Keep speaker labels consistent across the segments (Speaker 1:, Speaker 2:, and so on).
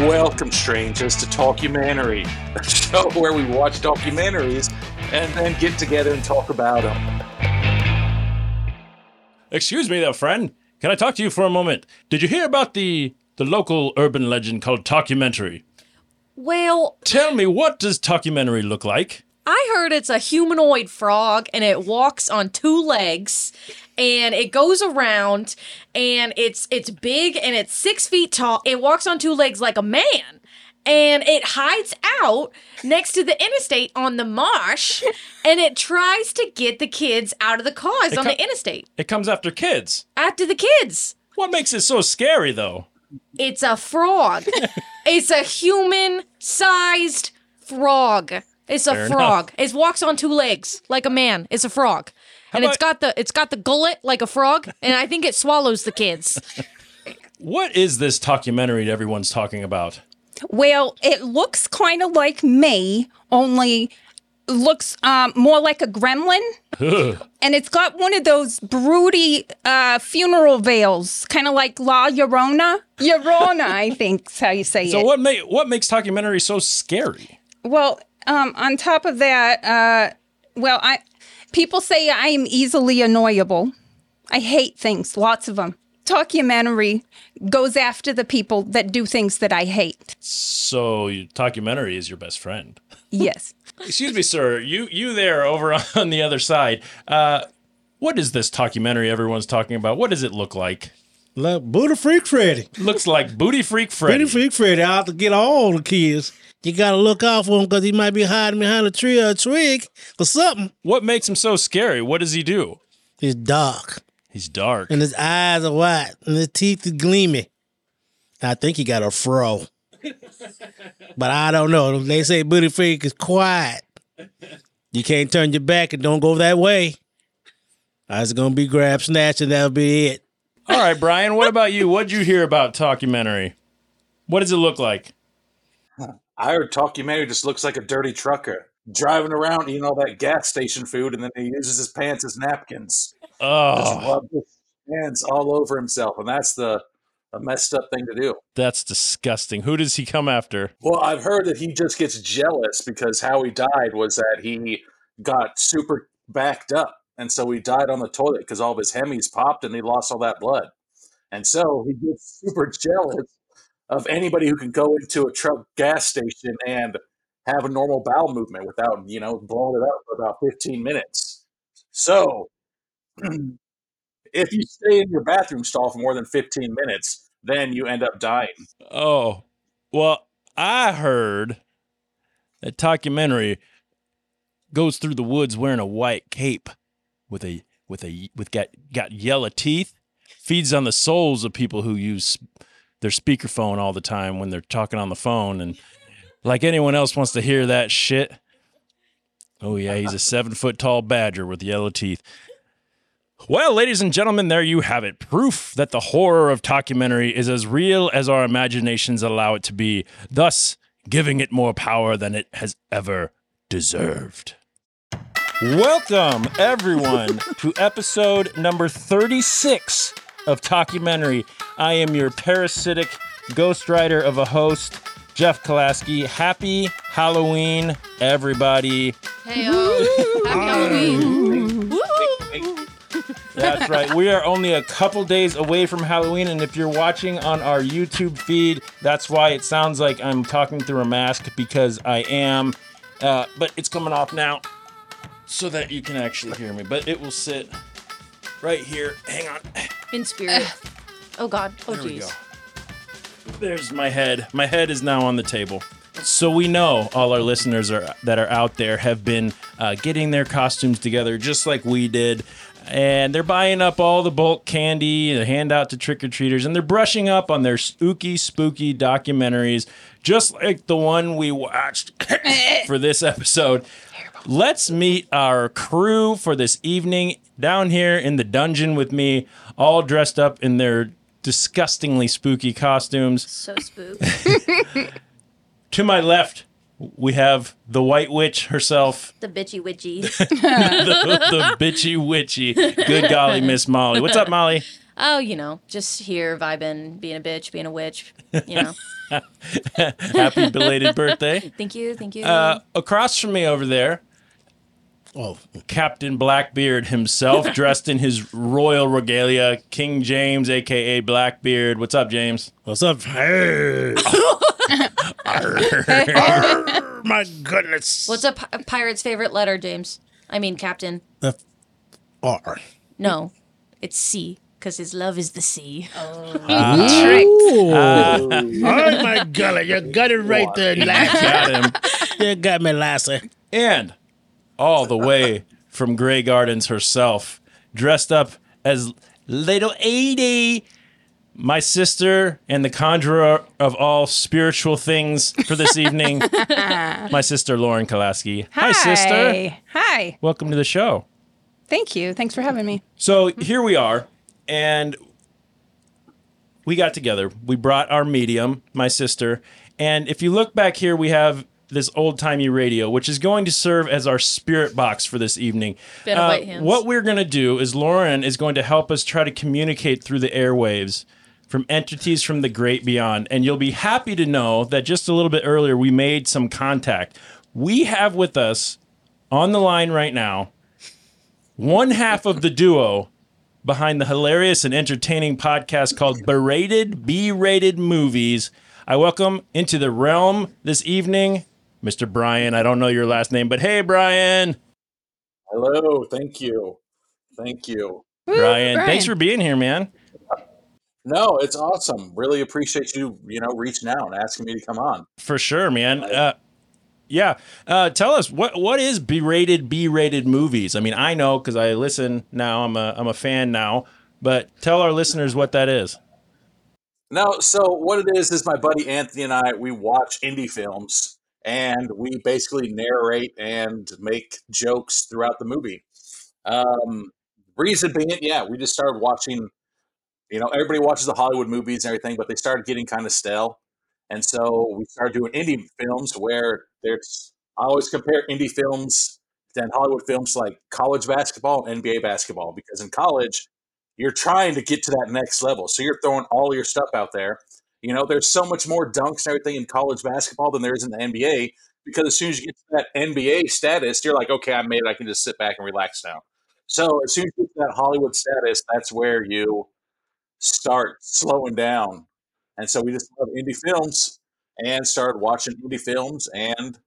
Speaker 1: Welcome, strangers, to Talkumentary, a show where we watch documentaries and then get together and talk about them.
Speaker 2: Excuse me there, friend. Can I talk to you for a moment? Did you hear about the the local urban legend called Talkumentary?
Speaker 3: Well,
Speaker 2: Tell me, what does Talkumentary look like?
Speaker 3: I heard it's a humanoid frog and it walks on two legs and it goes around and it's it's big and it's six feet tall. It walks on two legs like a man. And it hides out next to the interstate on the marsh and it tries to get the kids out of the cars on
Speaker 2: co-
Speaker 3: the interstate.
Speaker 2: It comes after kids.
Speaker 3: After the kids.
Speaker 2: What makes it so scary, though?
Speaker 3: It's a frog. it's a human sized frog. It's a
Speaker 2: Fair
Speaker 3: frog. It walks on two legs like a man. It's a frog. and it's got the it's got the gullet like a frog, and I think it swallows the kids.
Speaker 2: What is this Talkumentary everyone's talking about?
Speaker 4: Well, it looks kind of like me, only looks um, more like a gremlin. and it's got one of those broody uh, funeral veils, kind of like La Llorona. Llorona, I think is how you say
Speaker 2: So
Speaker 4: it.
Speaker 2: what ma- what makes Talkumentary so scary?
Speaker 4: Well, um, on top of that, uh, well, I people say I am easily annoyable. I hate things, lots of them. Documentary goes after the people that do things that I hate.
Speaker 2: So you- Talkumentary is your best friend.
Speaker 4: Yes.
Speaker 2: Excuse me, sir. You you there over on the other side. Uh, what is this Talkumentary everyone's talking about? What does it look like?
Speaker 5: Like Buddha Freak Freddy.
Speaker 2: Looks like Booty Freak Freddy.
Speaker 5: Buddha Freak Freddy out to get all the kids. You gotta look out for him because he might be hiding behind a tree or a twig or something.
Speaker 2: What makes him so scary? What does he do?
Speaker 5: He's dark
Speaker 2: He's dark.
Speaker 5: and his eyes are wide and his teeth are gleaming. I think he got a fro. but I don't know. They say Buddha Freak is quiet. You can't turn your back and don't go that way. I was gonna be grab snatch and that'll be it.
Speaker 2: All right, Brian, what about you? What'd you hear about Talkumentary? What does it look like?
Speaker 1: I heard Talkumentary just looks like a dirty trucker driving around eating all that gas station food, and then he uses his pants as napkins. Just
Speaker 2: Oh,
Speaker 1: rubs his hands all over himself, and that's the a messed up thing to do.
Speaker 2: that's disgusting. Who does he come after?
Speaker 1: Well, I've heard that he just gets jealous because how he died was that he got super backed up. And so he died on the toilet because all of his hemis popped and he lost all that blood. And so he gets super jealous of anybody who can go into a truck gas station and have a normal bowel movement without, you know, blowing it up for about 15 minutes. So if you stay in your bathroom stall for more than 15 minutes, then you end up dying.
Speaker 2: Oh, well, I heard that Talkumentary goes through the woods wearing a white cape with a with a with got got yellow teeth, feeds on the souls of people who use their speakerphone all the time when they're talking on the phone and like anyone else wants to hear that shit. Oh yeah, he's a seven foot tall badger with yellow teeth. Well, ladies and gentlemen, there you have it. Proof that the horror of documentary is as real as our imaginations allow it to be, thus giving it more power than it has ever deserved. Welcome, everyone, to episode number 36 of Documentary. I am your parasitic ghostwriter of a host, Jeff Kalaski. Happy Halloween, everybody.
Speaker 3: Hey, um, happy Halloween!
Speaker 2: That's right. We are only a couple days away from Halloween, and if you're watching on our YouTube feed, that's why it sounds like I'm talking through a mask because I am. Uh, but it's coming off now so that you can actually hear me. But it will sit right here. Hang on.
Speaker 3: In spirit. Oh God! Oh
Speaker 2: There we go.
Speaker 3: jeez!
Speaker 2: There's my head. My head is now on the table. So we know all our listeners are that are out there have been uh, getting their costumes together just like we did, and they're buying up all the bulk candy and hand out to trick or treaters, and they're brushing up on their spooky, spooky documentaries, just like the one we watched for this episode. Let's meet our crew for this evening down here in the dungeon with me, all dressed up in their disgustingly spooky costumes.
Speaker 3: So spooked.
Speaker 2: To my left, we have the White Witch herself,
Speaker 3: The bitchy witchy.
Speaker 2: the, the bitchy witchy. Good golly, Miss Molly. What's up, Molly?
Speaker 3: oh, you know, just here vibing, being a bitch, being a witch. You know,
Speaker 2: Happy belated birthday.
Speaker 3: thank you, thank you.
Speaker 2: Uh, across from me over there,
Speaker 5: Oh,
Speaker 2: Captain Blackbeard himself, dressed in his royal regalia, King James, aka Blackbeard. What's up, James?
Speaker 5: what's up? Hey. Arr, my goodness.
Speaker 3: What's a pi- pirate's favorite letter, James? I mean, Captain.
Speaker 5: the R?
Speaker 3: No, it's C, because his love is the sea.
Speaker 2: Ah.
Speaker 4: Tricked.
Speaker 5: oh my gullet, you got it right there, Lassie.
Speaker 2: Got him.
Speaker 5: You got me, Lassie.
Speaker 2: and all the way from Grey Gardens herself, dressed up as Little Edie, my sister and the conjurer of all spiritual things for this evening, my sister Lauren Kalaski. Hi. sister.
Speaker 4: Hi.
Speaker 2: Welcome to the show.
Speaker 4: Thank you. Thanks for having me.
Speaker 2: So here we are, and we got together. We brought our medium, my sister, and if you look back here, we have this old timey radio, which is going to serve as our spirit box for this evening. Uh,
Speaker 3: Bit of white hands.
Speaker 2: what we're going to do is Lauren is going to help us try to communicate through the airwaves from entities from the great beyond, and you'll be happy to know that just a little bit earlier we made some contact. We have with us on the line right now one half of the duo behind the hilarious and entertaining podcast called Berated B-Rated Movies. I welcome into the realm this evening, Mr. Brian. I don't know your last name, but hey, Brian.
Speaker 1: Hello, thank you, thank you.
Speaker 4: Woo,
Speaker 2: Brian, thanks for being here, man.
Speaker 1: No, it's awesome. Really appreciate you, you know, reaching out and asking me to come on.
Speaker 2: For sure, man. Uh, yeah, uh, tell us what what is B-rated B-rated movies? I mean, I know because I listen now. I'm a I'm a fan now, but tell our listeners what that is.
Speaker 1: No, so what it is is my buddy Anthony and I we watch indie films and we basically narrate and make jokes throughout the movie. Um, reason being, yeah, we just started watching. You know, everybody watches the Hollywood movies and everything, but they started getting kind of stale, and so we started doing indie films where there's. I always compare indie films than Hollywood films to, like college basketball and NBA basketball because in college you're trying to get to that next level. So you're throwing all your stuff out there. You know, there's so much more dunks and everything in college basketball than there is in the NBA because as soon as you get to that NBA status, you're like, okay, I made it. I can just sit back and relax now. So as soon as you get to that Hollywood status, that's where you start slowing down. And so we just love indie films and started watching indie films and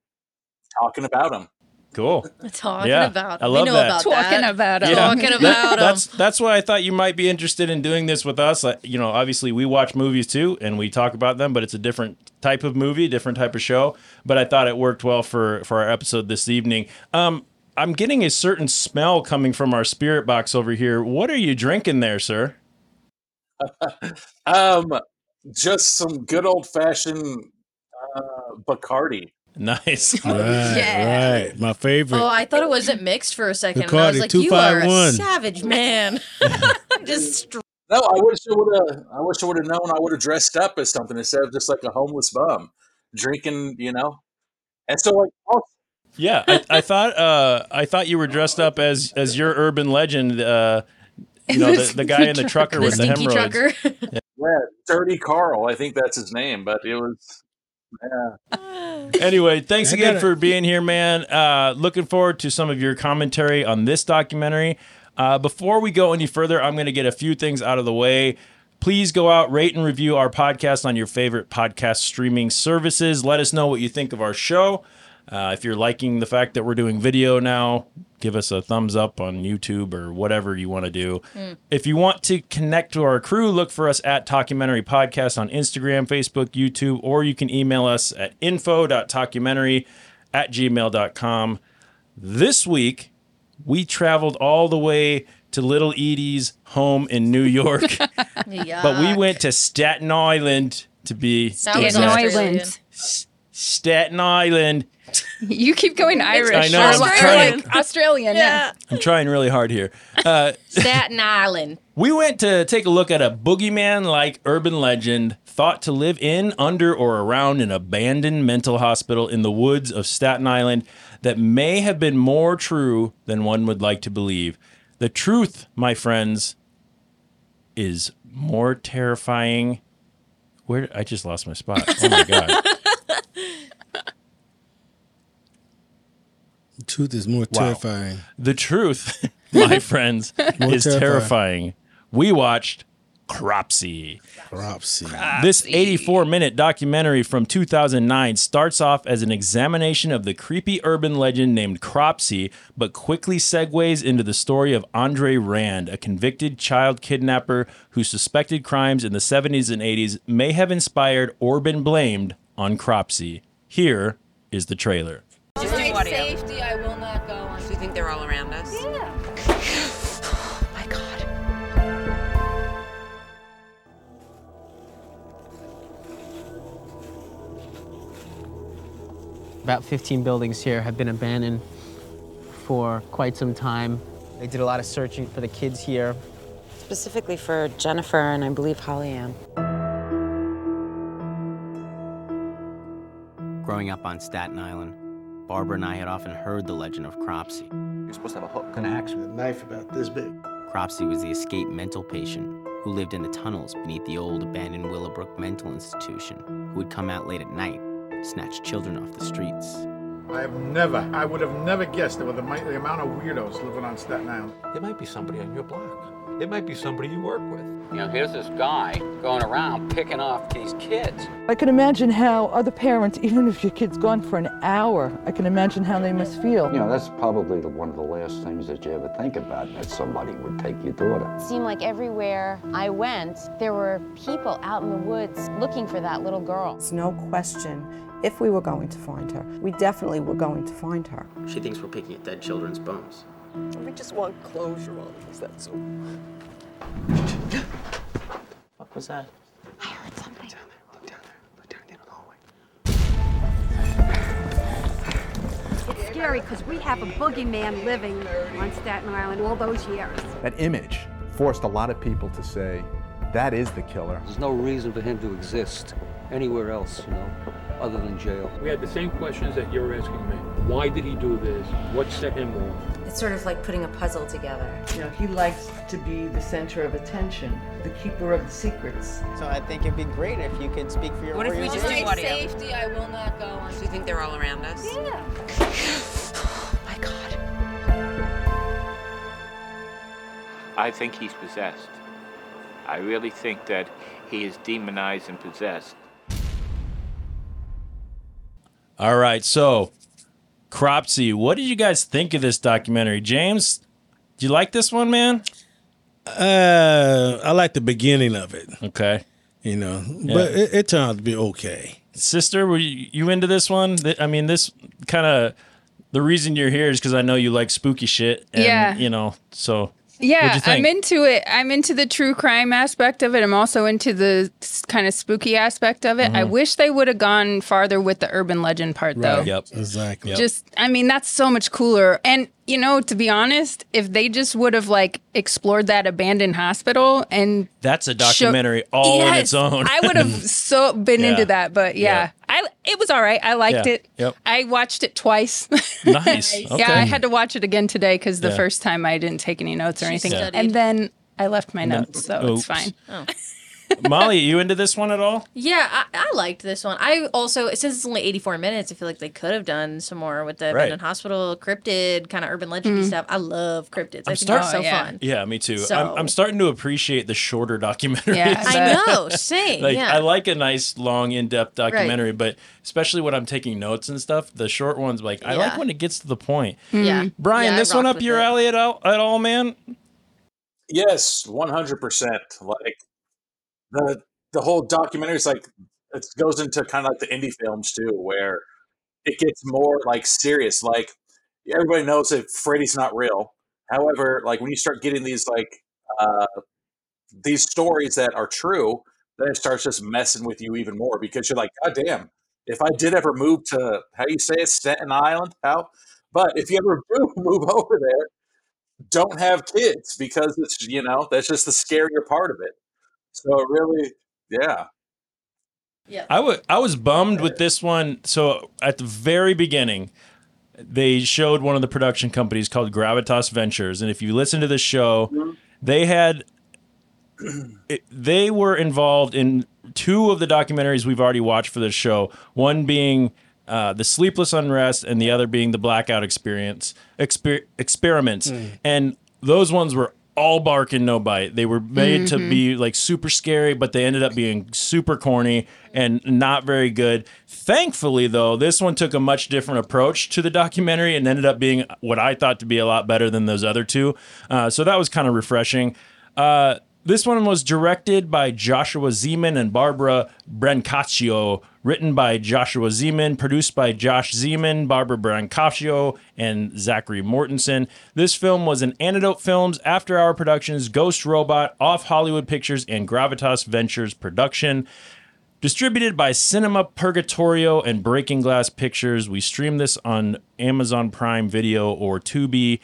Speaker 1: talking about them.
Speaker 2: Cool.
Speaker 3: Talking
Speaker 2: Yeah,
Speaker 3: about.
Speaker 2: I
Speaker 3: we
Speaker 2: love
Speaker 3: know
Speaker 2: that.
Speaker 3: about
Speaker 4: talking
Speaker 3: that.
Speaker 4: about um, it.
Speaker 2: Yeah.
Speaker 3: Talking
Speaker 2: That-
Speaker 3: about 'em.
Speaker 2: that's that's why I thought you might be interested in doing this with us. Like, You know, obviously we watch movies too, and we talk about them, but it's a different type of movie, different type of show. But I thought it worked well for for our episode this evening. Um, I'm getting a certain smell coming from our spirit box over here. What are you drinking there, sir?
Speaker 1: Um, just some good old fashioned uh, Bacardi.
Speaker 2: Nice.
Speaker 5: Right,
Speaker 4: Yeah.
Speaker 5: right. My favorite.
Speaker 3: Oh, I thought it wasn't mixed for a second. and I was
Speaker 5: Bacardi,
Speaker 3: like,
Speaker 5: two,
Speaker 3: you
Speaker 5: five,
Speaker 3: are a
Speaker 5: one."
Speaker 3: savage man. Just straight.
Speaker 1: No, I wish I would have. I wish I would have known. I would have dressed up as something instead of just like a homeless bum drinking. You know, and so like oh, all-
Speaker 2: yeah, I, I thought uh, I thought you were dressed up as as your urban legend. Uh, you know, the, the guy in the trucker
Speaker 3: The
Speaker 2: with the
Speaker 3: stinky
Speaker 2: hemorrhoids.
Speaker 3: trucker.
Speaker 1: yeah, dirty Carl. I think that's his name, but it was yeah.
Speaker 2: anyway, thanks
Speaker 5: I
Speaker 2: again
Speaker 5: gotta-
Speaker 2: for being here, man. Uh, looking forward to some of your commentary on this documentary. Uh, before we go any further, I'm going to get a few things out of the way. Please go out, rate and review our podcast on your favorite podcast streaming services. Let us know what you think of our show. Uh, if you're liking the fact that we're doing video now, give us a thumbs up on YouTube or whatever you want to do. If you want to connect to our crew, look for us at Documentary Podcast on Instagram, Facebook, YouTube, or you can email us at info.documentary at gmail.com. This week, we traveled all the way to Little Edie's home in New York,
Speaker 3: yeah.
Speaker 2: but we went to Staten Island to be
Speaker 3: Sounds
Speaker 4: Staten
Speaker 3: Staten
Speaker 2: exact.
Speaker 3: Australian.
Speaker 4: Island.
Speaker 2: Staten Island.
Speaker 4: You keep going Irish.
Speaker 2: I know, I'm
Speaker 4: Australian.
Speaker 2: trying.
Speaker 4: Like Australian. Yeah.
Speaker 3: yeah.
Speaker 2: I'm trying really hard here. Uh,
Speaker 3: Staten Island.
Speaker 2: We went to take a look at a boogeyman like urban legend thought to live in, under, or around an abandoned mental hospital in the woods of Staten Island that may have been more true than one would like to believe. The truth, my friends, is more terrifying. Where I just lost my spot. Oh my god.
Speaker 5: Truth is more
Speaker 2: Wow.
Speaker 5: terrifying.
Speaker 2: The truth, my friends, is
Speaker 5: terrifying.
Speaker 2: terrifying. We watched Cropsy.
Speaker 5: Cropsy.
Speaker 2: This 84 minute documentary from 2009 starts off as an examination of the creepy urban legend named Cropsy, but quickly segues into the story of Andre Rand, a convicted child kidnapper whose suspected crimes in the 70s and 80s may have inspired or been blamed on Cropsy. Here is the trailer.
Speaker 6: Just do audio.
Speaker 7: safety, I will not go on.
Speaker 6: Do you think they're all around us?
Speaker 8: About 15 buildings here have been abandoned for quite some time. They did a lot of searching for the kids here.
Speaker 6: Specifically for Jennifer and I believe Holly Ann.
Speaker 8: Growing up on Staten Island, Barbara and I had often heard the legend of Cropsy.
Speaker 9: You're supposed to have a hook and axe with a knife about this big.
Speaker 8: Cropsy was the escaped mental patient who lived in the tunnels beneath the old abandoned Willowbrook Mental Institution, who would come out late at night, snatch children off the streets.
Speaker 10: I have never, I would have never guessed there were the, mi- the amount of weirdos living on Staten Island.
Speaker 9: It might be somebody on your block. It might be somebody you work with.
Speaker 11: You know, here's this guy going around picking off these kids.
Speaker 7: I can imagine how other parents, even if your kid's gone for an hour, I can imagine how they must feel.
Speaker 11: You know, that's probably the- one of the last things that you ever think about that somebody would take your daughter.
Speaker 7: It seemed like everywhere I went, there were people out in the woods looking for that little girl.
Speaker 6: It's no question if we were going to find her. We definitely were going to find her.
Speaker 8: She thinks we're picking at dead children's bones.
Speaker 11: We just want closure on this, that's all.
Speaker 8: What was that?
Speaker 7: It's scary because we have a boogeyman living on Staten Island all those years.
Speaker 9: That image forced a lot of people to say, that is the killer.
Speaker 11: There's no reason for him to exist anywhere else, you know, other than jail.
Speaker 10: We had the same questions that you're asking me. Why did he do this? What set him off?
Speaker 6: It's sort of like putting a puzzle together.
Speaker 7: You know, he likes to be the center of attention, the keeper of the secrets.
Speaker 8: So I think it'd be great if you could speak for your
Speaker 6: What if we just do
Speaker 7: For
Speaker 6: audio?
Speaker 7: safety, I will not go on.
Speaker 6: Do you think they're all around us?
Speaker 11: I think he's possessed. I really think that he is demonized and possessed.
Speaker 2: All right, so Cropsy, what did you guys think of this documentary? James, do you like this one, man?
Speaker 5: Uh, I like the beginning of it,
Speaker 2: Okay.
Speaker 5: you know, but it, it turned out to be okay.
Speaker 2: Sister, were you, you into this one? Th- I mean, this kind of the reason you're here is because I know you like spooky shit. And,
Speaker 4: Yeah.
Speaker 2: You know, so
Speaker 4: Yeah,
Speaker 2: What'd you
Speaker 4: I'm
Speaker 2: think?
Speaker 4: into it. I'm into the true crime aspect of it. I'm also into the kind of spooky aspect of it.
Speaker 2: Mm-hmm.
Speaker 4: I wish they would have gone farther with the urban legend part, though.
Speaker 2: yep.
Speaker 5: Exactly.
Speaker 4: Just, I mean, that's so much cooler. And, you know, to be honest, if they just would have like explored that abandoned hospital and
Speaker 2: That's a documentary all on its
Speaker 4: Yes,
Speaker 2: own.
Speaker 4: I would have so been
Speaker 2: Yeah.
Speaker 4: into that, but yeah,
Speaker 2: Yeah.
Speaker 4: I it was all right. I liked
Speaker 2: Yeah.
Speaker 4: it.
Speaker 2: Yep.
Speaker 4: I watched it twice.
Speaker 2: nice. Okay.
Speaker 4: yeah, I had to watch it again today because the
Speaker 2: Yeah.
Speaker 4: first time I didn't take any notes or anything,
Speaker 3: studied.
Speaker 4: and then I left my notes, so
Speaker 2: oops.
Speaker 4: it's fine.
Speaker 2: Molly, you into this one at all?
Speaker 3: Yeah, I, I liked this one. I also since it's only eighty four minutes, I feel like they could have done some more with the
Speaker 2: Right.
Speaker 3: abandoned hospital, cryptid, kind of urban legendy stuff. I love cryptids. i think
Speaker 2: start-
Speaker 3: they're so
Speaker 4: Oh, yeah.
Speaker 3: fun.
Speaker 2: Yeah, me too.
Speaker 3: So-
Speaker 2: I'm, I'm starting to appreciate the shorter documentaries.
Speaker 4: Yeah.
Speaker 3: I
Speaker 4: But-
Speaker 3: know. Same.
Speaker 2: Like
Speaker 3: yeah.
Speaker 2: I like a nice long in-depth documentary, but especially when I'm taking notes and stuff, the short ones like I like
Speaker 3: Yeah.
Speaker 2: when it gets to the point.
Speaker 4: Mm.
Speaker 3: yeah.
Speaker 2: Brian,
Speaker 3: Yeah, I
Speaker 2: this one
Speaker 3: rocked
Speaker 2: up
Speaker 3: with
Speaker 2: your
Speaker 3: it.
Speaker 2: alley at all, at all, man?
Speaker 1: Yes, one hundred percent. Like the the whole documentary is like it goes into kind of like the indie films too, where it gets more like serious. Like everybody knows that Freddy's not real. However, like when you start getting these like uh, these stories that are true, then it starts just messing with you even more because you're like, God damn, if I did ever move to how do you say it, Staten Island, how? But if you ever do move over there don't have kids because it's you know that's just the scarier part of it so it really yeah
Speaker 2: I wa- I was bummed with this one. So at the very beginning, they showed one of the production companies called Gravitas Ventures, and if you listen to the show, they had it, they were involved in two of the documentaries we've already watched for this show. One being uh, the Sleepless Unrest, and the other being the Blackout Experience exper- experiments.
Speaker 12: Mm.
Speaker 2: And those ones were all bark and no bite. They were made to
Speaker 12: Mhm.
Speaker 2: be like super scary, but they ended up being super corny and not very good. Thankfully, though, this one took a much different approach to the documentary and ended up being what I thought to be a lot better than those other two. Uh, so that was kind of refreshing. Uh, this one was directed by Joshua Zeman and Barbara Brancaccio, written by Joshua Zeman, produced by Josh Zeman, Barbara Brancaccio, and Zachary Mortensen. This film was an Antidote Films, After Hour Productions, Ghost Robot, Off Hollywood Pictures, and Gravitas Ventures production. Distributed by Cinema Purgatorio and Breaking Glass Pictures. We stream this on Amazon Prime Video or Tubi.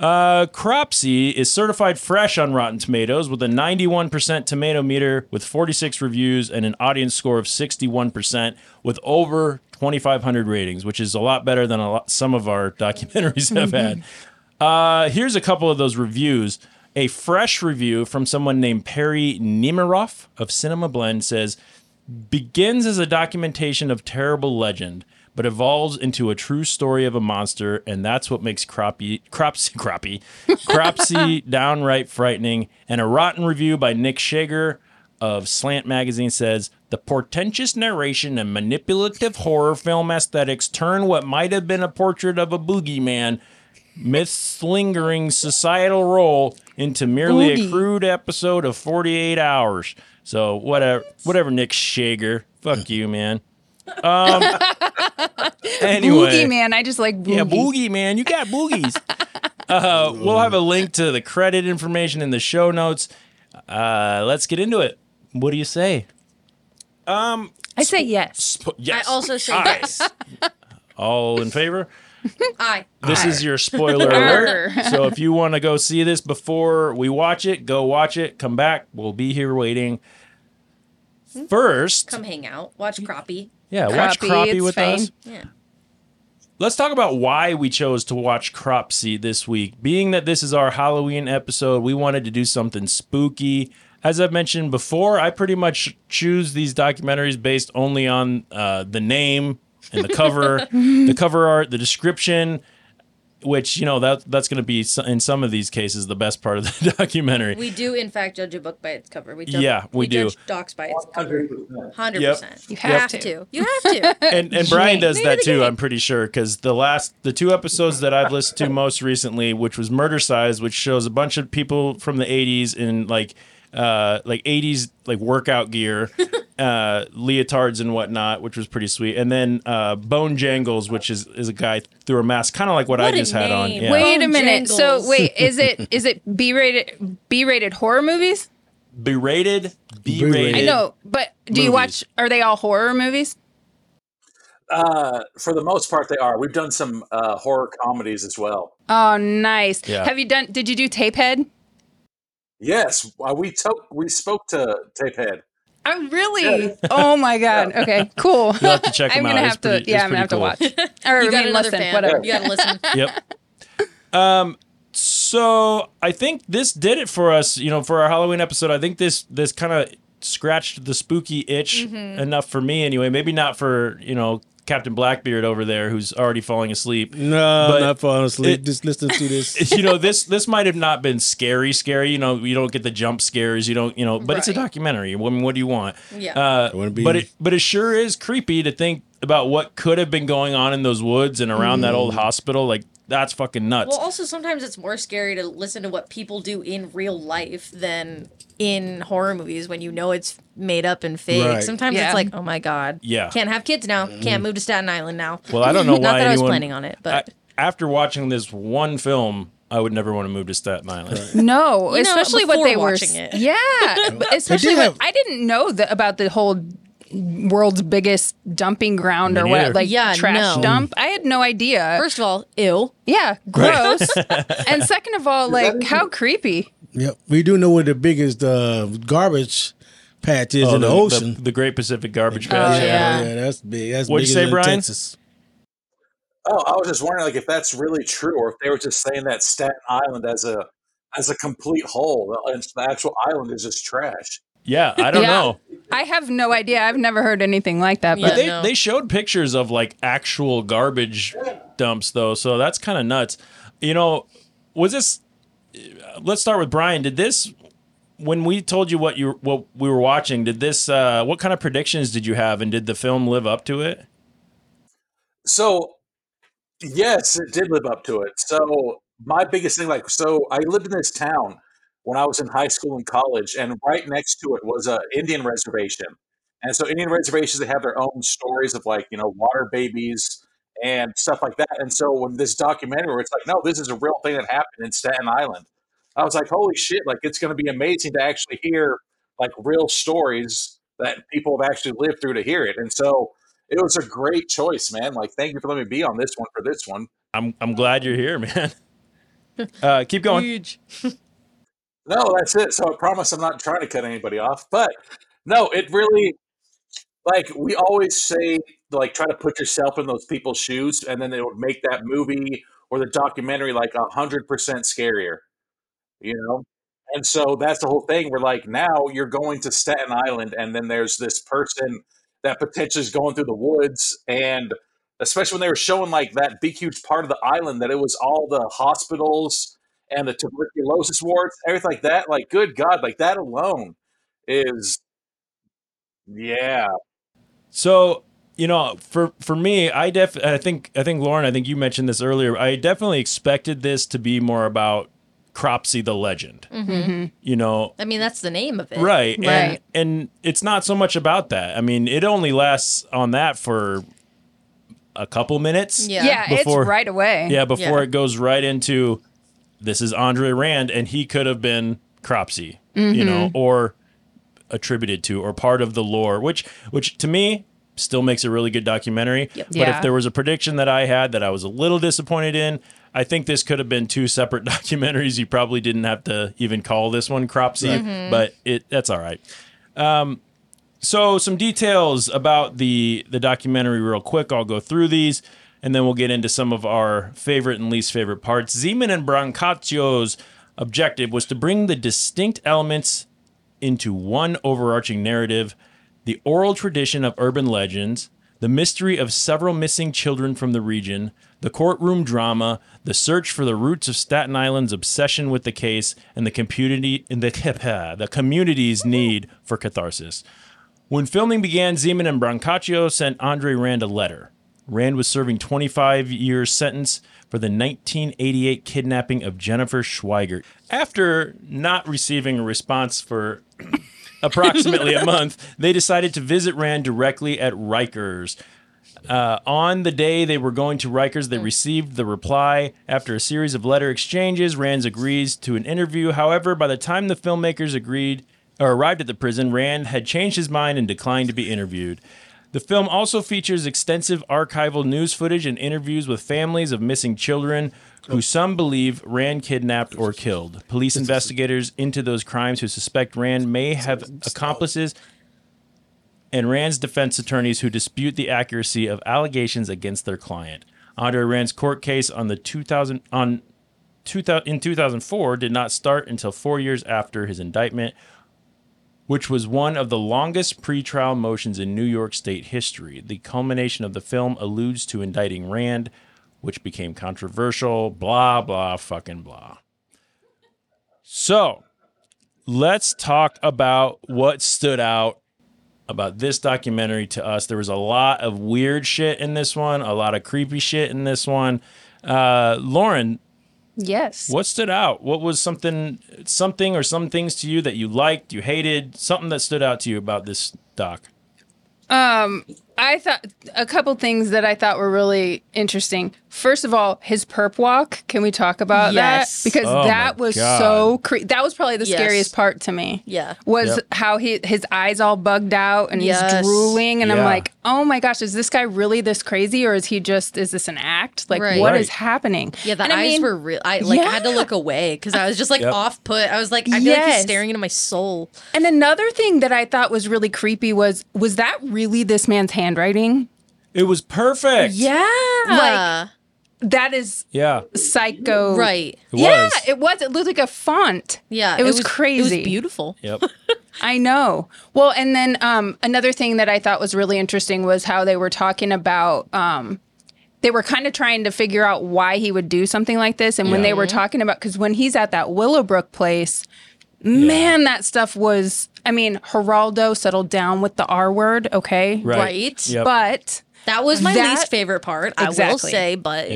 Speaker 2: Uh, Cropsy is certified fresh on Rotten Tomatoes with a 91% tomato meter with 46 reviews and an audience score of 61% with over 2,500 ratings, which is a lot better than a lot, some of our documentaries have had. Uh, here's a couple of those reviews. A fresh review from someone named Perry Nemiroff of Cinema Blend says, begins as a documentation of terrible legend, but evolves into a true story of a monster, and that's what makes Cropsy, Cropsy, Cropsy, Cropsy downright frightening. And a rotten review by Nick Shager of Slant Magazine says the portentous narration and manipulative horror film aesthetics turn what might have been a portrait of a boogeyman myth's lingering societal role into merely a
Speaker 12: Boogie.
Speaker 2: crude episode of 48 hours. So whatever, whatever, Nick Shager. Fuck you, man. Um, anyway,
Speaker 4: Boogie man, I just like boogie.
Speaker 2: yeah, boogie man, you got boogies. uh, we'll have a link to the credit information in the show notes. Uh, let's get into it. What do you say? Um,
Speaker 4: I say yes.
Speaker 2: yes.
Speaker 3: I also say
Speaker 2: Aye.
Speaker 3: yes.
Speaker 2: All in favor?
Speaker 3: Aye.
Speaker 2: This is your spoiler
Speaker 3: Arr.
Speaker 2: alert. So if you want to go see this before we watch it, go watch it. Come back. We'll be here waiting. First,
Speaker 3: Come hang out. Watch Crappie.
Speaker 2: Yeah, watch Crappie, Crappie it's with fine. us.
Speaker 3: Yeah.
Speaker 2: let's talk about why we chose to watch Cropsy this week. Being that this is our Halloween episode, we wanted to do something spooky. As I've mentioned before, I pretty much choose these documentaries based only on uh, the name and the cover, the cover art, the description, which you know that that's going to be so- in some of these cases the best part of the documentary.
Speaker 3: We do, in fact, judge a book by its cover. We judge,
Speaker 2: Yeah, we do.
Speaker 3: judge docs by its cover. 100%. You
Speaker 2: Yep.
Speaker 3: have to. You have to.
Speaker 2: and and Brian does that too. I'm pretty sure because the last the two episodes that I've listened to most recently, which was Murder Size, which shows a bunch of people from the '80s in like uh like '80s like workout gear, uh leotards and whatnot, which was pretty sweet. And then uh Bone Jangles, which is is a guy through a mask, kind of like what, I
Speaker 4: What a
Speaker 2: just had on. Yeah.
Speaker 4: Wait a minute.
Speaker 3: Jangles.
Speaker 4: So wait, is it is it B rated B rated horror movies?
Speaker 2: berated, berated.
Speaker 4: I know, but do you watch? Are they all horror movies?
Speaker 1: Uh, for the most part, they are. We've done some uh, horror comedies as well.
Speaker 4: Oh, nice.
Speaker 1: Yeah.
Speaker 4: Have you done? Did you do Tapehead?
Speaker 1: Yes, uh, we to- we spoke to Tapehead.
Speaker 4: I'm really. Oh my god. Okay. Cool.
Speaker 1: You'll have to check
Speaker 4: I'm
Speaker 1: them out.
Speaker 4: gonna
Speaker 1: It's
Speaker 4: have
Speaker 1: pretty- it's
Speaker 4: to. Yeah, I'm gonna have
Speaker 2: pretty
Speaker 4: to watch. Or
Speaker 3: You got
Speaker 4: I mean,
Speaker 3: another
Speaker 4: listen,
Speaker 3: fan.
Speaker 4: Whatever.
Speaker 3: You gotta listen.
Speaker 2: yep. Um. So I think this did it for us. You know, for our Halloween episode, I think this this kind of scratched the spooky itch
Speaker 12: Mhm.
Speaker 2: enough for me, anyway. Maybe not for you know Captain Blackbeard over there who's already falling asleep.
Speaker 5: No,
Speaker 2: But
Speaker 5: I'm not falling asleep.
Speaker 2: it-
Speaker 5: Just listen to this.
Speaker 2: you know this this might have not been scary scary you know you don't get the jump scares you don't you know but it's a documentary I mean, what do you want
Speaker 12: Yeah.
Speaker 2: uh,
Speaker 12: I wanna be-
Speaker 2: but it but it sure is creepy to think about what could have been going on in those woods and around that old
Speaker 3: Mhm.
Speaker 2: hospital like that's fucking nuts
Speaker 3: Well, also, sometimes it's more scary to listen to what people do in real life than in horror movies when you know it's made up and fake.
Speaker 2: Right.
Speaker 3: Sometimes
Speaker 2: Yeah.
Speaker 3: it's like, oh my God.
Speaker 2: Yeah. Mm.
Speaker 3: Can't have kids now. Can't move to Staten Island now.
Speaker 2: Well, I don't know
Speaker 3: Not
Speaker 2: why
Speaker 3: that I was
Speaker 2: anyone-
Speaker 3: planning on it, but.
Speaker 2: I- after watching this one film I would never want to move to Staten Island
Speaker 4: No,
Speaker 3: You know,
Speaker 4: especially what
Speaker 3: before
Speaker 4: they were.
Speaker 3: watching it.
Speaker 4: Yeah, but especially
Speaker 2: have-
Speaker 4: what I didn't know the, about the whole world's biggest dumping ground
Speaker 3: Me
Speaker 4: or what,
Speaker 3: neither.
Speaker 4: like
Speaker 3: Yeah,
Speaker 4: trash
Speaker 3: no.
Speaker 4: dump. I had no idea. First
Speaker 3: of all, ew.
Speaker 4: Yeah, gross. and second of all, like how creepy.
Speaker 5: Yep, we do know where the biggest uh, garbage patch is
Speaker 2: Oh,
Speaker 5: in the, ocean.
Speaker 2: the, Great Pacific
Speaker 4: Uh,
Speaker 2: Garbage
Speaker 4: Oh,
Speaker 2: Patch
Speaker 5: Oh, yeah. that's big. That's
Speaker 2: what'd you
Speaker 5: bigger
Speaker 2: say
Speaker 5: than
Speaker 2: Brian
Speaker 5: Texas.
Speaker 1: Oh, I was just wondering, like, if that's really true, or if they were just saying that Staten Island as a as a complete whole. The, the actual island is just trash.
Speaker 2: Yeah, I don't
Speaker 4: Yeah.
Speaker 2: know.
Speaker 4: I have no idea. I've never heard anything like that.
Speaker 2: But
Speaker 4: But
Speaker 2: they, they showed pictures of like actual garbage dumps though, so that's kind of nuts. You know, was this? uh, Let's start with Brian. Did this? When we told you what you what we were watching, did this? Uh, what kind of predictions did you have, and did the film live up to it?
Speaker 1: So, yes, it did live up to it. So, my biggest thing, like, so I lived in this town when I was in high school and college, and right next to it was a Indian reservation. And so, Indian reservations they have their own stories of like you know water babies and stuff like that. And so, when this documentary, it's like, no, this is a real thing that happened in Staten Island. I was like, holy shit! Like, it's going to be amazing to actually hear like real stories that people have actually lived through to hear it. And so, it was a great choice, man. Like, thank you for letting me be on this one for this one.
Speaker 2: I'm I'm glad you're here, man. Uh, keep going.
Speaker 1: No, that's it. So I promise I'm not trying to cut anybody off, but no, it really like we always say like try to put yourself in those people's shoes, and then it would make that movie or the documentary like a hundred percent scarier, you know. And so that's the whole thing. We're like, now you're going to Staten Island, and then there's this person that potentially is going through the woods, and especially when they were showing like that big huge part of the island that it was all the hospitals and the tuberculosis wards, everything like that. Like, good God, like that alone is, yeah.
Speaker 2: So you know, for for me, I def I think I think Lauren, I think you mentioned this earlier. I definitely expected this to be more about Cropsy the legend.
Speaker 3: Mm-hmm.
Speaker 2: You know,
Speaker 3: I mean, that's the name of it.
Speaker 2: right?
Speaker 3: Right.
Speaker 2: And, and it's not so much about that. I mean, it only lasts on that for a couple minutes.
Speaker 4: yeah, it's right away.
Speaker 2: Yeah, before it goes right into this is Andre Rand, and he could have been Cropsy, you know,
Speaker 4: Mhm.
Speaker 2: or attributed to, or part of the lore, which which to me still makes a really good documentary.
Speaker 4: Yep.
Speaker 2: But
Speaker 4: Yeah.
Speaker 2: if there was a prediction that I had that I was a little disappointed in, I think this could have been two separate documentaries. You probably didn't have to even call this one Cropsy,
Speaker 12: Right. Mhm.
Speaker 2: but it that's all right. Um, so some details about the the documentary real quick. I'll go through these and then we'll get into some of our favorite and least favorite parts. Zeman and Brancaccio's objective was to bring the distinct elements into one overarching narrative, the oral tradition of urban legends, the mystery of several missing children from the region, the courtroom drama, the search for the roots of Staten Island's obsession with the case, and the community and the, the community's need for catharsis. When filming began, Zeman and Brancaccio sent Andre Rand a letter. Rand was serving 25 years sentence for the 1988 kidnapping of Jennifer Schweigert. After not receiving a response for approximately a month, they decided to visit Rand directly at Rikers. Uh, on the day they were going to Rikers, they received the reply. After a series of letter exchanges, Rand agrees to an interview. However, by the time the filmmakers agreed or arrived at the prison, Rand had changed his mind and declined to be interviewed. The film also features extensive archival news footage and interviews with families of missing children who some believe Rand kidnapped or killed. Police investigators into those crimes who suspect Rand may have accomplices and Rand's defense attorneys who dispute the accuracy of allegations against their client. Andre Rand's court case on the 2000 on 2000 in 2004 did not start until 4 years after his indictment, which was one of the longest pretrial motions in New York state history. The culmination of the film alludes to indicting Rand, which became controversial, blah blah fucking blah. So, let's talk about what stood out about this documentary to us. There was a lot of weird shit in this one, a lot of creepy shit in this one. Uh, Lauren,
Speaker 4: Yes.
Speaker 2: what stood out? What was something, something or some things to you that you liked, you hated, something that stood out to you about this doc?
Speaker 4: Um, I thought a couple things that I thought were really interesting. First of all, his perp walk. Can we talk about
Speaker 3: Yes.
Speaker 4: that? Because
Speaker 3: Oh my
Speaker 4: that was
Speaker 3: God.
Speaker 4: so cre- that was probably the
Speaker 3: Yes.
Speaker 4: scariest part to me.
Speaker 3: Yeah.
Speaker 4: Was
Speaker 3: Yep.
Speaker 4: how he his eyes all bugged out and
Speaker 3: Yes.
Speaker 4: he's drooling and I'm
Speaker 3: Yeah.
Speaker 4: like, "Oh my gosh, is this guy really this crazy or is he just is this an act? Like what
Speaker 3: Right. Right.
Speaker 4: is happening?"
Speaker 3: Yeah, the
Speaker 4: And
Speaker 3: eyes
Speaker 4: I mean-
Speaker 3: were real. I like I had to
Speaker 4: Yeah.
Speaker 3: look away because I was just like
Speaker 4: Yep.
Speaker 3: off put. I was like, I feel like he's
Speaker 4: Yes.
Speaker 3: staring into my soul.
Speaker 4: And another thing that I thought was really creepy was was that really this man's handwriting?
Speaker 2: It was perfect.
Speaker 3: Yeah.
Speaker 4: Like that is
Speaker 2: Yeah.
Speaker 4: psycho.
Speaker 3: Right.
Speaker 2: It
Speaker 4: yeah,
Speaker 2: was.
Speaker 4: it was. It looked like a font.
Speaker 3: Yeah,
Speaker 4: It, was, crazy.
Speaker 3: It was beautiful.
Speaker 2: Yep.
Speaker 4: I know. Well, and then um, another thing that I thought was really interesting was how they were talking about. Um, they were kind of trying to figure out why he would do something like this, and when
Speaker 3: Yeah.
Speaker 4: they were talking about, because when he's at that Willowbrook place, man, that stuff was. I mean, Geraldo settled down with the R word, okay,
Speaker 3: Right. Right. Yep.
Speaker 4: But
Speaker 3: That was my
Speaker 4: That-
Speaker 3: least favorite part, I will
Speaker 4: Exactly.
Speaker 3: say, but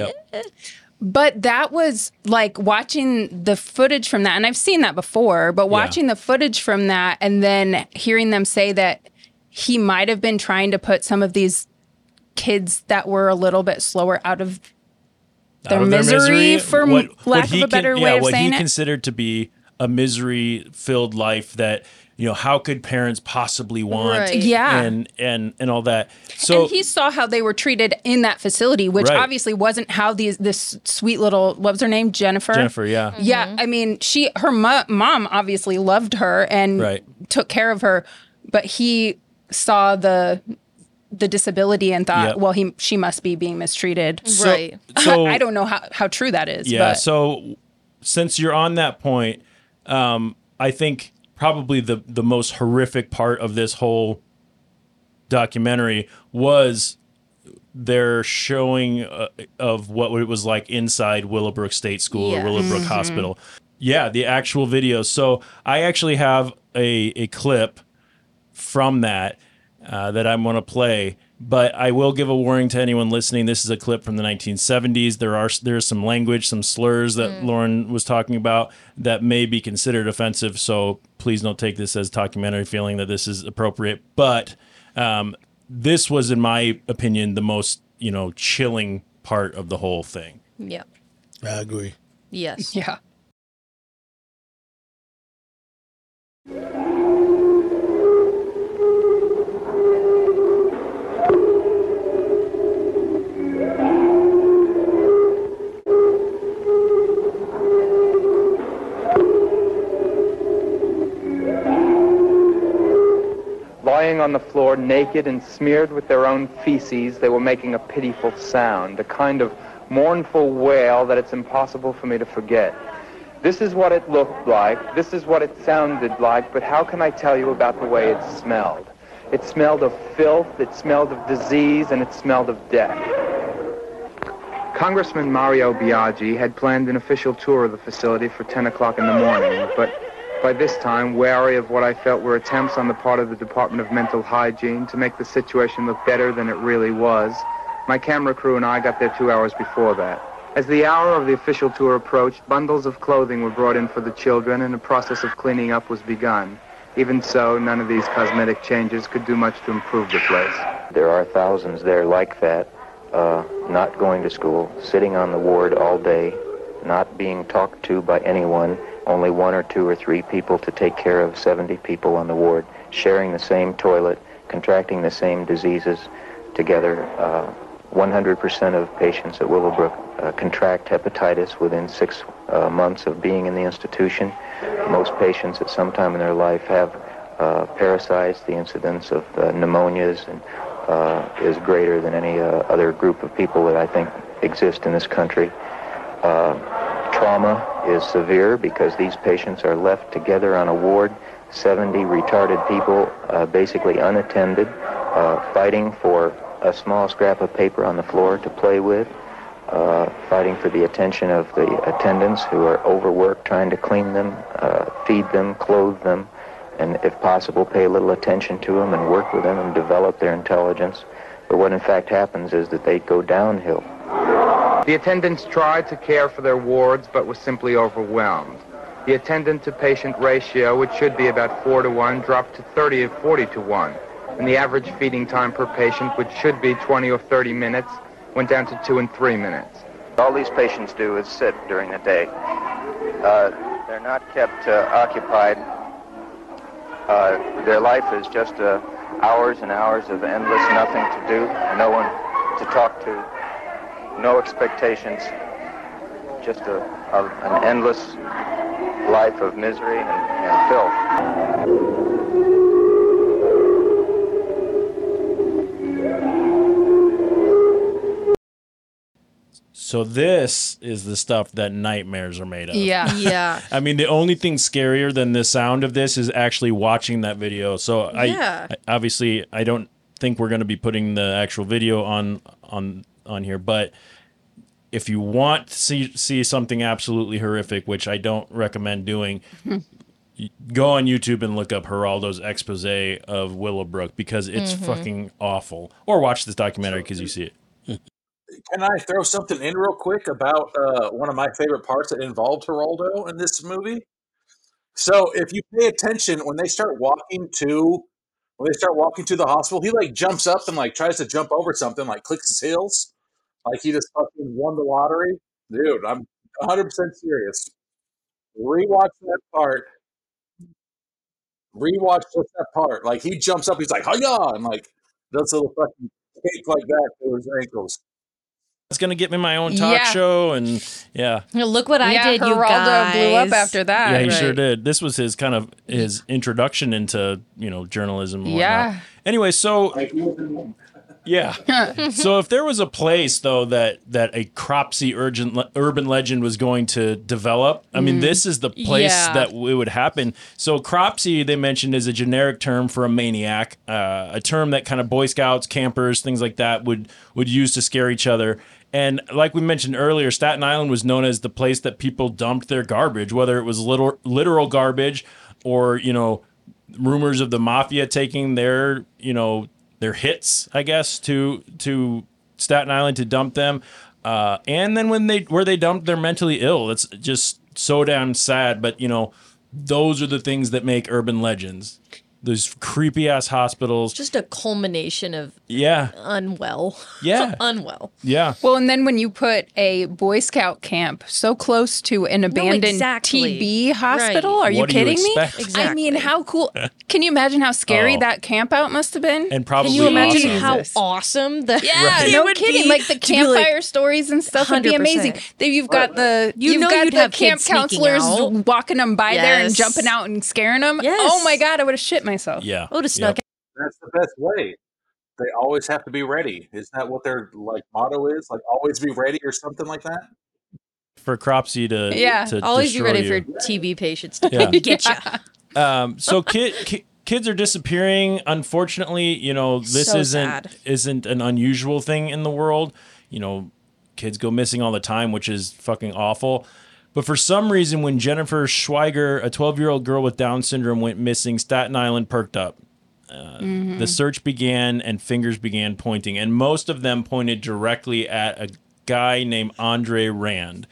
Speaker 4: But that was like watching the footage from that, and I've seen that before, but watching the footage from that and then hearing them say that he might have been trying to put some of these kids that were a little bit slower out of their,
Speaker 2: Out of
Speaker 4: misery, for m-
Speaker 2: what- what
Speaker 4: lack
Speaker 2: he
Speaker 4: of a
Speaker 2: con-
Speaker 4: better
Speaker 2: yeah,
Speaker 4: way of
Speaker 2: what
Speaker 4: saying
Speaker 2: he
Speaker 4: it.
Speaker 2: considered to be a misery filled life that you know how could parents possibly want
Speaker 4: Right. Yeah.
Speaker 2: and and and all that so
Speaker 4: and he saw how they were treated in that facility, which
Speaker 2: Right.
Speaker 4: obviously wasn't how these this sweet little what was her name Jennifer.
Speaker 2: Jennifer, yeah.
Speaker 4: yeah.
Speaker 3: Mm-hmm.
Speaker 4: I mean, she her mo- mom obviously loved her and
Speaker 2: Right.
Speaker 4: took care of her, but he saw the the disability and thought,
Speaker 2: Yep.
Speaker 4: well, he she must be being mistreated.
Speaker 2: So- Right. so-
Speaker 4: I don't know how how true that is.
Speaker 2: yeah
Speaker 4: but.
Speaker 2: so since you're on that point um i think probably the the most horrific part of this whole documentary was their showing uh, of what it was like inside Willowbrook State School
Speaker 12: Yeah.
Speaker 2: or Willowbrook
Speaker 12: Mhm.
Speaker 4: Mm-hmm.
Speaker 2: Hospital. Yeah, the actual video. So I actually have a, a clip from that uh, that I'm going to play. But I will give a warning to anyone listening. This is a clip from the 1970s. There are there's some language, some slurs that Lauren was talking about that may be considered offensive. So please don't take this as documentary feeling that this is appropriate. But um, this was, in my opinion, the most you know chilling part of the whole thing.
Speaker 3: yeah.
Speaker 5: I agree.
Speaker 3: Yes.
Speaker 4: Yeah.
Speaker 13: Lying on the floor naked and smeared with their own feces, they were making a pitiful sound, a kind of mournful wail that it's impossible for me to forget. This is what it looked like, this is what it sounded like, but how can I tell you about the way it smelled? It smelled of filth, it smelled of disease, and it smelled of death. Congressman Mario Biaggi had planned an official tour of the facility for 10 o'clock in the morning, Uh, but by this time, wary of what I felt were attempts on the part of the Department of Mental Hygiene to make the situation look better than it really was, my camera crew and I got there two hours before that. As the hour of the official tour approached, bundles of clothing were brought in for the children and a process of cleaning up was begun. Even so, none of these cosmetic changes could do much to improve the place.
Speaker 14: There are thousands there like that, uh, not going to school, sitting on the ward all day, not being talked to by anyone, only one or two or three people to take care of 70 people on the ward, sharing the same toilet, contracting the same diseases together. Uh, 100% of patients at Willowbrook uh, contract hepatitis within six uh, months of being in the institution. Most patients at some time in their life have uh, parasites. The incidence of uh, pneumonias and uh, is greater than any uh, other group of people that I think exist in this country. Uh, trauma is severe because these patients are left together on a ward, 70 retarded people, uh, basically unattended, uh, fighting for a small scrap of paper on the floor to play with, uh, fighting for the attention of the attendants who are overworked trying to clean them, uh, feed them, clothe them, and if possible pay a little attention to them and work with them and develop their intelligence. But what in fact happens is that they go downhill.
Speaker 13: The attendants tried to care for their wards, but were simply overwhelmed. The attendant to patient ratio, which should be about 4 to 1, dropped to 30 or 40 to 1. And the average feeding time per patient, which should be 20 or 30 minutes, went down to 2 and 3 minutes.
Speaker 14: All these patients do is sit during the day. Uh, they're not kept uh, occupied. Uh, their life is just uh, hours and hours of endless nothing to do, no one to talk to, no expectations, just a, a, an endless life of misery and, and filth.
Speaker 2: So this is the stuff that nightmares are made of.
Speaker 3: Yeah. Yeah.
Speaker 2: I mean, the only thing scarier than the sound of this is actually watching that video. So I,
Speaker 3: Yeah.
Speaker 2: I- obviously I don't think we're going to be putting the actual video on on on here, but if you want to see see something absolutely horrific, which I don't recommend doing, y- go on YouTube and look up Geraldo's expose of Willowbrook because it's
Speaker 3: Mm-hmm.
Speaker 1: Mhm.
Speaker 2: fucking awful. Or watch this documentary because you see it.
Speaker 1: Can I throw something in real quick about uh, one of my favorite parts that involved Geraldo in this movie? So if you pay attention, when they start walking to when they start walking to the hospital, he like jumps up and like tries to jump over something, like clicks his heels, like he just fucking won the lottery. Dude, I'm 100 percent serious. Rewatch that part. Rewatch just that part. Like he jumps up, he's like, "Hiya!" and like does a little fucking kick like that to his ankles.
Speaker 2: It's gonna get me my own talk
Speaker 3: Yeah.
Speaker 2: show and yeah.
Speaker 3: Look what I
Speaker 12: Yeah,
Speaker 3: did, you
Speaker 12: Geraldo
Speaker 3: guys.
Speaker 12: blew up after that.
Speaker 2: yeah, he sure
Speaker 12: Right.
Speaker 2: did. This was his kind of his introduction into, you know, journalism and whatnot.
Speaker 12: Yeah.
Speaker 2: Anyway, so yeah. so if there was a place though that that a cropsy urgent le- urban legend was going to develop, I mean,
Speaker 12: Mm.
Speaker 2: this is the place
Speaker 12: Yeah.
Speaker 2: that it would happen. So cropsy they mentioned is a generic term for a maniac, uh, a term that kind of Boy Scouts, campers, things like that would would use to scare each other. And like we mentioned earlier, Staten Island was known as the place that people dumped their garbage, whether it was literal, literal garbage or you know rumors of the mafia taking their you know their hits, I guess, to to Staten Island to dump them. Uh, and then when they where they dumped, they're mentally ill. It's just so damn sad. But you know, those are the things that make urban legends. Those creepy ass hospitals.
Speaker 3: Just a culmination of
Speaker 2: yeah,
Speaker 3: unwell.
Speaker 2: Yeah.
Speaker 3: unwell.
Speaker 2: yeah.
Speaker 4: Well, and then when you put a Boy Scout camp so close to an abandoned
Speaker 3: exactly.
Speaker 4: TB hospital,
Speaker 2: Right.
Speaker 4: are you
Speaker 2: What do you
Speaker 4: kidding me?
Speaker 2: expect?
Speaker 4: I mean, how cool. Can you imagine how scary
Speaker 2: Oh.
Speaker 4: that camp out must have been?
Speaker 2: And probably Can you imagine awesome. how
Speaker 3: awesome the
Speaker 4: Yeah,
Speaker 3: Right. it
Speaker 4: no
Speaker 3: would
Speaker 4: kidding.
Speaker 3: be
Speaker 4: Like the
Speaker 3: to be like,
Speaker 4: campfire stories and stuff would be
Speaker 3: 100%.
Speaker 4: amazing. Then you've got the
Speaker 3: You
Speaker 4: have
Speaker 3: know
Speaker 4: got
Speaker 3: you'd
Speaker 4: the
Speaker 3: have
Speaker 4: camp
Speaker 3: kids sneaking
Speaker 4: counselors
Speaker 3: out.
Speaker 4: walking them by there
Speaker 3: Yes.
Speaker 4: and jumping out and scaring them.
Speaker 3: Yes.
Speaker 4: Oh my god, I would have shit myself.
Speaker 2: Yeah.
Speaker 3: I would've snuck
Speaker 1: That's the best way. They always have to be ready. Isn't that what their like motto is? Like always be ready or something like that.
Speaker 2: for Cropsy to to
Speaker 3: always be
Speaker 2: destroy
Speaker 3: ready
Speaker 2: you.
Speaker 3: for TB patients to
Speaker 2: Yeah.
Speaker 3: get you.
Speaker 2: um, so kid, ki- kids are disappearing. Unfortunately, you know this
Speaker 3: So
Speaker 2: isn't
Speaker 3: sad.
Speaker 2: isn't an unusual thing in the world. You know, kids go missing all the time, which is fucking awful. But for some reason, when Jennifer Schweiger, a 12 year old girl with Down syndrome, went missing, Staten Island perked up. Uh,
Speaker 3: Mm-hmm.
Speaker 12: Mhm.
Speaker 2: The search began and fingers began pointing, and most of them pointed directly at a guy named Andre Rand.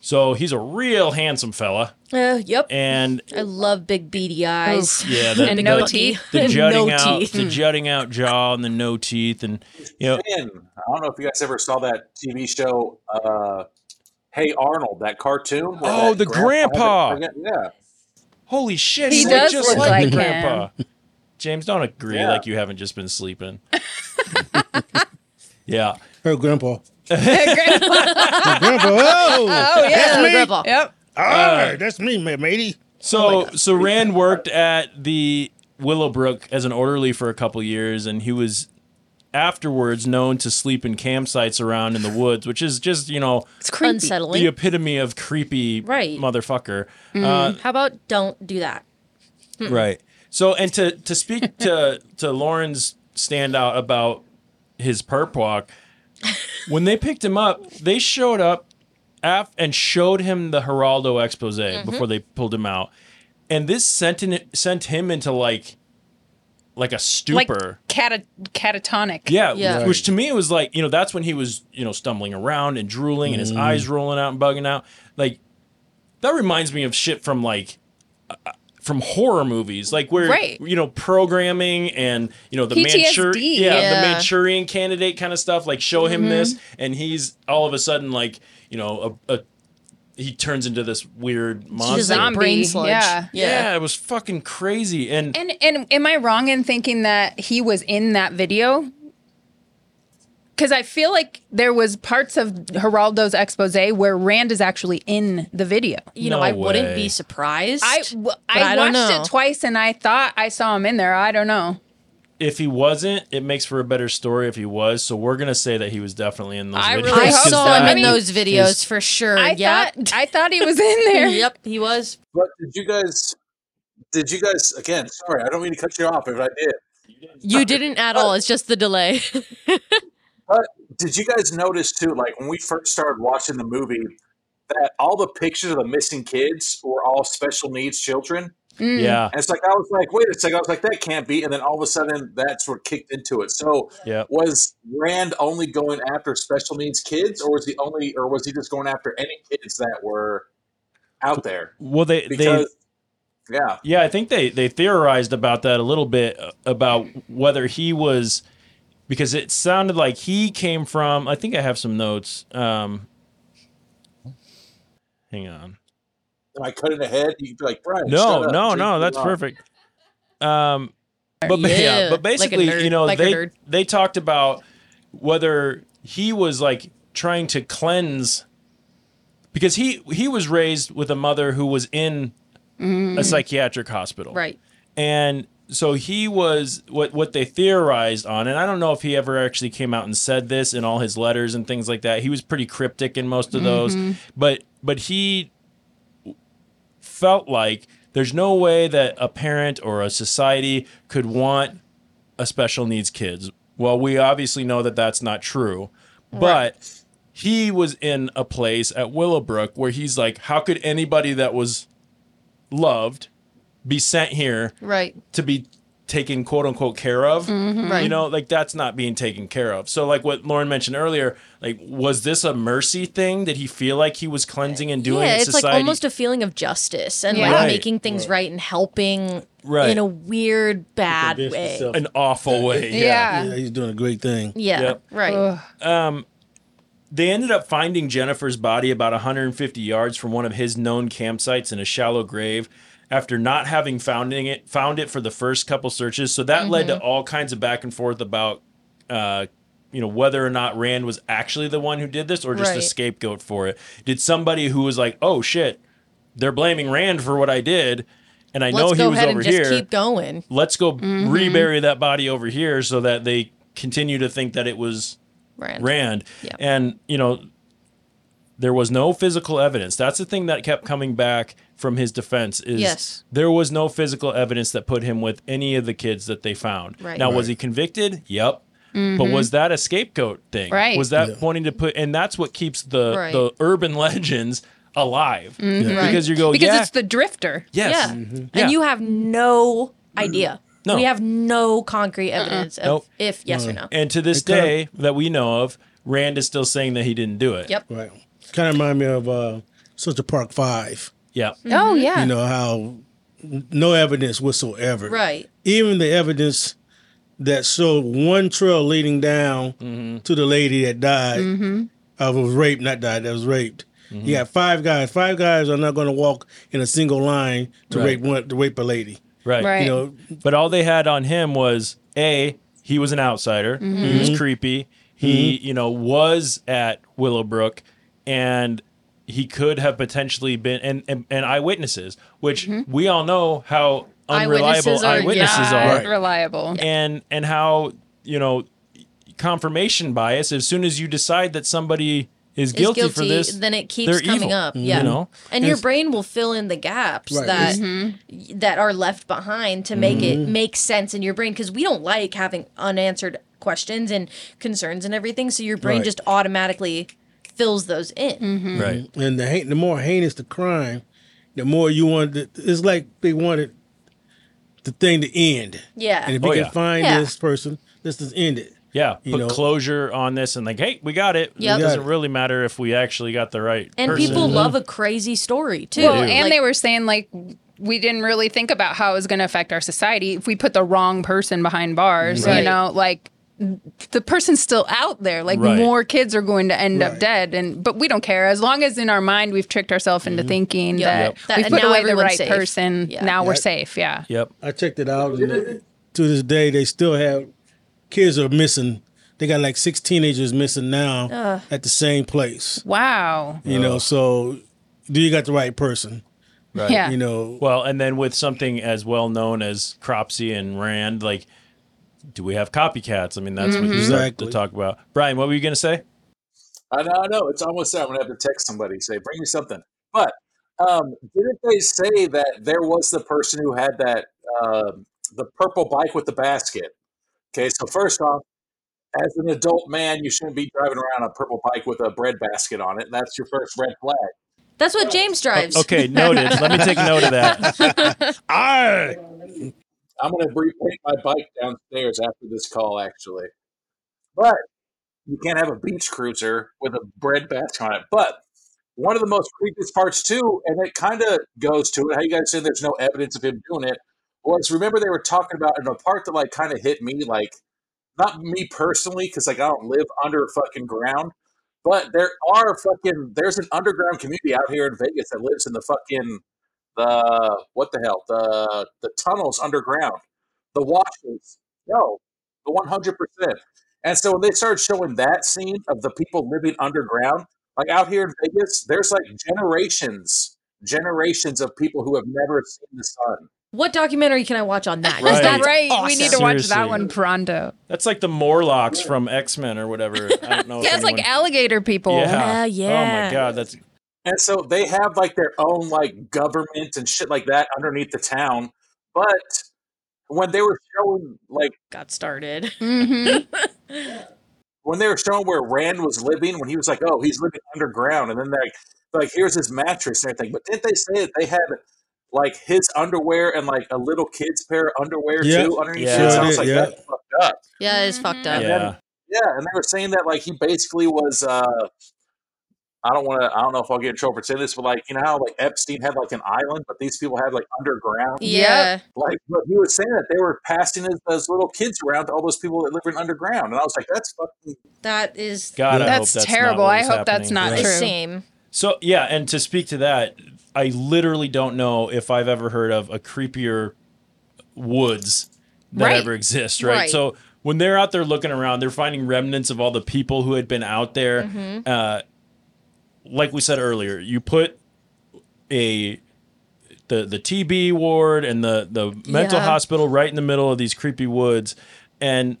Speaker 2: So he's a real handsome fella.
Speaker 3: Uh, yep.
Speaker 2: And
Speaker 3: I love big beady eyes.
Speaker 2: yeah, the,
Speaker 3: and
Speaker 2: the-
Speaker 3: no teeth.
Speaker 2: the
Speaker 3: And
Speaker 2: jutting
Speaker 3: no
Speaker 2: out,
Speaker 3: teeth.
Speaker 2: the jutting out jaw, and the no teeth, and you know,
Speaker 1: Finn, I don't know if you guys ever saw that TV show, uh, Hey Arnold, that cartoon. where
Speaker 2: Oh,
Speaker 1: that
Speaker 2: the grandpa.
Speaker 1: had the- yeah.
Speaker 2: holy shit,
Speaker 1: He
Speaker 2: you
Speaker 1: does
Speaker 2: just
Speaker 1: look
Speaker 2: like,
Speaker 1: like
Speaker 2: the
Speaker 1: him.
Speaker 2: grandpa. James, don't agree
Speaker 5: Yeah.
Speaker 2: like you haven't just been sleeping. yeah,
Speaker 5: Her grandpa.
Speaker 4: grandpa.
Speaker 5: grandpa. Oh,
Speaker 4: Oh, yeah,
Speaker 5: That's me.
Speaker 4: grandpa. Yep.
Speaker 5: Ah, that's me, ma- matey.
Speaker 2: So so Rand worked at the Willowbrook as an orderly for a couple years, and he was afterwards known to sleep in campsites around in the woods, which is just you know
Speaker 3: It's creepy. Unsettling.
Speaker 2: the epitome of creepy
Speaker 3: Right.
Speaker 2: motherfucker.
Speaker 3: Mm. How about don't do that?
Speaker 2: Uh,
Speaker 3: Mm.
Speaker 2: right. So and to to speak to to Lauren's standout about his perp walk, when they picked him up, they showed up af- and showed him the Geraldo expose
Speaker 12: Mhm.
Speaker 2: before they pulled him out. And this sent, in, sent him into like like a
Speaker 4: Like
Speaker 2: stupor.
Speaker 4: cata- catatonic.
Speaker 2: yeah, which to me was like, you know, that's when he was, you know, stumbling around and drooling and his
Speaker 4: Mm.
Speaker 2: eyes rolling out and bugging out. Like that reminds me of shit from like uh, from horror movies, like where
Speaker 12: Right.
Speaker 2: you know programming and you know the Manchur-
Speaker 12: PTSD.
Speaker 2: yeah,
Speaker 12: Yeah.
Speaker 2: the Manchurian Candidate kind of stuff. Like show him
Speaker 12: Mhm.
Speaker 2: this, and he's all of a sudden like you know a, a he turns into this weird monster.
Speaker 3: just like brain sludge.
Speaker 4: yeah.
Speaker 2: yeah, it was fucking crazy. And,
Speaker 4: And and am I wrong in thinking that he was in that video? Because I feel like there was parts of Geraldo's expose where Rand is actually in the video.
Speaker 3: You know, I wouldn't be surprised.
Speaker 4: I, w-
Speaker 3: but I
Speaker 4: I
Speaker 3: don't
Speaker 4: watched
Speaker 3: know.
Speaker 4: it twice and I thought I saw him in there. I don't know.
Speaker 2: if he wasn't, it makes for a better story. If he was, so we're gonna say that he was definitely in those.
Speaker 3: I
Speaker 2: videos.
Speaker 3: really I
Speaker 2: 'cause
Speaker 3: saw him
Speaker 2: that
Speaker 3: in those
Speaker 2: is-
Speaker 3: videos for sure. I yep.
Speaker 4: thought I thought he was in there.
Speaker 3: yep, he was.
Speaker 1: But did you guys? Did you guys again? Sorry, I don't mean to cut you off, but I did.
Speaker 2: Uh,
Speaker 1: Uh,
Speaker 3: You didn't at all. It's just the delay.
Speaker 1: But did you guys notice too? Like when we first started watching the movie, that all the pictures of the missing kids were all special needs children.
Speaker 2: Mm. Yeah.
Speaker 1: and it's like I was like, wait a second. I was like, that can't be. And then all of a sudden, that's what kicked into it. So
Speaker 2: Yep.
Speaker 1: was Rand only going after special needs kids, or was he only, or was he just going after any kids that were out there?
Speaker 2: Well, they they
Speaker 1: Because yeah,
Speaker 2: Yeah, I think they they theorized about that a little bit uh, about whether he was because it sounded like he came from. I think I have some notes. Um, hang on.
Speaker 1: am I cutting ahead? You'd be like, Brian,
Speaker 2: No,
Speaker 1: shut up.
Speaker 2: no,
Speaker 1: Jake,
Speaker 2: no.
Speaker 1: you're
Speaker 2: That's
Speaker 1: wrong."
Speaker 2: perfect. Um, but ba- yeah,
Speaker 1: Yeah,
Speaker 2: but
Speaker 1: like a
Speaker 2: basically,
Speaker 1: nerd-
Speaker 2: you know,
Speaker 1: like a
Speaker 2: they
Speaker 1: nerd.
Speaker 2: they talked about whether he was like trying to cleanse because he he was raised with a mother who was in
Speaker 1: Mm-hmm.
Speaker 2: a psychiatric hospital,
Speaker 3: Right.
Speaker 2: and so he was what what they theorized on, and I don't know if he ever actually came out and said this in all his letters and things like that. He was pretty cryptic in most of those,
Speaker 12: Mhm.
Speaker 2: but but he felt like there's no way that a parent or a society could want a special needs kids. Well, we obviously know that that's not true, but he was in a place at Willowbrook where he's like, how could anybody that was loved be sent here
Speaker 3: Right.
Speaker 2: to be taken quote unquote care of
Speaker 3: Mhm. Right.
Speaker 2: you know like that's not being taken care of so like what lauren mentioned earlier like was this a mercy thing did he feel like he was cleansing and doing
Speaker 3: yeah,
Speaker 2: it
Speaker 3: it's like
Speaker 2: society
Speaker 3: almost a feeling of justice and
Speaker 2: Yeah.
Speaker 3: like
Speaker 2: Right.
Speaker 3: making things right and helping
Speaker 2: Right.
Speaker 3: in a weird, bad
Speaker 5: convince
Speaker 3: way.
Speaker 5: yourself.
Speaker 2: an awful way
Speaker 3: Yeah.
Speaker 5: he's doing a great thing.
Speaker 3: Yeah,
Speaker 2: Yep.
Speaker 3: right. Ugh.
Speaker 2: Um, they ended up finding Jennifer's body about 150 yards from one of his known campsites in a shallow grave after not having founding it found it for the first couple searches. So that led to
Speaker 3: Mm-hmm.
Speaker 12: Mhm.
Speaker 2: all kinds of back and forth about uh you know whether or not Rand was actually the one who did this or just a
Speaker 12: Right.
Speaker 2: scapegoat for it. Did somebody who was like, "Oh shit, they're blaming Rand for what I did." And I
Speaker 3: Let's
Speaker 2: know
Speaker 3: go
Speaker 2: he was
Speaker 3: ahead
Speaker 2: over
Speaker 3: and just
Speaker 2: here
Speaker 3: keep going.
Speaker 2: let's go
Speaker 3: Mhm.
Speaker 2: rebury that body over here so that they continue to think that it was
Speaker 3: Rand. Yeah.
Speaker 2: And, you know, there was no physical evidence. That's the thing that kept coming back from his defense is
Speaker 12: Yes.
Speaker 2: there was no physical evidence that put him with any of the kids that they found.
Speaker 12: Right.
Speaker 2: Now was
Speaker 12: Right.
Speaker 2: he convicted? Yep. But
Speaker 12: Mhm.
Speaker 2: was that a scapegoat thing?
Speaker 12: Right.
Speaker 2: Was that
Speaker 12: Yeah.
Speaker 2: pointing to put and that's what keeps the
Speaker 4: Right.
Speaker 2: the urban legends alive.
Speaker 4: Mhm. Right.
Speaker 2: Because
Speaker 5: Oh,
Speaker 2: you go
Speaker 4: because
Speaker 2: yeah,
Speaker 4: it's the drifter.
Speaker 2: Yes.
Speaker 3: Yeah.
Speaker 2: Mhm. Yeah.
Speaker 3: And you have no idea.
Speaker 2: No.
Speaker 3: We have no concrete evidence of
Speaker 2: Nope.
Speaker 3: if yes or no.
Speaker 2: And to this
Speaker 5: kinda-
Speaker 2: day that we know of, Rand is still saying that he didn't do it.
Speaker 3: Yep.
Speaker 5: Right. Kind of remind me of uh, Central Park Five.
Speaker 2: Yeah.
Speaker 4: Oh, yeah.
Speaker 5: You know how n- no evidence whatsoever.
Speaker 3: Right.
Speaker 5: Even the evidence that showed one trail leading down
Speaker 2: Mm-hmm.
Speaker 5: to the lady that died,
Speaker 4: Mhm.
Speaker 5: uh, was raped, not died, that was raped.
Speaker 2: Mm-hmm.
Speaker 5: You got five guys. Five guys are not going to walk in a single line to
Speaker 2: Right.
Speaker 5: rape one, to rape a lady.
Speaker 2: Right.
Speaker 5: You know,
Speaker 2: but all they had on him was a he was an outsider.
Speaker 3: Mm-hmm.
Speaker 2: He was
Speaker 5: Mhm.
Speaker 2: creepy. He you know was at Willowbrook, and he could have potentially been and and, and eyewitnesses, which
Speaker 3: Mm-hmm.
Speaker 2: we all know how unreliable eyewitnesses
Speaker 4: Eyewitnesses are,
Speaker 2: are,
Speaker 4: not reliable.
Speaker 2: and and how you know confirmation bias. As soon as you decide that somebody is
Speaker 3: Is
Speaker 2: guilty, for this,
Speaker 3: then it keeps
Speaker 2: they're
Speaker 3: coming
Speaker 2: evil,
Speaker 3: up. Yeah.
Speaker 2: you know,
Speaker 3: And your brain will fill in the gaps
Speaker 2: Right.
Speaker 3: that
Speaker 4: Mhm.
Speaker 3: that are left behind to make
Speaker 2: Mhm.
Speaker 3: it make sense in your brain because we don't like having unanswered questions and concerns and everything. So your brain
Speaker 5: Right.
Speaker 3: just automatically fills those in.
Speaker 2: Right.
Speaker 5: And the hate, the more heinous the crime, the more you want. To, it's like they wanted the thing to end.
Speaker 3: Yeah.
Speaker 5: And if we
Speaker 2: Oh,
Speaker 5: can
Speaker 2: yeah.
Speaker 5: find
Speaker 2: Yeah.
Speaker 5: this person, let's just end it.
Speaker 2: Yeah,
Speaker 5: You
Speaker 2: put
Speaker 5: know?
Speaker 2: closure on this and like, hey, we got it.
Speaker 3: Yep.
Speaker 2: It
Speaker 3: We got
Speaker 2: doesn't
Speaker 3: it.
Speaker 2: really matter if we actually got the right.
Speaker 3: And
Speaker 2: person.
Speaker 3: people love a crazy story too.
Speaker 4: Well,
Speaker 2: do.
Speaker 4: and
Speaker 3: Like-
Speaker 4: they were saying like we didn't really think about how it was going to affect our society if we put the wrong person behind bars. You
Speaker 3: Right.
Speaker 4: know, like the person's still out there. Like
Speaker 3: Right.
Speaker 4: more kids are going to end up dead, and but we don't care as long as in our mind we've tricked ourselves
Speaker 2: Mm-hmm.
Speaker 4: into thinking
Speaker 5: Yep.
Speaker 4: that
Speaker 5: Yep.
Speaker 4: we
Speaker 5: That-
Speaker 4: put
Speaker 5: now
Speaker 4: away the
Speaker 5: everyone's
Speaker 4: right
Speaker 5: safe.
Speaker 4: person.
Speaker 5: Yeah.
Speaker 4: Now we're
Speaker 5: Right.
Speaker 4: safe. Yeah.
Speaker 2: Yep.
Speaker 5: I checked it out, and to this day, they still have kids are missing. They got like six teenagers missing now
Speaker 4: Ugh.
Speaker 5: at the same place.
Speaker 4: Wow.
Speaker 5: You know, so do you got the right person?
Speaker 2: Right.
Speaker 4: Yeah.
Speaker 5: You know.
Speaker 2: Well, and then with something as well known as Cropsey and Rand, like do we have copycats? I mean, that's what you
Speaker 1: Mhm.
Speaker 2: start
Speaker 1: Exactly.
Speaker 2: to talk about. Brian, what were you going to say?
Speaker 1: I know, I know. It's almost there. I'm gonna have to text somebody say, "Bring me something." But um, didn't they say that there was the person who had that um the purple bike with the basket? Okay, so first off, as an adult man, you shouldn't be driving around a purple bike with a bread basket on it. That's your first red flag.
Speaker 3: That's what James drives.
Speaker 2: Oh, Okay, noted. Let me take note of that. Arr!
Speaker 1: I'm gonna repaint my bike downstairs after this call, actually. But you can't have a beach cruiser with a bread basket on it. But one of the most creepiest parts too, and it kind of goes to it. How you guys say there's no evidence of him doing it was remember they were talking about and the part that like kind of hit me like not me personally because like I don't live under fucking ground, but there are fucking there's an underground community out here in Vegas that lives in the fucking the what the hell the the tunnels underground, the washes no the one hundred percent. And so when they started showing that scene of the people living underground, like out here in Vegas, there's like generations, generations of people who have never seen the sun.
Speaker 3: What documentary can I watch on that?
Speaker 2: 'Cause Right. that's
Speaker 4: Right, we need to watch
Speaker 2: Seriously.
Speaker 4: that one pronto.
Speaker 2: That's like the Morlocks from X Men or whatever. I don't know. if
Speaker 4: Yeah, it's like
Speaker 2: anyone-
Speaker 4: alligator people.
Speaker 2: Yeah. Oh my god, that's
Speaker 1: And so they have like their own like government and shit like that underneath the town. But when they were showing like
Speaker 3: got started.
Speaker 4: Mm-hmm.
Speaker 1: when they were showing where Rand was living, when he was like, "Oh, he's living underground," and then like, like here's his mattress and everything. But didn't they say that they had like his underwear and like a little kid's pair of underwear
Speaker 5: Yep.
Speaker 1: too underneath
Speaker 5: Yeah.
Speaker 1: it? So
Speaker 5: Sure
Speaker 1: I was
Speaker 5: did,
Speaker 1: like,
Speaker 5: yeah.
Speaker 1: that's fucked up.
Speaker 3: Yeah,
Speaker 2: Mm-hmm.
Speaker 3: it's fucked up.
Speaker 1: And then yeah, and they were saying that like he basically was. uh I don't want to. I don't know if I'll get in trouble for saying this, but like you know how like Epstein had like an island, but these people had like underground.
Speaker 3: Yeah.
Speaker 1: Like, but he was saying that they were passing his, those little kids around to all those people that live in underground, and I was like, that's fucking
Speaker 3: That is
Speaker 2: God, I That's hope that's not terrible. what I was hope that's happening. not true.
Speaker 3: Same.
Speaker 2: So yeah, and to speak to that, I literally don't know if I've ever heard of a creepier woods that
Speaker 11: Right.
Speaker 2: ever exists, right?
Speaker 11: Right.
Speaker 2: So when they're out there looking around, they're finding remnants of all the people who had been out there.
Speaker 11: Mhm.
Speaker 2: Uh, like we said earlier, you put a the the TB ward and the the mental
Speaker 11: Yeah.
Speaker 2: hospital right in the middle of these creepy woods, and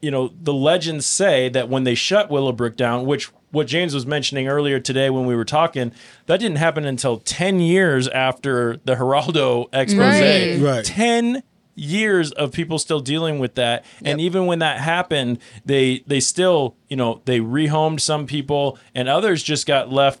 Speaker 2: you know the legends say that when they shut Willowbrook down, which what James was mentioning earlier today when we were talking, that didn't happen until ten years after the Geraldo expose.
Speaker 5: Right. Right.
Speaker 2: Ten years of people still dealing with that and even when that happened they they still you know they rehomed some people and others just got left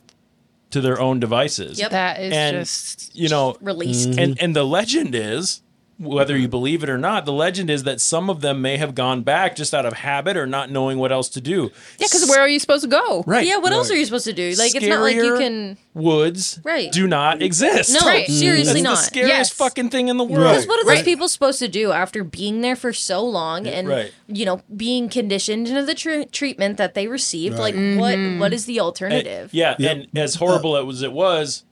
Speaker 2: to their own devices
Speaker 4: Yep. That is
Speaker 2: and,
Speaker 4: just
Speaker 2: you know
Speaker 4: released.
Speaker 5: Mm-hmm.
Speaker 2: and and the legend is whether you believe it or not the legend is that some of them may have gone back just out of habit or not knowing what else to do
Speaker 4: Yeah, because where are you supposed to go?
Speaker 2: Right.
Speaker 3: Yeah, what else
Speaker 2: Right.
Speaker 3: are you supposed to do? Like it's not like you
Speaker 2: Scarier
Speaker 3: can
Speaker 2: woods
Speaker 3: Right.
Speaker 2: do not exist
Speaker 3: No, Right. seriously
Speaker 2: That's
Speaker 3: not.
Speaker 2: the scariest
Speaker 3: Yes.
Speaker 2: fucking thing in the world
Speaker 3: Because what are those people supposed to do after being there for so long and
Speaker 2: right.
Speaker 3: you know being conditioned into the tr- treatment that they received? Like
Speaker 2: Right. Mm-hmm.
Speaker 3: what? What is the
Speaker 2: And-
Speaker 3: alternative?
Speaker 2: yeah and as horrible as it was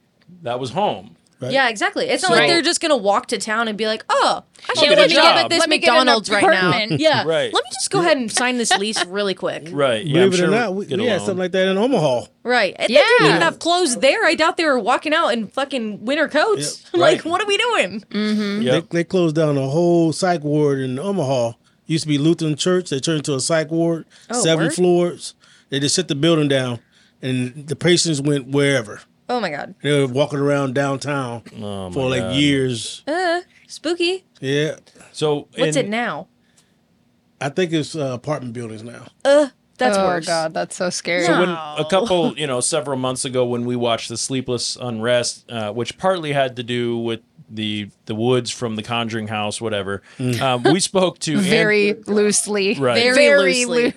Speaker 2: that was home
Speaker 3: Yeah, exactly. It's not
Speaker 2: So-
Speaker 3: like they're just gonna walk to town and be like, "Oh, I
Speaker 2: Let
Speaker 3: should
Speaker 2: me
Speaker 3: get
Speaker 2: get
Speaker 3: a
Speaker 2: a
Speaker 3: job
Speaker 2: job.
Speaker 3: at this
Speaker 4: Let me get an
Speaker 3: McDonald's right now."
Speaker 4: apartment.
Speaker 3: Yeah,
Speaker 2: Right.
Speaker 3: Let me just go ahead and sign this lease really quick.
Speaker 2: right yeah, I'm
Speaker 5: Believe it
Speaker 2: sure
Speaker 5: or not, we,
Speaker 2: we'll get
Speaker 5: we had
Speaker 2: along.
Speaker 5: something like that in Omaha.
Speaker 3: Right. And They
Speaker 4: Yeah.
Speaker 3: didn't even have clothes there. I doubt they were walking out in fucking winter coats. like,
Speaker 5: Right.
Speaker 3: what are we doing? Mm-hmm.
Speaker 5: They, they closed down a whole psych ward in Omaha. Used to be Lutheran Church. They turned to a psych ward,
Speaker 3: Oh,
Speaker 5: seven
Speaker 3: word?
Speaker 5: floors. They just shut the building down, and the patients went wherever.
Speaker 3: Oh my god.
Speaker 5: They were walking around downtown for like
Speaker 2: Oh, God.
Speaker 5: years.
Speaker 3: Uh, spooky.
Speaker 5: Yeah.
Speaker 2: So
Speaker 3: What's it now?
Speaker 5: I think it's uh, apartment buildings now.
Speaker 3: Uh, that's
Speaker 4: oh,
Speaker 3: worse.
Speaker 4: god, that's so scary.
Speaker 2: So when a couple, you know, several months ago, when we watched the Sleepless Unrest, uh, which partly had to do with the the woods from the Conjuring house, whatever, um, we spoke to An-
Speaker 4: very loosely,
Speaker 2: Right. Very
Speaker 4: very
Speaker 3: loosely.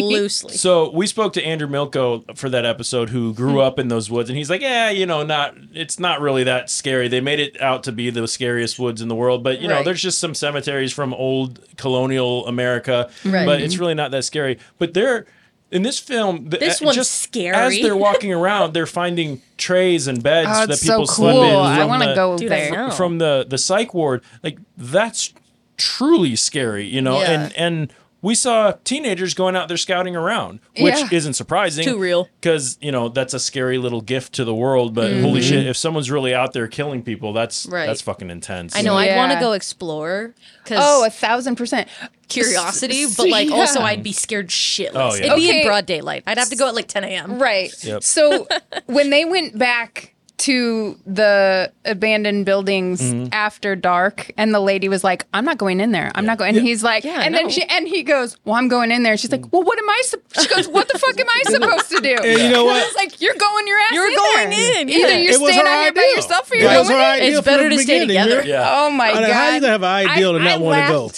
Speaker 4: loosely,
Speaker 2: Yeah. So we spoke to Andrew Milko for that episode, who
Speaker 11: Hmm.
Speaker 2: grew up in those woods, and he's like, "Yeah, you know, not it's not really that scary. They made it out to be the scariest woods in the world, but you know,
Speaker 11: Right.
Speaker 2: there's just some cemeteries from old colonial America,
Speaker 11: Right. Mm-hmm.
Speaker 2: but it's really not that scary. But they're in this film, th-
Speaker 11: This
Speaker 2: uh,
Speaker 11: one's
Speaker 2: just
Speaker 11: scary.
Speaker 2: As they're walking around, they're finding trays and beds
Speaker 4: Oh,
Speaker 2: that
Speaker 4: it's so
Speaker 2: people slept
Speaker 4: cool.
Speaker 2: in.
Speaker 4: I
Speaker 2: from
Speaker 4: wanna
Speaker 2: the-
Speaker 4: go Dude, I there. know.
Speaker 2: fr- From the the psych ward, like that's truly scary, you know,
Speaker 4: Yeah.
Speaker 2: and and we saw teenagers going out there scouting around, which
Speaker 3: Yeah.
Speaker 2: isn't surprising.
Speaker 3: Too real.
Speaker 2: Because, you know, that's a scary little gift to the world. But holy
Speaker 3: Mhm.
Speaker 2: shit, if someone's really out there killing people, that's
Speaker 3: Right.
Speaker 2: that's fucking intense.
Speaker 3: I know. I'd
Speaker 4: Yeah.
Speaker 3: want to go explore. 'cause
Speaker 4: Oh, a thousand percent
Speaker 3: curiosity, but like
Speaker 4: Yeah.
Speaker 3: also I'd be scared shitless.
Speaker 4: Oh, yeah.
Speaker 3: It'd be in
Speaker 4: Okay.
Speaker 3: broad daylight. I'd have to go at like 10 a.m.
Speaker 4: Right.
Speaker 3: Yep.
Speaker 4: So when they went back to the abandoned buildings
Speaker 5: Mm-hmm.
Speaker 3: Mhm.
Speaker 4: after dark, and the lady was like, "I'm not going in there. I'm not going." And he's like,
Speaker 3: Yeah, I
Speaker 4: and then
Speaker 3: know.
Speaker 4: she and he goes, "Well, I'm going in there." She's like, "Well, what am I?" sup-" She goes, "What the fuck am I supposed to do?"
Speaker 5: And Mm. you know what?
Speaker 4: I was like, "You're going your ass.
Speaker 3: You're
Speaker 4: in
Speaker 3: going
Speaker 4: there.
Speaker 3: in,
Speaker 4: Either
Speaker 3: yeah.
Speaker 4: you're
Speaker 5: It was
Speaker 4: staying
Speaker 5: her
Speaker 4: out here by
Speaker 5: idea.
Speaker 4: yourself, or
Speaker 5: It
Speaker 4: you're
Speaker 5: was
Speaker 4: going
Speaker 5: her
Speaker 4: in."
Speaker 5: idea It's from better the to stay beginning, together. yeah.
Speaker 4: Oh my
Speaker 5: How
Speaker 4: god!
Speaker 5: the- how you gonna have an idea to not wanna go?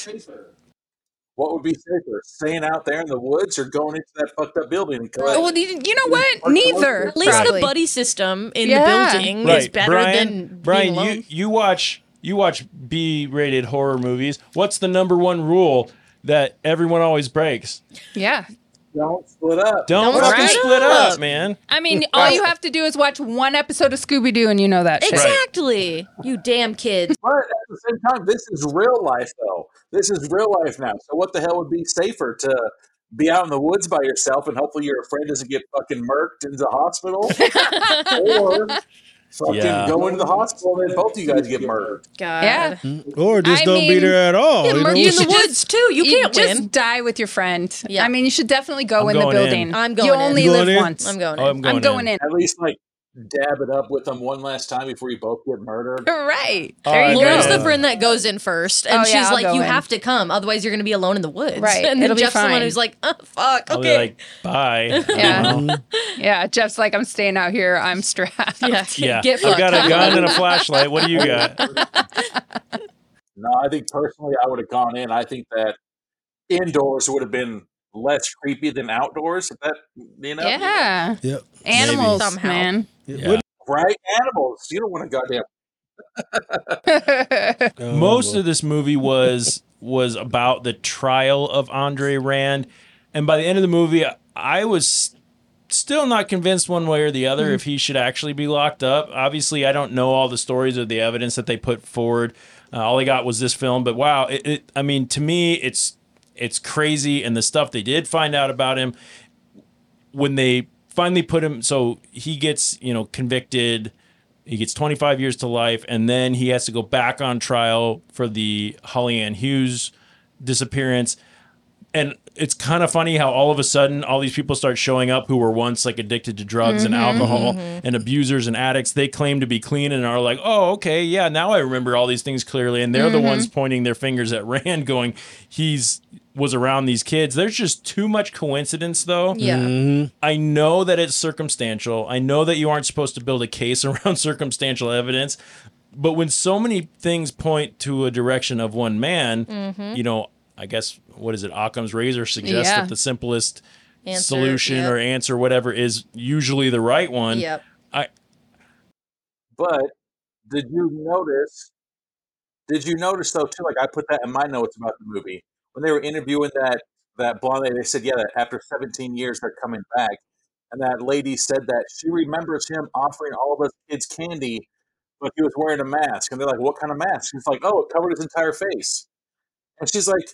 Speaker 1: What would be safer, staying out there in the woods or going into that fucked up building and collecting?
Speaker 4: Well, you you know what? Neither.
Speaker 3: At least the
Speaker 4: probably.
Speaker 3: buddy system in
Speaker 4: Yeah.
Speaker 3: the building is better than being
Speaker 2: Brian,
Speaker 3: alone.
Speaker 2: you you watch you watch B-rated horror movies. What's the number one rule that everyone always breaks?
Speaker 4: Yeah.
Speaker 1: Don't split up.
Speaker 2: Don't,
Speaker 4: Don't
Speaker 2: fucking
Speaker 4: split
Speaker 2: split up,
Speaker 4: up.
Speaker 2: man.
Speaker 4: I mean, all you have to do is watch one episode of Scooby Doo, and you know that. Shit.
Speaker 3: Exactly. You damn kids.
Speaker 1: But at the same time, this is real life, though. This is real life now. So, what the hell would be safer to be out in the woods by yourself and hopefully your friend doesn't get fucking murked into the hospital? or fucking
Speaker 5: Yeah.
Speaker 1: go into the hospital and then both of you guys get murdered?
Speaker 3: God.
Speaker 4: Yeah.
Speaker 5: Or just
Speaker 4: I
Speaker 5: don't be
Speaker 4: mean,
Speaker 5: there at all.
Speaker 4: yeah,
Speaker 5: you
Speaker 4: murder
Speaker 5: know?
Speaker 4: you
Speaker 5: It's
Speaker 4: in the
Speaker 5: just-
Speaker 4: woods too. You,
Speaker 3: You
Speaker 4: can't
Speaker 3: just
Speaker 4: win. die with your friend. Yeah. I mean, you should definitely go
Speaker 1: I'm
Speaker 4: in the
Speaker 1: going in.
Speaker 4: building.
Speaker 3: I'm going
Speaker 4: You
Speaker 3: in.
Speaker 4: only
Speaker 1: You
Speaker 4: live
Speaker 1: going in?
Speaker 4: once.
Speaker 3: I'm going
Speaker 1: Oh,
Speaker 2: Um,
Speaker 4: I'm going, in.
Speaker 1: At least, like, dab it up with them one last time before you both get murdered.
Speaker 4: Right.
Speaker 1: All right,
Speaker 3: Lauren's
Speaker 1: man.
Speaker 3: the friend that goes in first, and
Speaker 4: Oh, yeah,
Speaker 3: she's
Speaker 4: I'll
Speaker 3: like,
Speaker 4: go
Speaker 3: "You
Speaker 4: in.
Speaker 3: have to come, otherwise you're going to be alone in the woods."
Speaker 4: Right,
Speaker 3: And then
Speaker 4: it'll be
Speaker 3: Jeff's the one
Speaker 4: fine.
Speaker 3: who's like, "Oh fuck,
Speaker 2: I'll
Speaker 3: okay."
Speaker 2: be like, bye.
Speaker 4: Yeah.
Speaker 5: Mm-hmm.
Speaker 4: yeah. Jeff's like, I'm staying out here. I'm strapped. Yeah.
Speaker 2: yeah. I've got a gun and a flashlight. What do you got?
Speaker 1: No, I think personally, I would have gone in. I think that indoors would have been less creepy than outdoors. If that you know,
Speaker 4: Yeah.
Speaker 5: Yep.
Speaker 4: Animals,
Speaker 3: Somehow.
Speaker 4: man.
Speaker 2: Yeah.
Speaker 1: right? Animals. You don't want to goddamn.
Speaker 5: Oh.
Speaker 2: Most of this movie was was about the trial of Andre Rand, and by the end of the movie, I was still not convinced one way or the other if he should actually be locked up. Obviously, I don't know all the stories or the evidence that they put forward. Uh, all I got was this film, but wow, it, it, I mean, to me, it's it's crazy, and the stuff they did find out about him when they finally put him so he gets you know convicted he gets 25 years to life and then he has to go back on trial for the holly ann hughes disappearance and it's kind of funny how all of a sudden all these people start showing up who were once like addicted to drugs and
Speaker 12: Mhm.
Speaker 2: alcohol
Speaker 12: Mhm.
Speaker 2: and abusers and addicts they claim to be clean and are like oh okay yeah now i remember all these things clearly and they're the
Speaker 12: Mhm.
Speaker 2: ones pointing their fingers at rand going he's was around these kids there's just too much coincidence though
Speaker 12: Yeah.
Speaker 2: I know that it's circumstantial. I know that you aren't supposed to build a case around circumstantial evidence, but when so many things point to a direction of one man,
Speaker 3: Mm-hmm.
Speaker 12: Mhm.
Speaker 2: you know, I guess what is it? Occam's razor suggests
Speaker 12: Yeah.
Speaker 2: that the simplest
Speaker 12: Answer,
Speaker 2: solution
Speaker 12: yep.
Speaker 2: or answer, whatever, is usually the right one.
Speaker 12: Yep.
Speaker 2: I
Speaker 1: But did you notice? Did you notice though too? Like I put that in my notes about the movie when they were interviewing that that blonde lady. They said, yeah, that after 17 years they're coming back, and that lady said that she remembers him offering all of us kids candy, but he was wearing a mask, and they're like, what kind of mask? He's like, oh, it covered his entire face, and she's like,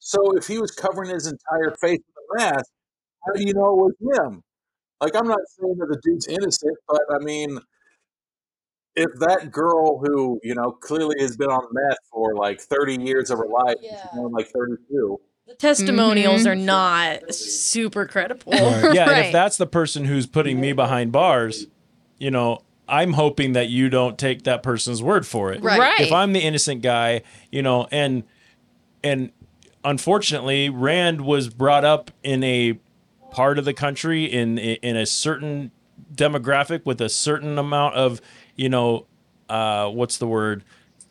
Speaker 1: so if he was covering his entire face with a mask, how do you know it was him? Like I'm not saying that the dude's innocent, but I mean if that girl who you know clearly has been on meth for like 30 years of her life and she's only like 32
Speaker 3: The testimonials
Speaker 1: Mhm.
Speaker 4: Mm-hmm.
Speaker 3: are not super credible.
Speaker 2: yeah, and if that's the person who's putting me behind bars, you know, I'm hoping that you don't take that person's word for it.
Speaker 12: Right. Right.
Speaker 2: If I'm the innocent guy, you know, and and unfortunately, Rand was brought up in a part of the country in in a certain demographic with a certain amount of, you know, uh, what's the word?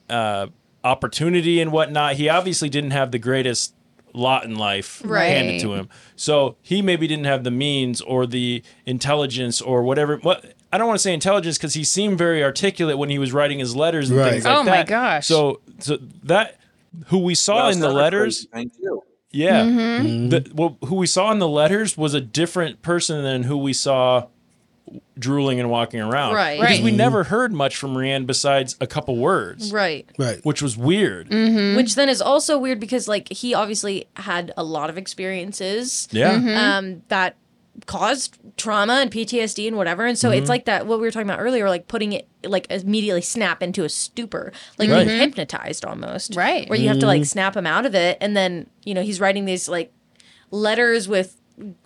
Speaker 2: Uh, opportunity and whatnot. He obviously didn't have the greatest lot in life
Speaker 12: Right.
Speaker 2: handed to him. So he maybe didn't have the means or the intelligence or whatever. What I don't want to say intelligence because he seemed very articulate when he was writing his letters and
Speaker 5: Right.
Speaker 2: things like
Speaker 5: Oh
Speaker 2: that.
Speaker 5: my gosh.
Speaker 2: So so that who we saw Oh, in the letters.
Speaker 1: Thank you.
Speaker 2: Yeah.
Speaker 12: Mhm.
Speaker 2: The, well, who we saw in the letters was a different person than who we saw drooling and walking around.
Speaker 3: Right.
Speaker 2: Because we
Speaker 3: Right.
Speaker 2: never heard much from Rianne besides a couple words.
Speaker 3: Right.
Speaker 5: Right.
Speaker 2: Which was weird.
Speaker 4: Mm-hmm.
Speaker 3: Which then is also weird because like he obviously had a lot of experiences.
Speaker 2: Yeah. Mhm.
Speaker 3: Um, that caused trauma and PTSD and whatever. And so
Speaker 2: Mhm.
Speaker 3: it's like that what we were talking about earlier, like putting it like immediately snap into a stupor. Like
Speaker 2: Right. Mm-hmm.
Speaker 3: being hypnotized almost.
Speaker 4: Right.
Speaker 3: Where you have to like
Speaker 4: Mhm.
Speaker 3: snap him out of it and then, you know, he's writing these like letters with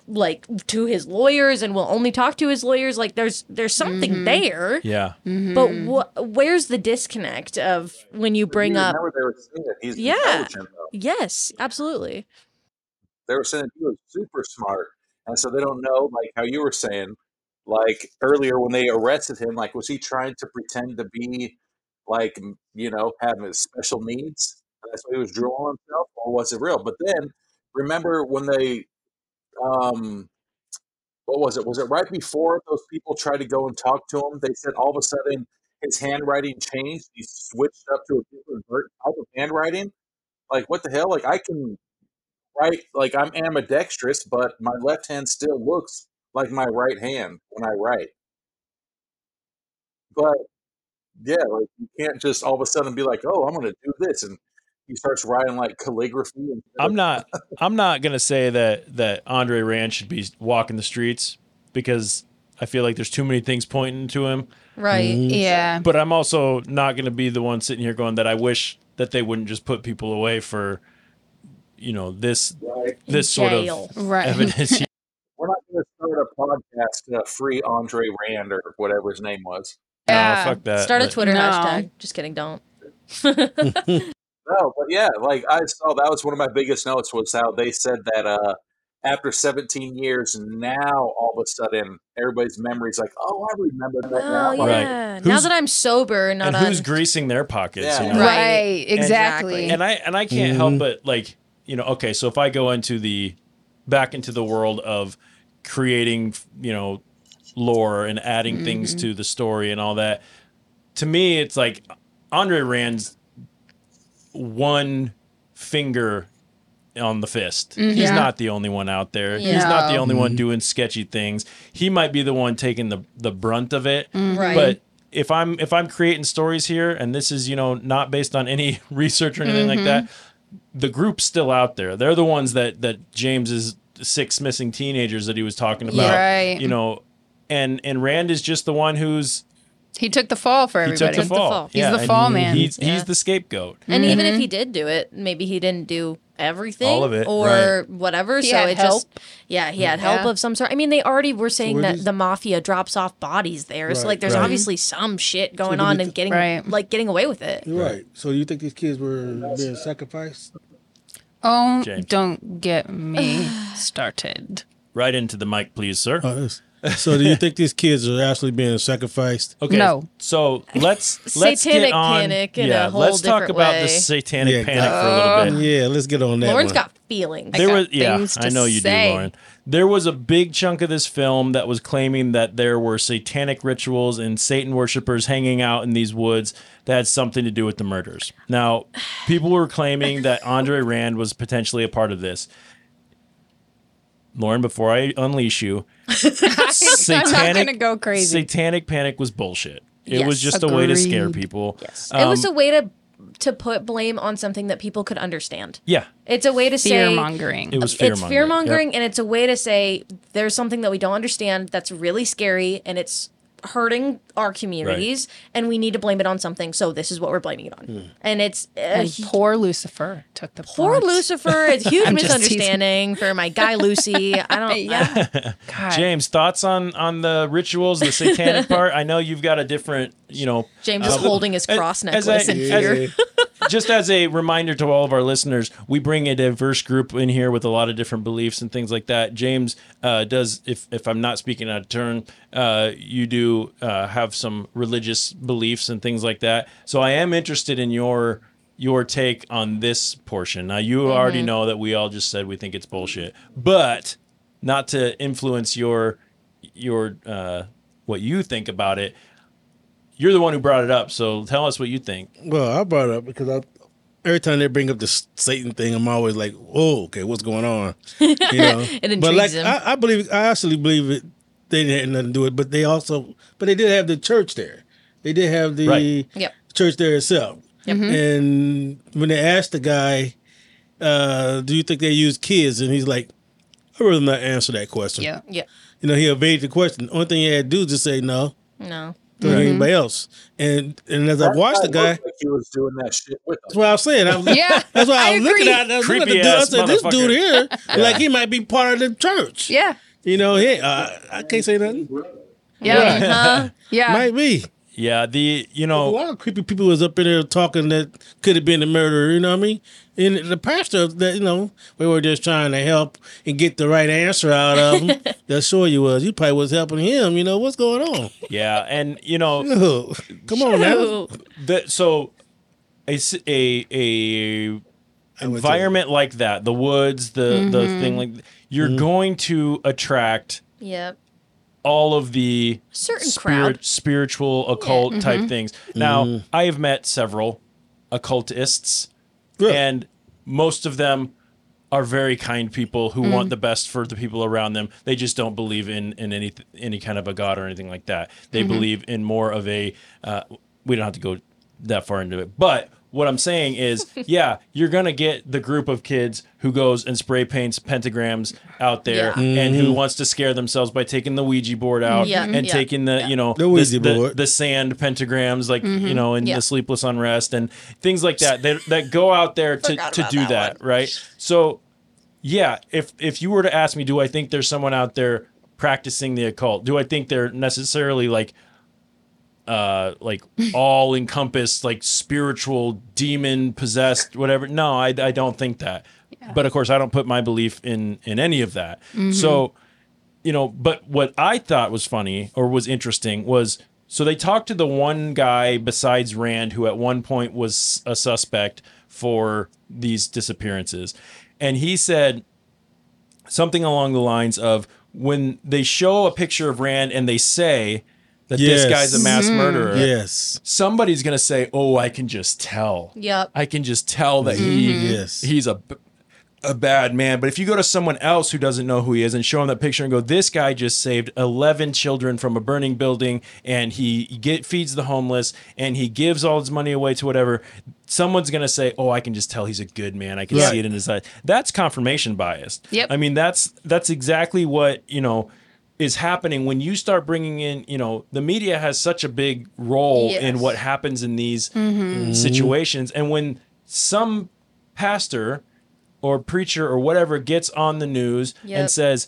Speaker 3: like to his lawyers and will only talk to his lawyers like there's there's something there
Speaker 2: Yeah.
Speaker 3: Mm-hmm. but wh- where's the disconnect of when you bring
Speaker 1: You
Speaker 3: up
Speaker 1: remember they were saying that he's
Speaker 3: Yeah.
Speaker 1: intelligent, though.
Speaker 3: Yes, absolutely.
Speaker 1: They were saying he was super smart, and so they don't know, like how you were saying, like earlier when they arrested him, like was he trying to pretend to be, like m- you know, having his special needs? and That's why he was drooling on himself, or was it real? But then remember when they, um, what was it? Was it right before those people tried to go and talk to him? They said all of a sudden his handwriting changed. He switched up to a different ver- type of handwriting. Like what the hell? Like I can write like I'm ambidextrous, but my left hand still looks like my right hand when I write. But yeah, like you can't just all of a sudden be like, oh, I'm going to do this, and he starts writing like calligraphy. And
Speaker 2: I'm not I'm not gonna say that that Andre Rand should be walking the streets because I feel like there's too many things pointing to him.
Speaker 3: Right. Mm. Yeah.
Speaker 2: But I'm also not gonna be the one sitting here going that I wish that they wouldn't just put people away for you know this this sort
Speaker 1: Jail.
Speaker 2: of
Speaker 1: Right.
Speaker 2: evidence.
Speaker 1: We're not going to start a podcast, uh, free Andre Rand or whatever his name was.
Speaker 2: Yeah. fuck that,
Speaker 3: Start a
Speaker 2: but-
Speaker 3: Twitter
Speaker 2: No.
Speaker 3: hashtag. Just kidding, don't.
Speaker 1: No, but yeah, like I saw that was one of my biggest notes was how they said that uh after 17 years, now all of a sudden everybody's memory's like, oh, I remember that now.
Speaker 3: Oh
Speaker 1: Like,
Speaker 3: yeah. Now
Speaker 2: Who's-
Speaker 3: that I'm sober and not
Speaker 2: and who's
Speaker 3: on
Speaker 2: greasing their pockets?
Speaker 3: Yeah.
Speaker 2: you know?
Speaker 3: Right,
Speaker 2: And-
Speaker 3: exactly.
Speaker 2: And, I and I can't help but like you know. Okay, so if I go into the back into the world of creating, you know, lore and adding things
Speaker 11: Mhm.
Speaker 2: to the story and all that, to me it's like Andre Rand's one finger on the fist.
Speaker 3: Mm-hmm.
Speaker 11: Mhm.
Speaker 2: He's
Speaker 11: Yeah.
Speaker 2: not the only one out there. He's not the
Speaker 11: No.
Speaker 2: only one
Speaker 11: Mhm.
Speaker 2: doing sketchy things. He might be the one taking the the brunt of it.
Speaker 3: Mm-hmm.
Speaker 11: Mhm. Right.
Speaker 2: But if I'm if I'm creating stories here and this is, you know, not based on any research or anything
Speaker 11: Mhm.
Speaker 2: like that, the group's still out there. They're the ones that that James's six missing teenagers that he was talking about.
Speaker 4: Right.
Speaker 2: You know, and and Rand is just the one who's
Speaker 4: He took the fall for
Speaker 2: he took
Speaker 4: everybody.
Speaker 2: the fall.
Speaker 4: He's
Speaker 2: Yeah,
Speaker 4: the
Speaker 2: and
Speaker 4: fall
Speaker 2: he-
Speaker 4: man.
Speaker 2: He's, he's the scapegoat.
Speaker 3: And even if he did do it, maybe he didn't do everything
Speaker 2: Mm-hmm. All of it,
Speaker 3: or whatever.
Speaker 4: He
Speaker 3: so
Speaker 4: had
Speaker 3: it just
Speaker 4: help.
Speaker 3: yeah, he had help
Speaker 4: Yeah.
Speaker 3: of some sort. I mean, they already were saying
Speaker 4: were
Speaker 3: that
Speaker 4: these-
Speaker 3: the mafia drops off bodies there. So
Speaker 5: Right,
Speaker 3: like, there's
Speaker 5: right.
Speaker 3: obviously some shit going
Speaker 5: do we
Speaker 3: on
Speaker 5: th-
Speaker 3: and getting like getting away with it.
Speaker 5: You're right. So you think these kids were being sacrificed?
Speaker 4: Oh,
Speaker 2: James.
Speaker 4: don't get me started.
Speaker 2: Right into the mic, please, sir.
Speaker 5: Uh, So do you think these kids are actually being sacrificed?
Speaker 2: Okay. So let's let's
Speaker 3: Satanic
Speaker 2: get on.
Speaker 3: panic in
Speaker 2: yeah,
Speaker 3: a whole
Speaker 2: let's talk
Speaker 3: different
Speaker 2: about the
Speaker 3: way.
Speaker 2: satanic
Speaker 5: Yeah,
Speaker 2: panic for a little bit.
Speaker 5: Yeah, let's get on that.
Speaker 3: Lauren's
Speaker 5: one.
Speaker 3: got feelings.
Speaker 2: There was yeah, I know you do, Lauren. There was a big chunk of this film that was claiming that there were satanic rituals and Satan worshippers hanging out in these woods that had something to do with the murders. Now, people were claiming that Andre Rand was potentially a part of this. Lauren, before I unleash you,
Speaker 4: I'm not gonna go crazy.
Speaker 2: Satanic panic was bullshit. It
Speaker 3: Yes.
Speaker 2: was just a way to scare
Speaker 4: Agreed.
Speaker 2: people.
Speaker 3: it was a
Speaker 2: Um,
Speaker 3: way to to put blame on something that people could understand.
Speaker 2: yeah.
Speaker 3: It's a way to say
Speaker 4: Fear-mongering.
Speaker 2: It was
Speaker 3: It's
Speaker 2: fear-mongering,
Speaker 3: fear mongering,
Speaker 2: yep.
Speaker 3: and it's a way to say there's something that we don't understand that's really scary, and it's hurting our communities, and we need to blame it on something. So this is what we're blaming it on.
Speaker 2: Hmm.
Speaker 3: And it's uh,
Speaker 4: And poor Lucifer took the
Speaker 3: poor
Speaker 4: brunt.
Speaker 3: Lucifer. It's a huge
Speaker 4: I'm just teasing.
Speaker 3: misunderstanding for my guy Lucy. I don't. I-
Speaker 2: James, thoughts on on the rituals, the satanic part? I know you've got a different, you know.
Speaker 3: James is holding his cross
Speaker 2: Uh, as
Speaker 3: necklace
Speaker 2: I-
Speaker 3: in
Speaker 2: as-
Speaker 3: fear.
Speaker 2: just as a reminder to all of our listeners, we bring a diverse group in here with a lot of different beliefs and things like that. James uh, does, if if I'm not speaking out of turn, uh, you do uh, have some religious beliefs and things like that. So I am interested in your your take on this portion. Now you already
Speaker 11: Mhm.
Speaker 2: know that we all just said we think it's bullshit, but not to influence your your uh, what you think about it. You're the one who brought it up, so tell us what you think.
Speaker 5: Well, I brought it up because I every time they bring up the Satan thing, I'm always like, "Oh, okay, what's going on?" You know.
Speaker 3: It intrigues
Speaker 5: but like,
Speaker 2: uh,
Speaker 3: him.
Speaker 5: I, I believe, I actually believe it. they didn't have nothing to do with it, but they also, but they did have the church there. They did have the
Speaker 2: Right.
Speaker 3: Yep.
Speaker 5: church there itself.
Speaker 3: Yep. Mhm.
Speaker 5: And when they asked the guy, uh, "Do you think they use kids?" and he's like, "I would rather not answer that question."
Speaker 4: Yeah.
Speaker 3: Yeah.
Speaker 5: You know, he evaded the question. Only thing he had to do is just say no
Speaker 3: No.
Speaker 5: to anybody else. And and as I watched the guy,
Speaker 1: looked like he was doing that shit with
Speaker 5: that's what I was saying. I was,
Speaker 4: Yeah,
Speaker 5: that's why I,
Speaker 4: I
Speaker 5: was looking
Speaker 4: agree.
Speaker 5: at. I was looking at the dude. I
Speaker 2: Creepy-ass
Speaker 5: said, "This dude here,
Speaker 2: motherfucker.
Speaker 5: like
Speaker 2: Yeah.
Speaker 5: he might be part of the church."
Speaker 4: Yeah.
Speaker 5: You know, yeah. Uh, I can't say nothing.
Speaker 4: Yeah.
Speaker 3: Uh,
Speaker 4: Uh-huh. Yeah.
Speaker 5: Might be.
Speaker 2: Yeah, the you
Speaker 5: a
Speaker 2: know
Speaker 5: lot of creepy people was up in there talking that could have been the murderer. You know what I mean? And the pastor, that you know, we were just trying to help and get the right answer out of him. That's sure you was. You probably was helping him. You know what's going on?
Speaker 2: Yeah, and you know,
Speaker 5: come on now.
Speaker 2: The, so a s- a, a environment like that, the woods, the the
Speaker 3: Mhm.
Speaker 2: thing like you're going to attract
Speaker 3: Yep.
Speaker 2: all of the
Speaker 3: Certain crowd.
Speaker 2: spiritual occult type
Speaker 3: Mhm.
Speaker 2: things. Now,
Speaker 5: Mm.
Speaker 2: I have met several occultists, and most of them are very kind people who want
Speaker 11: Mm.
Speaker 2: the best for the people around them. They just don't believe in in any any kind of a god or anything like that. They
Speaker 11: Mhm.
Speaker 2: believe in more of a. Uh, we don't have to go that far into it, but what I'm saying is, yeah, you're gonna get the group of kids who goes and spray paints pentagrams out there,
Speaker 11: Yeah.
Speaker 2: and who
Speaker 11: Mhm.
Speaker 2: wants to scare themselves by taking the Ouija board out
Speaker 11: Yeah,
Speaker 2: and
Speaker 11: yeah.
Speaker 2: taking the you know
Speaker 5: The
Speaker 2: the,
Speaker 5: Ouija
Speaker 2: the-
Speaker 5: board.
Speaker 2: the sand pentagrams, like you
Speaker 5: Mhm.
Speaker 2: know, and
Speaker 5: Yeah.
Speaker 2: the sleepless unrest and things like that that, that go out there to,
Speaker 5: Forgot
Speaker 2: to
Speaker 5: about
Speaker 2: do
Speaker 5: that
Speaker 2: that, right? So yeah, if if you were to ask me, do I think there's someone out there practicing the occult? Do I think they're necessarily like uh like all encompassed like spiritual demon possessed whatever no i, I don't think that but of course i don't put my belief in in any of that
Speaker 5: Mm-hmm.
Speaker 11: Mhm.
Speaker 2: so you know but what i thought was funny or was interesting was so they talked to the one guy besides rand who at one point was a suspect for these disappearances and he said something along the lines of when they show a picture of Rand and they say that
Speaker 5: Yes.
Speaker 2: this guy's a mass
Speaker 5: Mm.
Speaker 2: murderer.
Speaker 5: Yes.
Speaker 2: Somebody's going to say, "Oh, I can just tell."
Speaker 3: Yep.
Speaker 2: I can just tell that he
Speaker 5: Mhm. Yes.
Speaker 2: he's a b- a bad man. But if you go to someone else who doesn't know who he is and show him that picture and go, "This guy just saved 11 children from a burning building and he get feeds the homeless and he gives all his money away to whatever." Someone's going to say, "Oh, I can just tell he's a good man. I can
Speaker 11: Right.
Speaker 2: see it in his eyes." That's confirmation bias.
Speaker 11: Yep.
Speaker 2: I mean, that's that's exactly what, you know, is happening when you start bringing in, you know, the media has such a big role in
Speaker 11: Yes.
Speaker 2: what happens in these
Speaker 11: Mhm. Mhm.
Speaker 2: situations. And when some pastor or preacher or whatever gets on the news
Speaker 11: Yep.
Speaker 2: and says,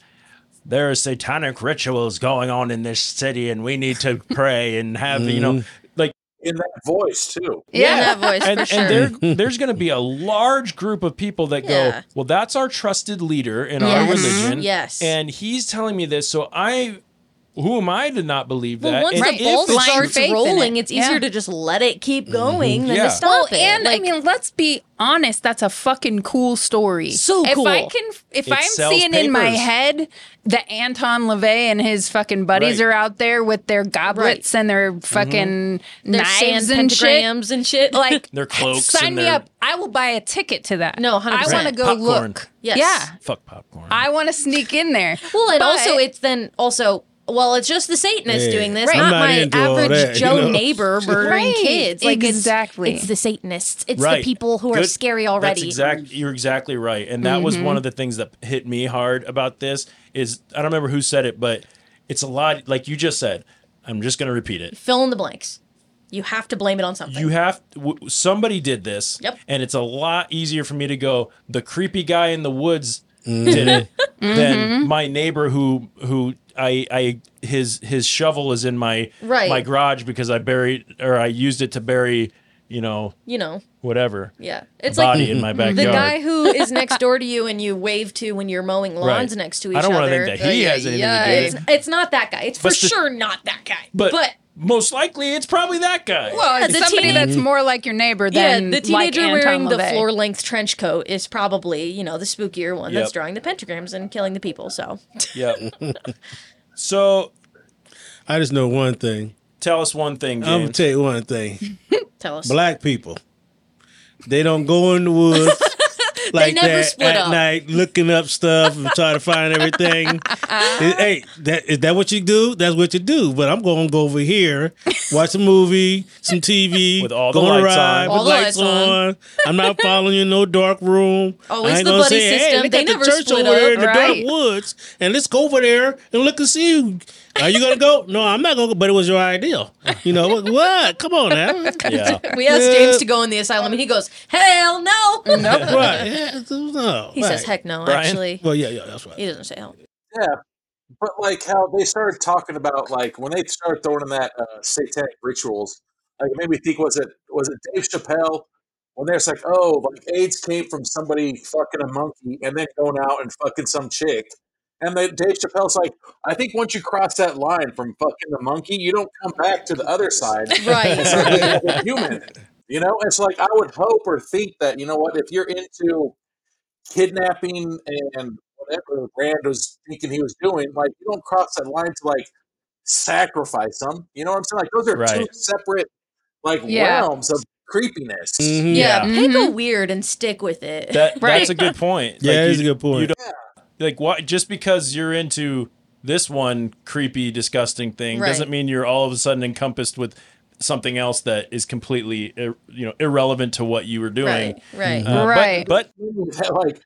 Speaker 2: there are satanic rituals going on in this city and we need to pray and have, you know,
Speaker 1: Mhm.
Speaker 2: like
Speaker 1: in that voice too.
Speaker 3: Yeah, that voice,
Speaker 2: and,
Speaker 3: for
Speaker 2: and
Speaker 3: sure.
Speaker 2: there- there's going to be a large group of people that
Speaker 3: Yeah.
Speaker 2: go, well, that's our trusted leader in
Speaker 3: Yes. Mm-hmm.
Speaker 2: our religion.
Speaker 3: Yes.
Speaker 2: And he's telling me this. So I, who am I to not believe
Speaker 3: Well,
Speaker 2: that?
Speaker 3: once
Speaker 2: And
Speaker 3: the
Speaker 2: if
Speaker 3: ball
Speaker 2: it's-
Speaker 3: starts
Speaker 4: faith in
Speaker 3: rolling,
Speaker 4: it.
Speaker 3: it's easier
Speaker 4: Yeah.
Speaker 3: to just let it keep going than
Speaker 2: Mm-hmm. Yeah.
Speaker 3: to stop
Speaker 4: well,
Speaker 3: it.
Speaker 4: and
Speaker 3: Like,
Speaker 4: I mean, let's be honest. That's a fucking cool story.
Speaker 3: So
Speaker 4: If I
Speaker 3: cool.
Speaker 4: can, if
Speaker 3: It
Speaker 4: I'm
Speaker 3: sells
Speaker 4: seeing in my
Speaker 3: papers.
Speaker 4: head that Anton Levey and his fucking buddies
Speaker 3: Right.
Speaker 4: are out there with their goblets and
Speaker 2: Mm-hmm.
Speaker 4: their fucking
Speaker 3: Their
Speaker 4: knives
Speaker 3: sand
Speaker 4: and
Speaker 3: pentagrams
Speaker 4: shit.
Speaker 3: and shit.
Speaker 4: Like
Speaker 2: Their cloaks
Speaker 4: Sign
Speaker 2: and
Speaker 4: me
Speaker 2: their-
Speaker 4: up. I will buy a ticket to that. No,
Speaker 3: 100%.
Speaker 4: I want to go
Speaker 2: popcorn.
Speaker 4: look.
Speaker 3: Yes.
Speaker 4: Yeah,
Speaker 2: Fuck popcorn.
Speaker 4: I want to sneak in there.
Speaker 3: well, and
Speaker 4: But-
Speaker 3: also it's then also well, it's just the Satanists
Speaker 4: Yeah.
Speaker 3: doing this,
Speaker 4: Right.
Speaker 3: not
Speaker 4: I'm not
Speaker 3: my
Speaker 4: into all
Speaker 3: average
Speaker 4: that, you
Speaker 3: Joe
Speaker 4: know.
Speaker 3: neighbor murdering
Speaker 4: Right,
Speaker 3: kids. Like it's-
Speaker 4: exactly.
Speaker 3: it's, the Satanists. It's
Speaker 2: Right.
Speaker 3: the people who are
Speaker 2: Good.
Speaker 3: scary already.
Speaker 2: That's exact. You're exactly right, and that was
Speaker 3: Mhm.
Speaker 2: one of the things that hit me hard about this. Is I don't remember who said it, but it's a lot. Like you just said, I'm just going to repeat it.
Speaker 3: Fill in the blanks. You have to blame it on something.
Speaker 2: You have w- somebody did this,
Speaker 3: Yep.
Speaker 2: and it's a lot easier for me to go. The creepy guy in the woods did it
Speaker 3: Mm-hmm.
Speaker 2: than my neighbor who who I I his his shovel is in my
Speaker 3: Right.
Speaker 2: my garage because I buried or I used it to bury you know
Speaker 3: you know.
Speaker 2: whatever
Speaker 3: Yeah,
Speaker 2: a
Speaker 3: it's
Speaker 2: body
Speaker 3: like
Speaker 2: in my
Speaker 3: the
Speaker 2: backyard.
Speaker 3: guy who is next door to you and you wave to when you're mowing lawns
Speaker 2: Right.
Speaker 3: next to
Speaker 2: I
Speaker 3: each
Speaker 2: don't wanna
Speaker 3: other.
Speaker 2: think that he
Speaker 3: Uh,
Speaker 2: has anything to
Speaker 3: yeah,
Speaker 2: do with
Speaker 3: It's, it's not that guy. It's for
Speaker 2: But the-
Speaker 3: sure not that guy.
Speaker 2: But,
Speaker 3: but
Speaker 2: most likely, it's probably that guy.
Speaker 4: Well, it's somebody that's more like your neighbor
Speaker 3: yeah,
Speaker 4: than
Speaker 3: the teenager
Speaker 4: like
Speaker 3: wearing
Speaker 4: Anton
Speaker 3: the
Speaker 4: LaVey.
Speaker 3: floor length trench coat is probably you know the spookier one that's
Speaker 2: Yep.
Speaker 3: drawing the pentagrams and killing the people. So
Speaker 2: yeah. So
Speaker 5: I just know one thing.
Speaker 2: Tell us one thing.
Speaker 5: I'm gonna
Speaker 2: James.
Speaker 5: tell you one thing.
Speaker 3: tell us.
Speaker 5: Black people, they don't go in the woods like
Speaker 3: never
Speaker 5: that
Speaker 3: split
Speaker 5: at
Speaker 3: up.
Speaker 5: night, looking up stuff and trying to find everything. hey, that is that what you do? That's what you do. But I'm going to go over here, watch a movie, some TV, with all
Speaker 2: the lights on.
Speaker 5: with
Speaker 2: All the
Speaker 5: lights,
Speaker 2: lights on.
Speaker 5: on. I'm not following you in no dark room.
Speaker 3: Oh,
Speaker 5: I
Speaker 3: it's
Speaker 5: ain't
Speaker 3: the
Speaker 5: gonna
Speaker 3: buddy
Speaker 5: say,
Speaker 3: system.
Speaker 5: Hey, they
Speaker 3: They
Speaker 5: got the
Speaker 3: never
Speaker 5: church
Speaker 3: split
Speaker 5: over there
Speaker 3: up,
Speaker 5: in the
Speaker 3: right?
Speaker 5: dark woods, and let's go over there and look and see. who- Are you gonna go? No, I'm not gonna go. But it was your idea. You know what? what? Come on now.
Speaker 2: Yeah.
Speaker 3: We asked James to go in the asylum, and he goes, "Hell no,
Speaker 4: Mm-hmm.
Speaker 5: No, right. Yeah, no,
Speaker 3: He says,
Speaker 5: right.
Speaker 3: "Heck no,
Speaker 5: Brian?
Speaker 3: actually."
Speaker 5: Well, yeah, yeah, that's right.
Speaker 3: He doesn't say hell.
Speaker 1: Yeah, but like how they started talking about like when they started throwing in that uh, satanic rituals, like it made me think was it was it Dave Chappelle when they're like, oh, like AIDS came from somebody fucking a monkey and then going out and fucking some chick, and they, Dave Chappelle's like, I think once you cross that line from fucking the monkey, you don't come back to the other side,
Speaker 3: Right.
Speaker 1: and start being another human. You know, it's like I would hope or think that you know what if you're into kidnapping and whatever Rand was thinking he was doing, like you don't cross that line to like sacrifice them. You know what I'm saying? Like those are two
Speaker 2: Right.
Speaker 1: separate like
Speaker 3: Yeah.
Speaker 1: realms of creepiness.
Speaker 5: Mm-hmm.
Speaker 2: Mm-hmm.
Speaker 3: Yeah,
Speaker 2: Yeah.
Speaker 4: Mm-hmm.
Speaker 3: pick a weird and stick with it.
Speaker 2: That
Speaker 3: right?
Speaker 2: that's a good point.
Speaker 5: Yeah, that
Speaker 2: you-
Speaker 5: is a good point.
Speaker 2: You don't, like why just because you're into this one creepy, disgusting thing
Speaker 3: Right.
Speaker 2: doesn't mean you're all of a sudden encompassed with something else that is completely ir- you know irrelevant to what you were doing.
Speaker 3: Right, right.
Speaker 2: Uh, but-
Speaker 1: Right.
Speaker 2: But,
Speaker 1: like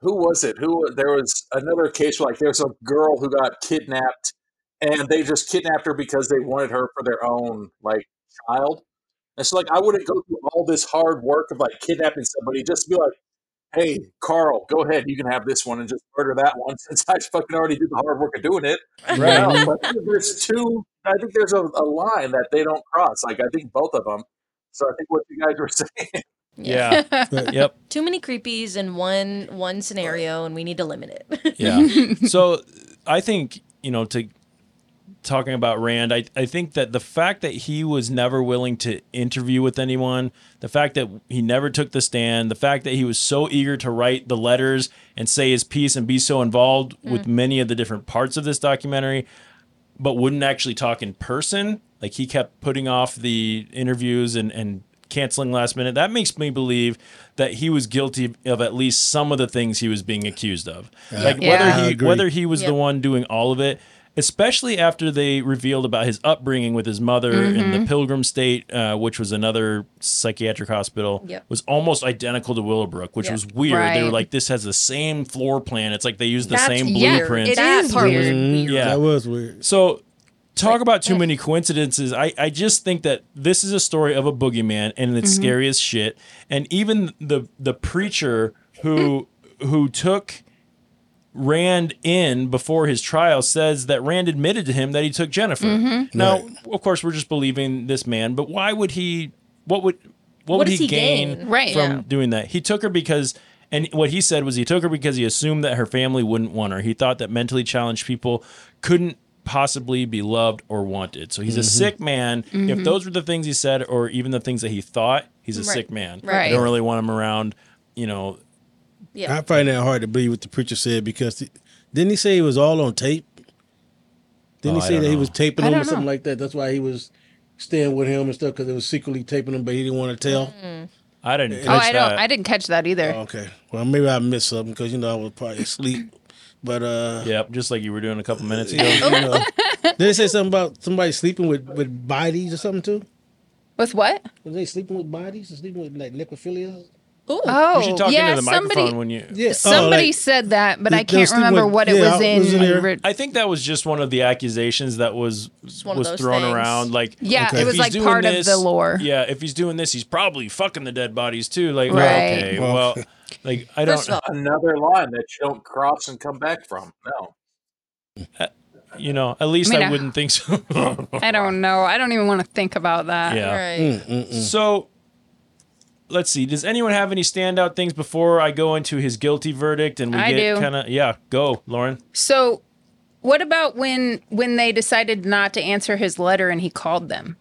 Speaker 1: who was it? Who there was another case where like there was a girl who got kidnapped and they just kidnapped her because they wanted her for their own like child. And so like I wouldn't go through all this hard work of like kidnapping somebody just to be like, hey, Carl, go ahead, you can have this one and just murder that one since I fucking already did the hard work of doing it.
Speaker 2: Right.
Speaker 1: No, but I think there's two I think there's a, a line that they don't cross. Like I think both of them. So I think what you guys were saying.
Speaker 2: Mm-hmm. yeah. yep.
Speaker 3: Too many creepies in one one scenario, and we need to limit it.
Speaker 2: Yeah. so I think, you know, to talking about Rand, I, I think that the fact that he was never willing to interview with anyone, the fact that he never took the stand, the fact that he was so eager to write the letters and say his piece and be so involved with
Speaker 12: Mm.
Speaker 2: many of the different parts of this documentary, but wouldn't actually talk in person. Like he kept putting off the interviews and, and canceling last minute. That makes me believe that he was guilty of at least some of the things he was being accused of.
Speaker 12: Yeah.
Speaker 2: Like
Speaker 12: Yeah. I
Speaker 2: whether he
Speaker 12: agree.
Speaker 2: whether he was the
Speaker 12: Yep.
Speaker 2: one doing all of it, especially after they revealed about his upbringing with his mother in the
Speaker 12: Mhm.
Speaker 2: Pilgrim State, uh, which was another psychiatric hospital,
Speaker 12: Yep.
Speaker 2: was almost identical to Willowbrook, which
Speaker 12: Yep.
Speaker 2: was weird. They were
Speaker 12: Right.
Speaker 2: like, this has the same floor plan. It's like they used the
Speaker 12: That's
Speaker 2: same
Speaker 12: weird.
Speaker 2: blueprint.
Speaker 12: It That is part was weird.
Speaker 5: Mhm.
Speaker 2: Yeah,
Speaker 5: That was weird.
Speaker 2: so talk about too many coincidences. I, I just think that this is a story of a boogeyman and it's
Speaker 12: Mhm.
Speaker 2: scary as shit. And even the the preacher who who took Rand in before his trial says that Rand admitted to him that he took Jennifer.
Speaker 12: Mhm.
Speaker 2: Now, of course, we're just believing this man, but why would he? What would what,
Speaker 12: What
Speaker 2: would
Speaker 12: does
Speaker 2: he,
Speaker 12: he
Speaker 2: gain,
Speaker 12: gain? Right.
Speaker 2: from
Speaker 12: Yeah.
Speaker 2: doing that? He took her because, and what he said was he took her because he assumed that her family wouldn't want her. He thought that mentally challenged people couldn't possibly be loved or wanted. So he's a
Speaker 12: Mhm.
Speaker 2: sick man. If
Speaker 12: Mhm.
Speaker 2: those were the things he said, or even the things that he thought, he's a
Speaker 12: Right.
Speaker 2: sick man. I
Speaker 12: Right.
Speaker 2: don't really want him around. You know,
Speaker 3: Yeah.
Speaker 5: I find that hard to believe what the preacher said because th- didn't he say it was all on tape? Didn't
Speaker 2: Oh,
Speaker 5: he
Speaker 2: I
Speaker 5: say
Speaker 2: don't
Speaker 5: that he
Speaker 2: know.
Speaker 5: was taping
Speaker 2: I
Speaker 5: him or
Speaker 2: don't
Speaker 5: something
Speaker 2: know.
Speaker 5: like that? That's why he was staying with him and stuff because they was secretly taping him, but he didn't want to tell.
Speaker 3: Mm.
Speaker 2: I didn't.
Speaker 12: oh, I don't. I didn't catch that either.
Speaker 2: Oh.
Speaker 5: okay. Well, maybe I missed something because you know I was probably asleep. But uh,
Speaker 2: yep, just like you were doing a couple minutes
Speaker 5: you
Speaker 2: ago.
Speaker 5: know, did they say something about somebody sleeping with with bodies or something too?
Speaker 12: With what?
Speaker 5: Were they sleeping with bodies? Or sleeping with like necrophilia?
Speaker 12: Oh,
Speaker 2: You should talk
Speaker 12: yeah,
Speaker 2: into the
Speaker 12: somebody,
Speaker 2: microphone when you.
Speaker 5: Yeah. Oh,
Speaker 12: Somebody
Speaker 5: like-
Speaker 12: said that, but
Speaker 5: Th-
Speaker 12: I
Speaker 5: there was
Speaker 12: can't
Speaker 5: something
Speaker 12: remember
Speaker 5: with-
Speaker 12: what it
Speaker 5: yeah,
Speaker 12: was
Speaker 5: I-
Speaker 12: in.
Speaker 5: was in there.
Speaker 12: ri-
Speaker 2: I think that was just one of the accusations that was
Speaker 12: one of
Speaker 2: was
Speaker 12: those
Speaker 2: thrown
Speaker 12: things.
Speaker 2: around. Like,
Speaker 12: Yeah, Okay. it
Speaker 2: if
Speaker 12: was
Speaker 2: he's
Speaker 12: like
Speaker 2: doing
Speaker 12: part of
Speaker 2: this-
Speaker 12: the lore.
Speaker 2: Yeah, if he's doing this, he's probably fucking the dead bodies too. Like,
Speaker 12: Right.
Speaker 2: okay,
Speaker 12: Well-
Speaker 2: well, like I don't.
Speaker 1: another line that you don't cross and come back from. No.
Speaker 2: you know, at least
Speaker 12: I
Speaker 2: I,
Speaker 12: mean, I-
Speaker 2: wouldn't think so.
Speaker 12: I don't know. I don't even want to think about that.
Speaker 2: Oh. yeah. Mm-hmm. So let's see. Does anyone have any standout things before I go into his guilty verdict and we
Speaker 12: I
Speaker 2: get
Speaker 12: do.
Speaker 2: kind of yeah? Go, Lauren.
Speaker 12: So, what about when when they decided not to answer his letter and he called them?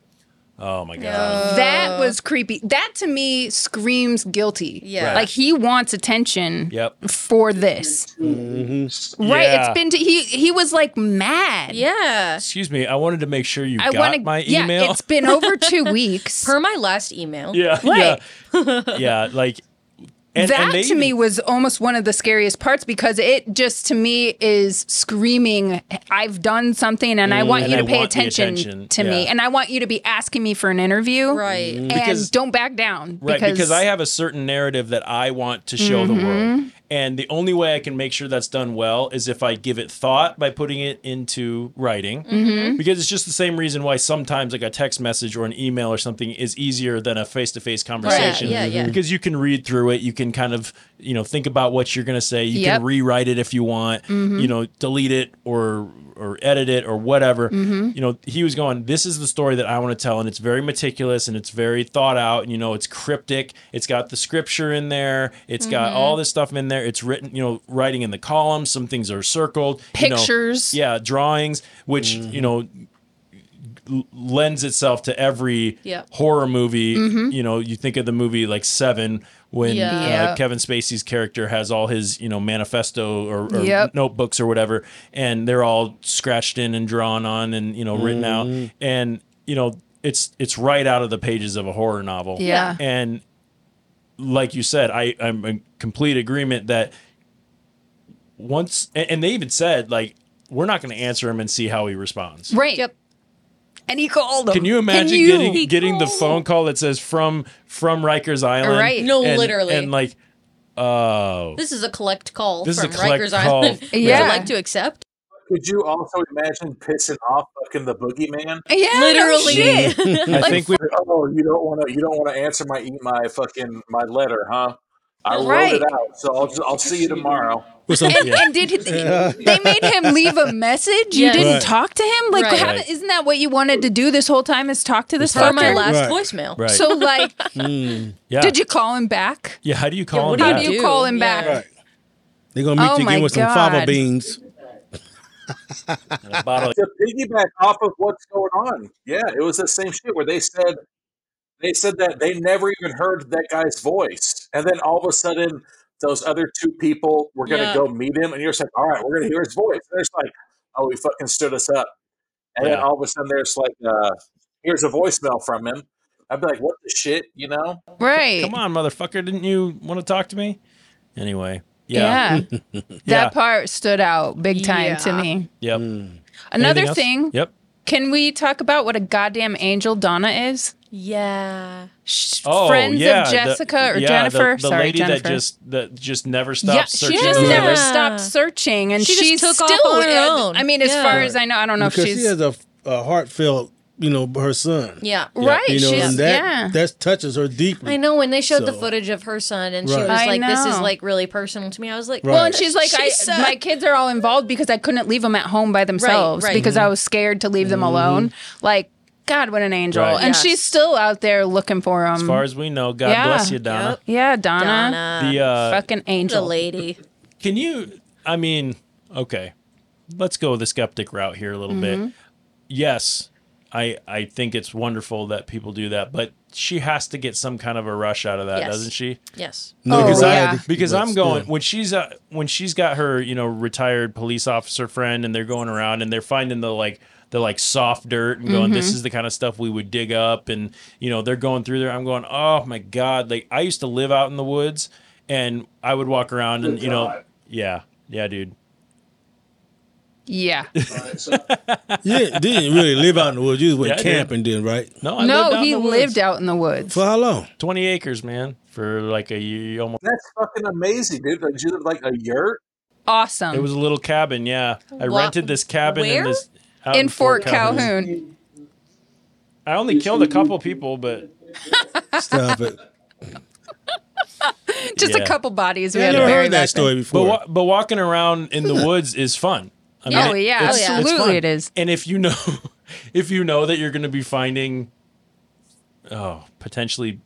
Speaker 2: Oh my god.
Speaker 12: that was creepy. That to me screams guilty.
Speaker 2: Yeah. Right.
Speaker 12: Like he wants attention
Speaker 2: Yep.
Speaker 12: for this. Right.
Speaker 2: Yeah.
Speaker 12: It's been he he was like mad.
Speaker 3: Yeah.
Speaker 2: Excuse me. I wanted to make sure you
Speaker 12: I
Speaker 2: got
Speaker 12: wanna-
Speaker 2: my
Speaker 12: yeah,
Speaker 2: email.
Speaker 12: it's been over two weeks.
Speaker 3: Per my last email.
Speaker 2: Yeah,
Speaker 3: Right.
Speaker 2: yeah, yeah. Like And-
Speaker 4: that
Speaker 2: and they
Speaker 4: to me was almost one of the scariest parts because it just to me is screaming, I've done something and I
Speaker 2: Mm.
Speaker 4: want
Speaker 2: And
Speaker 4: you
Speaker 2: I
Speaker 4: to pay
Speaker 2: want the
Speaker 4: attention,
Speaker 2: attention.
Speaker 4: to me
Speaker 2: Yeah.
Speaker 4: and I want you to be asking me for an interview. Right. And
Speaker 2: Because-
Speaker 4: don't back down.
Speaker 2: Right, because, I have a certain narrative that I want to show the world.
Speaker 4: Mhm.
Speaker 2: And the only way I can make sure that's done well is if I give it thought by putting it into writing.
Speaker 4: Mhm.
Speaker 2: Because it's just the same reason why sometimes like a text message or an email or something is easier than a face-to-face conversation.
Speaker 15: yeah, yeah.
Speaker 2: Because you can read through it, you can kind of, you know, think about what you're going to say. You
Speaker 15: Yep.
Speaker 2: can rewrite it if you want.
Speaker 15: Mhm.
Speaker 2: You know, delete it or or edit it or whatever
Speaker 15: Mhm.
Speaker 2: you know, he was going, this is the story that I want to tell. And it's very meticulous and it's very thought out. And, you know, it's cryptic. It's got the scripture in there. It's got
Speaker 15: Mhm.
Speaker 2: all this stuff in there. It's written, you know, writing in the columns. Some things are circled. you know.
Speaker 4: Pictures.
Speaker 2: yeah. Drawings, which, you know, l- lends itself to every
Speaker 15: Yep.
Speaker 2: horror movie.
Speaker 15: Mhm.
Speaker 2: You know, you think of the movie like Seven when
Speaker 15: Yeah.
Speaker 2: uh,
Speaker 15: Yeah.
Speaker 2: Kevin Spacey's character has all his, you know, manifesto or, or
Speaker 15: Yep.
Speaker 2: notebooks or whatever, and they're all scratched in and drawn on and you know written out, and you know it's it's right out of the pages of a horror novel.
Speaker 15: Yeah.
Speaker 2: and like you said, I I'm in complete agreement that once and, and they even said like we're not going to answer him and see how he responds.
Speaker 4: Right. Yep. And he called them.
Speaker 2: Can you imagine getting getting the phone call that says from from Rikers Island?
Speaker 3: Right. No,
Speaker 2: and-
Speaker 3: literally.
Speaker 2: And like, oh,
Speaker 3: This is a collect call
Speaker 2: This is a
Speaker 3: from
Speaker 2: collect
Speaker 3: Rikers
Speaker 2: call.
Speaker 3: Island. Would you
Speaker 2: Yeah.
Speaker 3: like to accept?
Speaker 1: Could you also imagine pissing off fucking the boogeyman?
Speaker 4: Yeah, no
Speaker 3: literally.
Speaker 4: shit.
Speaker 2: I think we.
Speaker 1: Oh, you don't want to. You don't want to answer my e- my fucking my letter, huh? I wrote it
Speaker 4: Right.
Speaker 1: out, so I'll just, I'll see you tomorrow.
Speaker 4: and, and did he- they made him leave a message? You
Speaker 1: Yes.
Speaker 4: didn't
Speaker 1: Right.
Speaker 4: talk to him? Like,
Speaker 3: Right.
Speaker 4: how-
Speaker 3: Right.
Speaker 4: isn't that what you wanted to do this whole time? Is talk to this
Speaker 3: For my
Speaker 4: fucker?
Speaker 3: last Right. voicemail. Right.
Speaker 4: So, like,
Speaker 2: Mm. yeah.
Speaker 4: did you call him back?
Speaker 2: Yeah. How do you call him?
Speaker 4: what do you
Speaker 2: back?
Speaker 4: do? You call him back.
Speaker 5: They're gonna meet
Speaker 4: Oh
Speaker 5: you
Speaker 4: my
Speaker 5: again with some fava
Speaker 4: God.
Speaker 5: beans.
Speaker 1: to piggyback off of what's going on. Yeah, it was the same shit where they said they said that they never even heard that guy's voice, and then all of a sudden those other two people were going to
Speaker 15: Yeah.
Speaker 1: go meet him, and you're just like, all right, we're going to hear his voice. And it's like, oh, he fucking stood us up, and then
Speaker 15: Yeah.
Speaker 1: all of a sudden there's like, uh, here's a voicemail from him. I'd be like, what the shit, you know?
Speaker 4: Right.
Speaker 2: Come on, motherfucker! Didn't you want to talk to me? Anyway. Yeah. Yeah.
Speaker 4: That part stood out big time to
Speaker 2: Yeah.
Speaker 4: me.
Speaker 2: Yep.
Speaker 4: Another
Speaker 2: Anything else?
Speaker 4: thing-
Speaker 2: Yep.
Speaker 4: Can we talk about what a goddamn angel Donna is?
Speaker 3: Yeah. Sh-
Speaker 2: Oh,
Speaker 4: Friends of
Speaker 2: yeah, the-
Speaker 4: Jessica
Speaker 2: yeah,
Speaker 4: or
Speaker 2: the-
Speaker 4: Jennifer.
Speaker 2: The,
Speaker 4: Sorry,
Speaker 2: lady
Speaker 4: Jennifer.
Speaker 2: that just that just never stops
Speaker 4: yeah, she
Speaker 2: searching.
Speaker 4: just
Speaker 2: for
Speaker 4: never
Speaker 2: it.
Speaker 4: stopped searching, and
Speaker 3: She just
Speaker 4: she's
Speaker 3: took off
Speaker 4: still.
Speaker 3: on her
Speaker 4: uh,
Speaker 3: own.
Speaker 4: I mean, as
Speaker 3: Yeah.
Speaker 4: far as I know, I don't know
Speaker 5: because
Speaker 4: if she's.
Speaker 5: she has a, a heartfelt, you know, her son.
Speaker 3: Yeah.
Speaker 4: Right.
Speaker 5: You know,
Speaker 4: she's,
Speaker 5: and that
Speaker 4: yeah.
Speaker 5: that touches her deeply.
Speaker 3: I know when they showed the
Speaker 5: So-
Speaker 3: footage of her son and she
Speaker 5: Right.
Speaker 3: was
Speaker 5: I
Speaker 3: like, "This is
Speaker 4: know.
Speaker 3: like really personal to me." I was like,
Speaker 4: Well, and she's like, I, my kids are all involved because I couldn't leave them at home by themselves
Speaker 3: right.
Speaker 4: because I was scared to leave them alone. Like, God, what an angel!
Speaker 2: Mm-hmm. Right.
Speaker 4: And
Speaker 2: Yes.
Speaker 4: she's still out there looking for them.
Speaker 2: As far as we know, God
Speaker 4: Yeah.
Speaker 2: bless you, Donna.
Speaker 4: Yep. Yeah, Donna.
Speaker 2: The, uh,
Speaker 4: fucking angel,
Speaker 3: lady.
Speaker 2: Can you? I mean, okay, let's go the skeptic route here a little bit.
Speaker 15: Mhm.
Speaker 2: Yes, I I think it's wonderful that people do that, but she has to get some kind of a rush out of that,
Speaker 15: Yes.
Speaker 2: doesn't she?
Speaker 3: Yes.
Speaker 15: No,
Speaker 2: because
Speaker 15: Oh,
Speaker 2: I,
Speaker 15: yeah.
Speaker 2: because
Speaker 15: but
Speaker 2: I'm
Speaker 15: still.
Speaker 2: going when she's uh, when she's got her you know retired police officer friend and they're going around and they're finding the like the like soft dirt and going this
Speaker 4: Mm-hmm.
Speaker 15: Mhm.
Speaker 2: is the kind of stuff we would dig up and you know they're going through there I'm going oh my god like I used to live out in the woods and I would walk around and
Speaker 15: Good
Speaker 2: you know
Speaker 15: God.
Speaker 2: yeah yeah dude
Speaker 4: Yeah.
Speaker 5: yeah, didn't really live out in the woods. You went
Speaker 2: Yeah, I did.
Speaker 5: camping then, right?
Speaker 2: no I lived out
Speaker 4: no,
Speaker 2: in
Speaker 4: he
Speaker 2: the woods.
Speaker 4: lived out in the woods.
Speaker 5: For how long?
Speaker 2: 20 acres man for like a year almost
Speaker 1: That's fucking amazing, dude. Like, you live like a yurt.
Speaker 4: Awesome.
Speaker 2: it was a little cabin yeah I
Speaker 4: Wha-
Speaker 2: rented this cabin
Speaker 4: where?
Speaker 2: in this out
Speaker 4: in Fort Calhoun.
Speaker 2: I only killed a couple people but
Speaker 5: Stop it.
Speaker 4: Just
Speaker 2: Yeah.
Speaker 4: a couple bodies. We
Speaker 2: Yeah,
Speaker 4: had
Speaker 2: I
Speaker 4: to
Speaker 2: never
Speaker 4: bury
Speaker 2: heard
Speaker 5: that
Speaker 4: back
Speaker 5: story
Speaker 4: then.
Speaker 5: before.
Speaker 2: But, wa- but walking around in the woods is fun.
Speaker 4: Yeah. Oh, yeah,
Speaker 2: it's-
Speaker 4: yeah.
Speaker 2: it's fun.
Speaker 4: Absolutely it is.
Speaker 2: And if you know, if you know that you're going to be finding, oh, potentially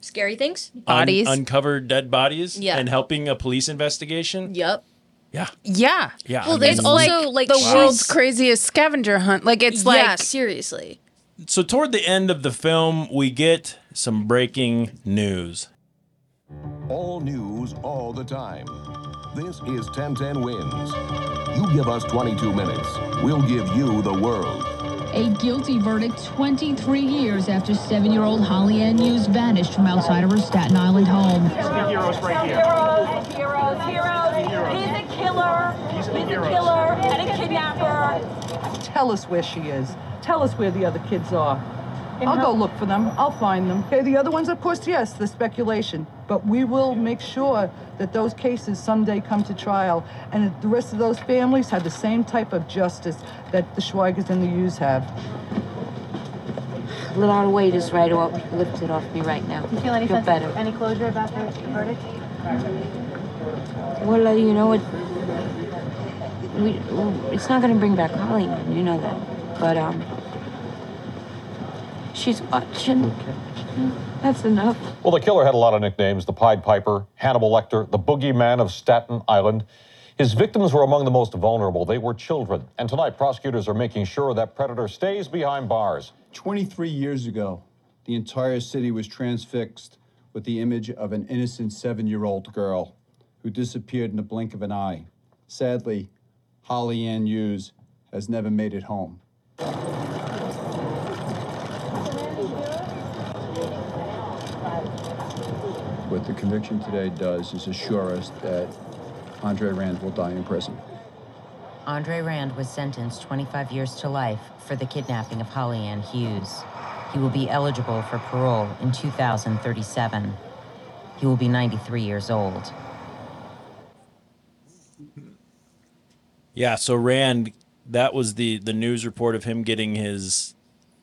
Speaker 3: Scary things.
Speaker 2: un- uncovered dead bodies,
Speaker 3: Yeah.
Speaker 2: and helping a police investigation,
Speaker 3: yep.
Speaker 2: Yeah.
Speaker 4: Yeah.
Speaker 2: yeah.
Speaker 3: Well, there's also, like,
Speaker 4: the
Speaker 3: she's-
Speaker 4: world's craziest scavenger hunt. Like it's like
Speaker 3: yeah, seriously.
Speaker 2: so toward the end of the film, we get some breaking news.
Speaker 16: All news, all the time. This is 1010 Wins. You give us 22 minutes, we'll give you the world.
Speaker 17: a guilty verdict 23 years after seven year old Holly Ann Hughes vanished from outside of her Staten Island home.
Speaker 18: the heroes right here. Heroes, heroes, heroes. He's a killer. He's a killer and a kidnapper.
Speaker 19: Tell us where she is. Tell us where the other kids are. I'll go look for them. I'll find them. Okay, the other ones, of course, yes, the speculation. But we will make sure that those cases someday come to trial and that the rest of those families have the same type of justice that the Schweigers and the Hughes have.
Speaker 20: Little weight is right off, lifted off me right now.
Speaker 21: Do you feel any sense,
Speaker 20: better.
Speaker 21: any closure about the verdict?
Speaker 20: Well, uh, you know, it, we, it's not going to bring back Holly, you know that. But um, she's watching. That's enough.
Speaker 15: Well, the killer had a lot of nicknames the Pied Piper, Hannibal Lecter, the Boogeyman of Staten Island. His victims were among the most vulnerable. They were children. And tonight, prosecutors are making sure that predator stays behind bars.
Speaker 22: 23 years ago, the entire city was transfixed with the image of an innocent seven year old girl who disappeared in the blink of an eye. Sadly, Holly Ann Hughes has never made it home. What the conviction today does is assure us that Andre Rand will die in prison.
Speaker 20: Andre Rand was sentenced 25 years to life for the kidnapping of Holly Ann Hughes. He will be eligible for parole in 2037. He will be 93 years old.
Speaker 2: Yeah, so Rand, that was the the news report of him getting his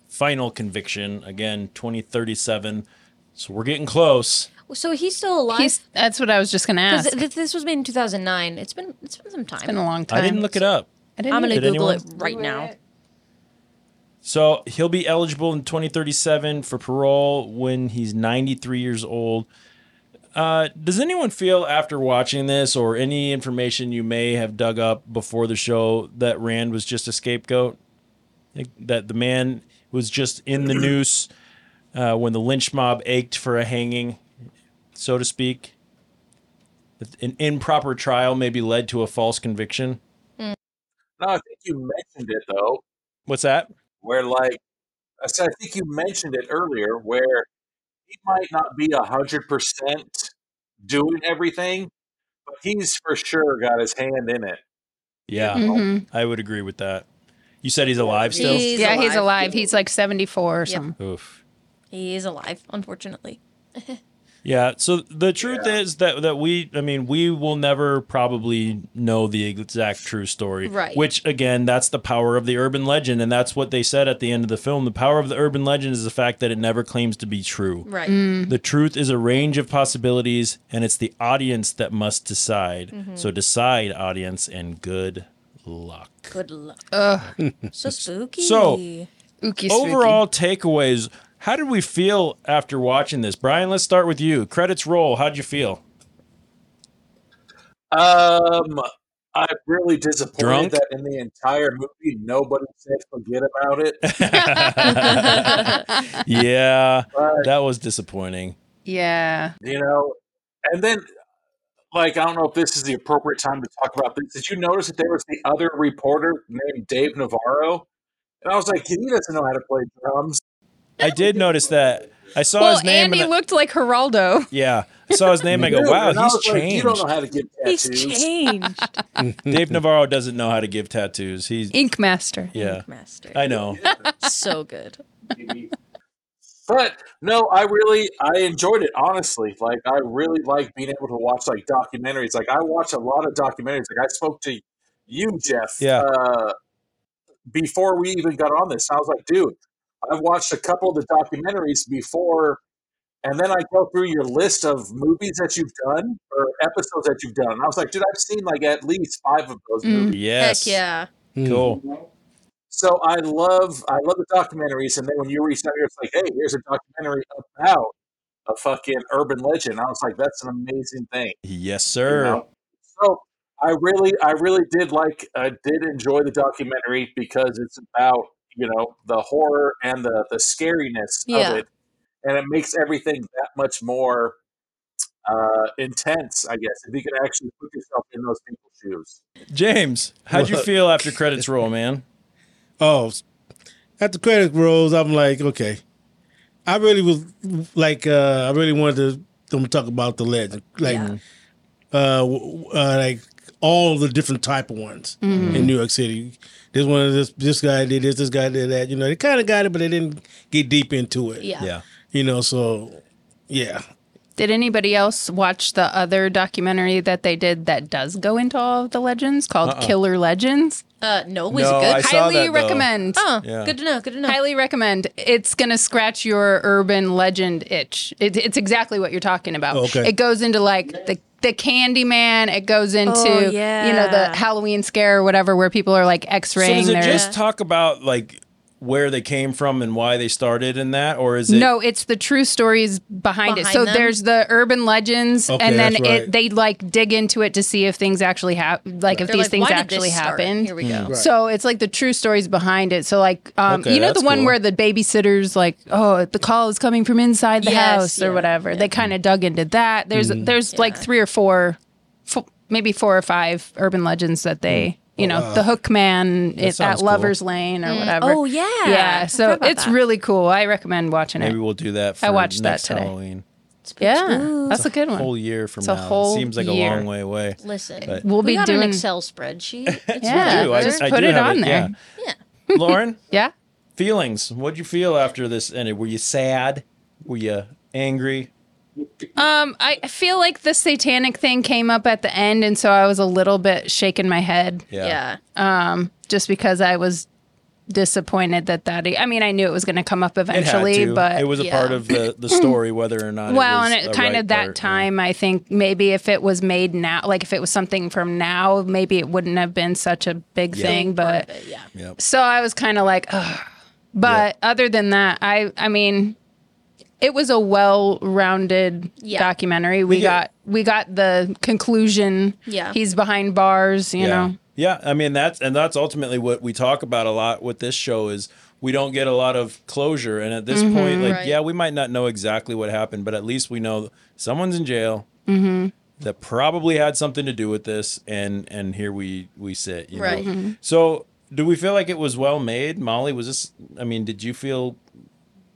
Speaker 2: final conviction again, 2037. So we're getting close.
Speaker 3: So he's still alive.
Speaker 12: He's, that's what I was just going to
Speaker 3: Because
Speaker 12: ask.
Speaker 3: th- this was made in 2009. It's been it's been some time. It's
Speaker 12: been a long
Speaker 2: I didn't look it up.
Speaker 3: I am gonna
Speaker 2: Did
Speaker 3: Google
Speaker 2: anyone?
Speaker 3: it right now.
Speaker 2: So he'll be eligible in 2037 for parole when he's 93 years old. Uh, does anyone feel after watching this or any information you may have dug up before the show that Rand was just a scapegoat? Like, That the man was just in the noose uh, when the lynch mob ached for a hanging, so to speak? That An improper trial maybe led to a false conviction?
Speaker 1: No, I think you mentioned it though,
Speaker 2: What's that?
Speaker 1: where like I said, I think you mentioned it earlier, where he might not be a hundred percent doing everything, but he's for sure got his hand in it.
Speaker 2: Yeah,
Speaker 12: Mhm.
Speaker 2: I would agree with that. You said he's alive still.
Speaker 3: He's
Speaker 12: yeah, he's
Speaker 3: alive.
Speaker 12: alive. He's like 74 or something.
Speaker 2: Oof.
Speaker 3: He is alive, unfortunately.
Speaker 2: Yeah. So the truth is that that we, I mean, we will never probably know the exact true story.
Speaker 3: Right.
Speaker 2: Which again, that's the power of the urban legend, and that's what they said at the end of the film. The power of the urban legend is the fact that it never claims to be true.
Speaker 3: Right. Mm.
Speaker 2: The truth is a range of possibilities, and it's the audience that must decide.
Speaker 3: Mhm.
Speaker 2: So decide, audience, and good luck.
Speaker 3: Good
Speaker 12: Mm.
Speaker 3: luck.
Speaker 12: Ugh.
Speaker 3: So spooky.
Speaker 2: So,
Speaker 12: Ookie
Speaker 2: overall takeaways. How did we feel after watching this, Brian? Let's start with you. Credits roll. How'd you feel?
Speaker 1: Um, I'm really disappointed
Speaker 2: Drunk?
Speaker 1: that in the entire movie nobody said forget about it.
Speaker 2: yeah, that was disappointing.
Speaker 12: Yeah.
Speaker 1: you know, and then like I don't know if this is the appropriate time to talk about this. Did you notice that there was the other reporter named Dave Navarro? And I was like, he doesn't know how to play drums.
Speaker 2: I did notice that. I saw
Speaker 12: Well,
Speaker 2: his name.
Speaker 12: Andy
Speaker 2: and I-
Speaker 12: looked like Geraldo.
Speaker 2: yeah, I saw his name. and I go,
Speaker 1: Dude,
Speaker 2: wow,
Speaker 1: and I
Speaker 2: he's
Speaker 1: was like, you
Speaker 2: changed.
Speaker 1: don't know how to give tattoos.
Speaker 3: changed.
Speaker 2: Dave Navarro doesn't know how to give tattoos. He's
Speaker 12: Ink Master.
Speaker 2: yeah,
Speaker 3: master.
Speaker 2: I know.
Speaker 3: so good.
Speaker 1: But no, I really I enjoyed it honestly. Like I really like being able to watch like documentaries. Like I watch a lot of documentaries. Like I spoke to you, Jeff,
Speaker 2: Yeah.
Speaker 1: uh, before we even got on this. I was like, dude, I've watched a couple of the documentaries before, and then I go through your list of movies that you've done or episodes that you've done. And I was like, dude, I've seen like at least five of those movies.
Speaker 2: Yes.
Speaker 3: Heck yeah.
Speaker 2: Cool.
Speaker 1: So I love I love the documentaries, and then when you reach out, you're just like, hey, here's a documentary about a fucking urban legend. I was like, that's an amazing thing.
Speaker 2: Yes,
Speaker 1: you
Speaker 2: sir.
Speaker 1: know? So I really I really did like I did enjoy the documentary because it's about you know the horror and the the scariness
Speaker 3: Yeah.
Speaker 1: of it, and it makes everything that much more uh intense. I guess if you can actually put yourself in those people's shoes.
Speaker 2: James, how'd you
Speaker 5: Look.
Speaker 2: feel after credits roll, man?
Speaker 5: Oh, s- At the credits rolls, I'm like, okay. I really was like, uh, I really wanted to, them to talk about the legend, like, uh, w- uh, like all the different type of ones
Speaker 1: Mhm.
Speaker 5: in New York City. This one, this this guy did this, this guy did that. You know, they kind of got it, but they didn't get deep into it.
Speaker 4: Yeah. Yeah.
Speaker 5: You know, so yeah,
Speaker 4: Did anybody else watch the other documentary that they did that does go into all of the legends called
Speaker 17: Uh-uh.
Speaker 4: Killer Legends?
Speaker 3: Uh, no,
Speaker 17: was it No, good? I saw
Speaker 4: Highly
Speaker 17: that, though.
Speaker 4: recommend.
Speaker 17: Oh, Yeah. good
Speaker 3: to know. Good to know.
Speaker 4: Highly recommend. It's gonna scratch your urban legend itch. It, it's exactly what you're talking about.
Speaker 17: Okay.
Speaker 4: It goes into like the the Candyman. It goes into
Speaker 17: Oh,
Speaker 4: you know
Speaker 17: yeah.
Speaker 4: the Halloween scare or whatever, where people are like X-raying
Speaker 2: so
Speaker 4: their.
Speaker 2: does it just talk about like where they came from and why they started and that, or is it
Speaker 4: no it's the true stories behind, it
Speaker 3: Behind
Speaker 4: so
Speaker 3: them?
Speaker 4: there's the urban legends
Speaker 2: Okay,
Speaker 4: and then
Speaker 2: that's right.
Speaker 4: it they like dig into it to see if things actually happen like if
Speaker 3: They're
Speaker 4: these
Speaker 3: like,
Speaker 4: things
Speaker 3: "Why did
Speaker 4: actually
Speaker 3: this start?"
Speaker 4: happened
Speaker 3: Here we
Speaker 2: Hmm.
Speaker 3: go. Mm. Right.
Speaker 4: so it's like the true stories behind it so like um,
Speaker 3: Okay,
Speaker 4: you know the
Speaker 3: that's
Speaker 4: one
Speaker 3: cool.
Speaker 4: where the babysitters like oh the call is coming from inside the
Speaker 3: Yes,
Speaker 4: house or whatever they kind of dug into that there's
Speaker 3: Mhm.
Speaker 4: there's like three or four, four maybe four or five urban legends that they you know,
Speaker 3: Mm. Oh, wow.
Speaker 4: the hook man
Speaker 3: That
Speaker 4: at
Speaker 3: sounds cool.
Speaker 4: Lover's Lane or
Speaker 3: Mm.
Speaker 4: whatever.
Speaker 3: Oh, yeah. I
Speaker 4: Yeah. So
Speaker 3: forgot about
Speaker 4: it's
Speaker 3: that.
Speaker 4: really cool. I recommend watching it.
Speaker 2: maybe we'll do that for
Speaker 4: I watched that
Speaker 2: next
Speaker 4: today.
Speaker 2: Halloween?
Speaker 4: Yeah, that's
Speaker 2: It's
Speaker 4: a good one.
Speaker 2: Whole year from
Speaker 4: It's a
Speaker 2: now.
Speaker 4: whole
Speaker 2: it seems like
Speaker 4: year.
Speaker 2: a long way away.
Speaker 3: Listen,
Speaker 2: But-
Speaker 4: We'll
Speaker 3: we
Speaker 4: be
Speaker 3: got an
Speaker 4: doing-
Speaker 3: Excel spreadsheet. It's
Speaker 4: Yeah,
Speaker 2: I do. I,
Speaker 4: just
Speaker 2: I
Speaker 4: put
Speaker 2: do
Speaker 4: it
Speaker 2: have
Speaker 4: on
Speaker 2: Yeah.
Speaker 4: there.
Speaker 2: Lauren,
Speaker 4: yeah.
Speaker 2: Feelings. What'd you feel after this ended? Were you sad? Were you angry?
Speaker 4: Um, I I feel like the satanic thing came up at the end, and so I was a little bit shaking my head.
Speaker 2: Yeah.
Speaker 4: Um, just because I was disappointed that that. I mean, I knew it was going to come up eventually,
Speaker 2: it had to.
Speaker 4: but
Speaker 2: it was a part of the, the story, whether or not.
Speaker 4: well,
Speaker 2: it was
Speaker 4: and
Speaker 2: the
Speaker 4: it kind
Speaker 2: right
Speaker 4: of that
Speaker 2: part.
Speaker 4: time, I think maybe if it was made now, like if it was something from now, maybe it wouldn't have been such a big
Speaker 2: Yeah.
Speaker 4: thing. But
Speaker 3: yeah.
Speaker 2: Yep.
Speaker 4: So I was kind of like, Ugh. but other than that, I I mean, it was a well-rounded
Speaker 3: Yeah.
Speaker 4: documentary. We
Speaker 2: Yeah.
Speaker 4: got we got the conclusion.
Speaker 3: Yeah.
Speaker 4: he's behind bars. You
Speaker 2: yeah.
Speaker 4: know.
Speaker 2: Yeah, I mean that's and that's ultimately what we talk about a lot with this show is we don't get a lot of closure, and at this
Speaker 4: Mhm.
Speaker 2: point, like
Speaker 4: Right.
Speaker 2: yeah, we might not know exactly what happened, but at least we know someone's in jail
Speaker 4: Mm-hmm.
Speaker 2: that probably had something to do with this, and and here we we sit. you know?
Speaker 3: Right.
Speaker 4: Mm-hmm.
Speaker 3: Mhm.
Speaker 2: So, do we feel like it was well made, Molly? Was this? I mean, did you feel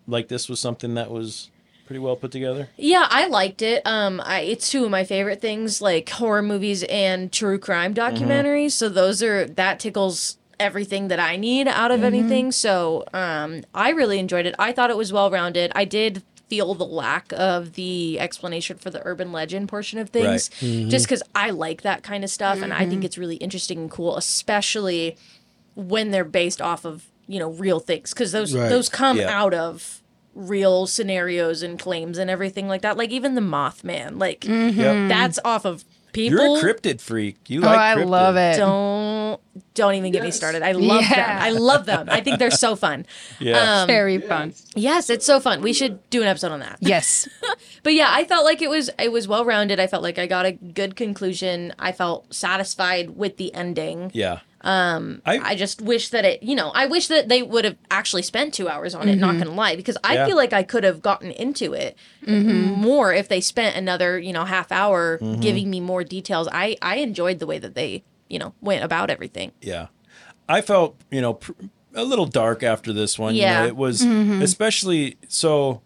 Speaker 2: like this was something that was pretty well put together?
Speaker 3: Yeah, I liked it. Um, I it's two of my favorite things, like horror movies and true crime
Speaker 17: Mm-hmm.
Speaker 3: documentaries. So those are that tickles everything that I need out of
Speaker 17: Mm-hmm.
Speaker 3: anything. So um, I really enjoyed it. I thought it was well rounded. I did feel the lack of the explanation for the urban legend portion of things,
Speaker 17: Right. Mm-hmm. Mhm.
Speaker 3: just because I like that kind of stuff, and I think it's really interesting and cool, especially when they're based off of you know real things because those
Speaker 17: Right.
Speaker 3: those come
Speaker 17: Yeah.
Speaker 3: out of real scenarios and claims and everything like that like even the mothman like
Speaker 4: Hmm.
Speaker 2: Yep.
Speaker 3: that's off of people
Speaker 2: Mm-hmm. You're a cryptid freak.
Speaker 4: Oh,
Speaker 2: You like cryptid.
Speaker 3: don't don't even get me started i love them
Speaker 4: Yeah.
Speaker 3: i love them i think they're so fun
Speaker 2: Yeah.
Speaker 4: Very fun.
Speaker 3: yes it's so fun we should do an episode on that
Speaker 4: Yes.
Speaker 3: but yeah, I felt like it was it was well rounded. I felt like I got a good conclusion. I felt satisfied with the ending.
Speaker 2: Yeah.
Speaker 3: Um, I,
Speaker 2: I-
Speaker 3: just wish that it, you know, I wish that they would have actually spent two hours on it. Not
Speaker 17: Mhm.
Speaker 3: gonna lie, because I
Speaker 17: Yeah.
Speaker 3: feel like I could have gotten into it
Speaker 17: Mhm.
Speaker 3: more if they spent another, you know, half hour
Speaker 2: Mhm.
Speaker 3: giving me more details. I I enjoyed the way that they, you know, went about everything.
Speaker 2: Yeah. I felt, you know, pr- a little dark after this one.
Speaker 3: Yeah.
Speaker 2: You know, it was
Speaker 3: Mhm.
Speaker 2: especially so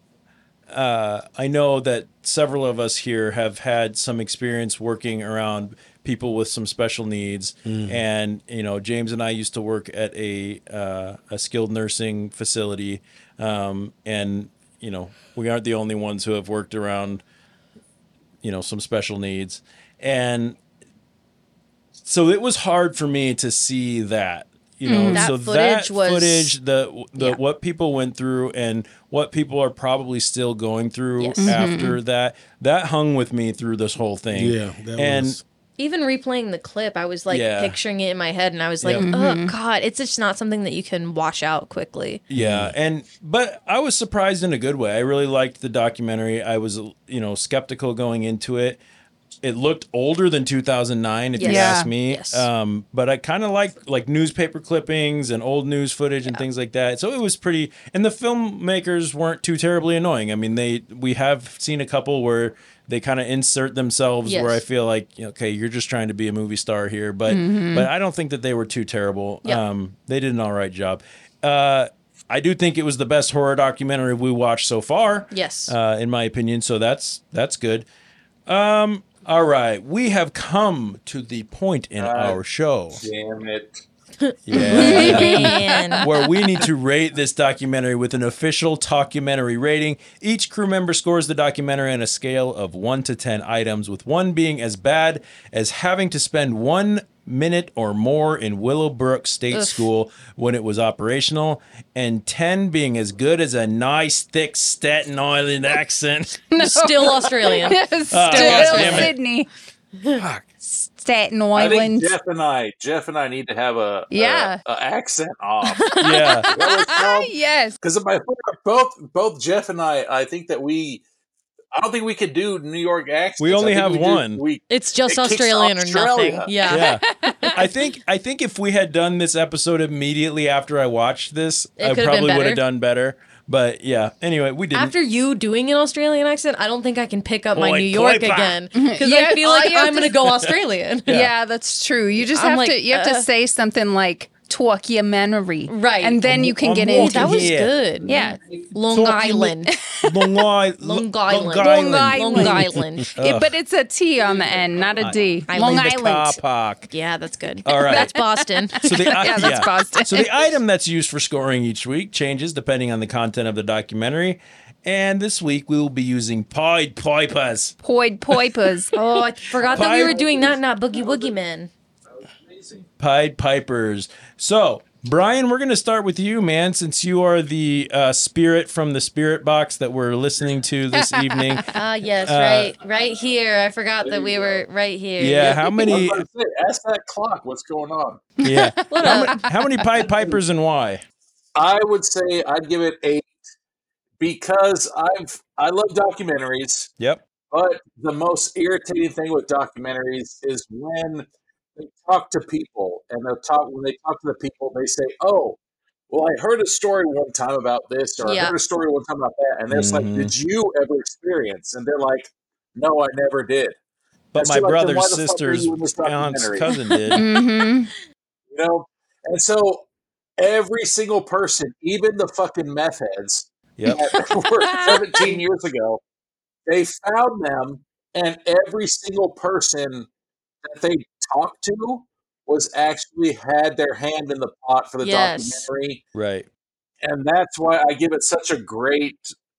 Speaker 2: uh, I know that several of us here have had some experience working around people with some special needs and you know James and I used to work at a uh, a skilled nursing facility um, and you know we aren't the only ones who have worked around you know some special needs and so it was hard for me to see that you know
Speaker 3: Mm. That
Speaker 2: so
Speaker 3: footage
Speaker 2: that
Speaker 3: was-
Speaker 2: footage the the
Speaker 3: Yeah.
Speaker 2: what people went through and what people are probably still going through
Speaker 3: Yes. Mhm.
Speaker 2: after that that hung with me through this whole thing
Speaker 5: Yeah, that
Speaker 2: and
Speaker 5: was-
Speaker 3: Even replaying the clip, I was like
Speaker 2: Yeah.
Speaker 3: picturing it in my head, and I was like,
Speaker 2: Yep.
Speaker 3: "Oh
Speaker 2: Mhm.
Speaker 3: God, it's just not something that you can wash out quickly."
Speaker 2: Yeah, and but I was surprised in a good way. I really liked the documentary. I was, you know, skeptical going into it. It looked older than 2009, if you
Speaker 3: Yes.
Speaker 2: ask
Speaker 3: Yeah.
Speaker 2: me.
Speaker 3: Yes.
Speaker 2: Um, but I kind of like like newspaper clippings and old news footage and things like that. So it was pretty. And the filmmakers weren't too terribly annoying. I mean, they we have seen a couple where they kind of insert themselves
Speaker 17: Yes.
Speaker 2: where I feel like okay, you're just trying to be a movie star here, but
Speaker 17: Mhm.
Speaker 3: Mm-hmm.
Speaker 2: but I don't think that they were too terrible.
Speaker 17: Yeah.
Speaker 2: Um, they did an all right job. Uh, I do think it was the best horror documentary we watched so far.
Speaker 3: Yes.
Speaker 2: uh, in my opinion. So that's that's good. Um, all right, we have come to the point in our show
Speaker 1: Damn it.
Speaker 2: yeah. where we need to rate this documentary with an official documentary rating. Each crew member scores the documentary on a scale of 1 to 10 items, with 1 being as bad as having to spend 1 minute or more in Willowbrook State
Speaker 9: Oof.
Speaker 2: School when it was operational, and 10 being as good as a nice, thick Staten Island accent.
Speaker 3: Still Australian.
Speaker 4: Still
Speaker 2: Ah, God damn it.
Speaker 4: Sydney. Staten
Speaker 1: I think
Speaker 4: Island.
Speaker 1: Jeff and I, Jeff and I need to have a, a-
Speaker 4: Yeah.
Speaker 1: a accent off.
Speaker 2: yeah.
Speaker 4: Ah, yes.
Speaker 1: Because my both both Jeff and I, I think that we, I don't think we could do New York accents.
Speaker 2: We only
Speaker 1: I think
Speaker 2: have
Speaker 1: do-
Speaker 2: one.
Speaker 1: we-
Speaker 3: It's just
Speaker 1: it kicks
Speaker 3: Australian or nothing.
Speaker 1: Australia.
Speaker 3: Yeah.
Speaker 2: Yeah. I think I think if we had done this episode immediately after I watched this,
Speaker 3: It
Speaker 2: I
Speaker 3: could've been
Speaker 2: probably would
Speaker 3: better.
Speaker 2: have done better. But yeah. Anyway, we didn't.
Speaker 3: After you doing an Australian accent, I don't think I can pick up my
Speaker 2: Oi,
Speaker 3: New York
Speaker 2: clever.
Speaker 3: again because
Speaker 12: Yeah,
Speaker 3: I feel
Speaker 12: all
Speaker 3: like
Speaker 12: you have
Speaker 3: I'm
Speaker 12: to-
Speaker 3: going to go Australian.
Speaker 12: Yeah.
Speaker 4: Ah,
Speaker 12: that's true. You just
Speaker 3: I'm
Speaker 12: have
Speaker 3: like,
Speaker 12: to you have
Speaker 3: uh,
Speaker 12: to say something like documentary,
Speaker 3: right?
Speaker 12: And then you can get into
Speaker 3: That was
Speaker 12: it.
Speaker 3: good.
Speaker 12: Yeah,
Speaker 3: Long
Speaker 12: Talking
Speaker 3: Island.
Speaker 2: Long, I-
Speaker 3: Long Island.
Speaker 12: Long Island.
Speaker 3: Long Island.
Speaker 12: Yeah, but it's a T on the end, not a D. Long
Speaker 2: The car
Speaker 12: Island.
Speaker 2: park.
Speaker 3: Yeah, that's good.
Speaker 2: All right.
Speaker 3: That's Boston.
Speaker 2: So the, i-
Speaker 12: Yeah, that's Boston.
Speaker 2: So the item that's used for scoring each week changes depending on the content of the documentary. And this week we will be using Pied Pipers.
Speaker 12: Poid poipas.
Speaker 3: oh, I forgot that we
Speaker 2: Pie-
Speaker 3: were doing that, not Boogie Woogie Man.
Speaker 2: Pied Pipers. So, Brian, we're going to start with you, man, since you are the uh, spirit from the spirit box that we're listening to this evening.
Speaker 3: Ah, yes,
Speaker 2: Uh,
Speaker 3: right, right here. I forgot that we were right here.
Speaker 2: Yeah, how many?
Speaker 1: That's it. Ask that clock. What's going on?
Speaker 2: Yeah, how, many, how many Pied Pipers and why?
Speaker 1: I would say I'd give it eight because I've I love documentaries.
Speaker 2: Yep.
Speaker 1: But the most irritating thing with documentaries is when they talk to people and they'll talk when they talk to the people, they say, Oh, well, I heard a story one time about this, or I
Speaker 3: Yeah.
Speaker 1: heard a story one time about that. And it's like,
Speaker 2: Mhm.
Speaker 1: Did you ever experience? And they're like, No, I never did.
Speaker 2: But
Speaker 1: It's
Speaker 2: my
Speaker 1: like, "Then
Speaker 2: brother's
Speaker 1: why the fuck are you
Speaker 2: sister's
Speaker 1: in this
Speaker 2: aunt's
Speaker 1: documentary?"
Speaker 2: cousin did.
Speaker 12: Mm-hmm.
Speaker 1: you know and so every single person even the fucking meth heads
Speaker 2: Yep.
Speaker 1: that were 17 years ago they found them and every single person that they talked to was actually had their hand in the pot for the
Speaker 2: Yes.
Speaker 1: documentary
Speaker 2: Right.
Speaker 1: and that's why i give it such a great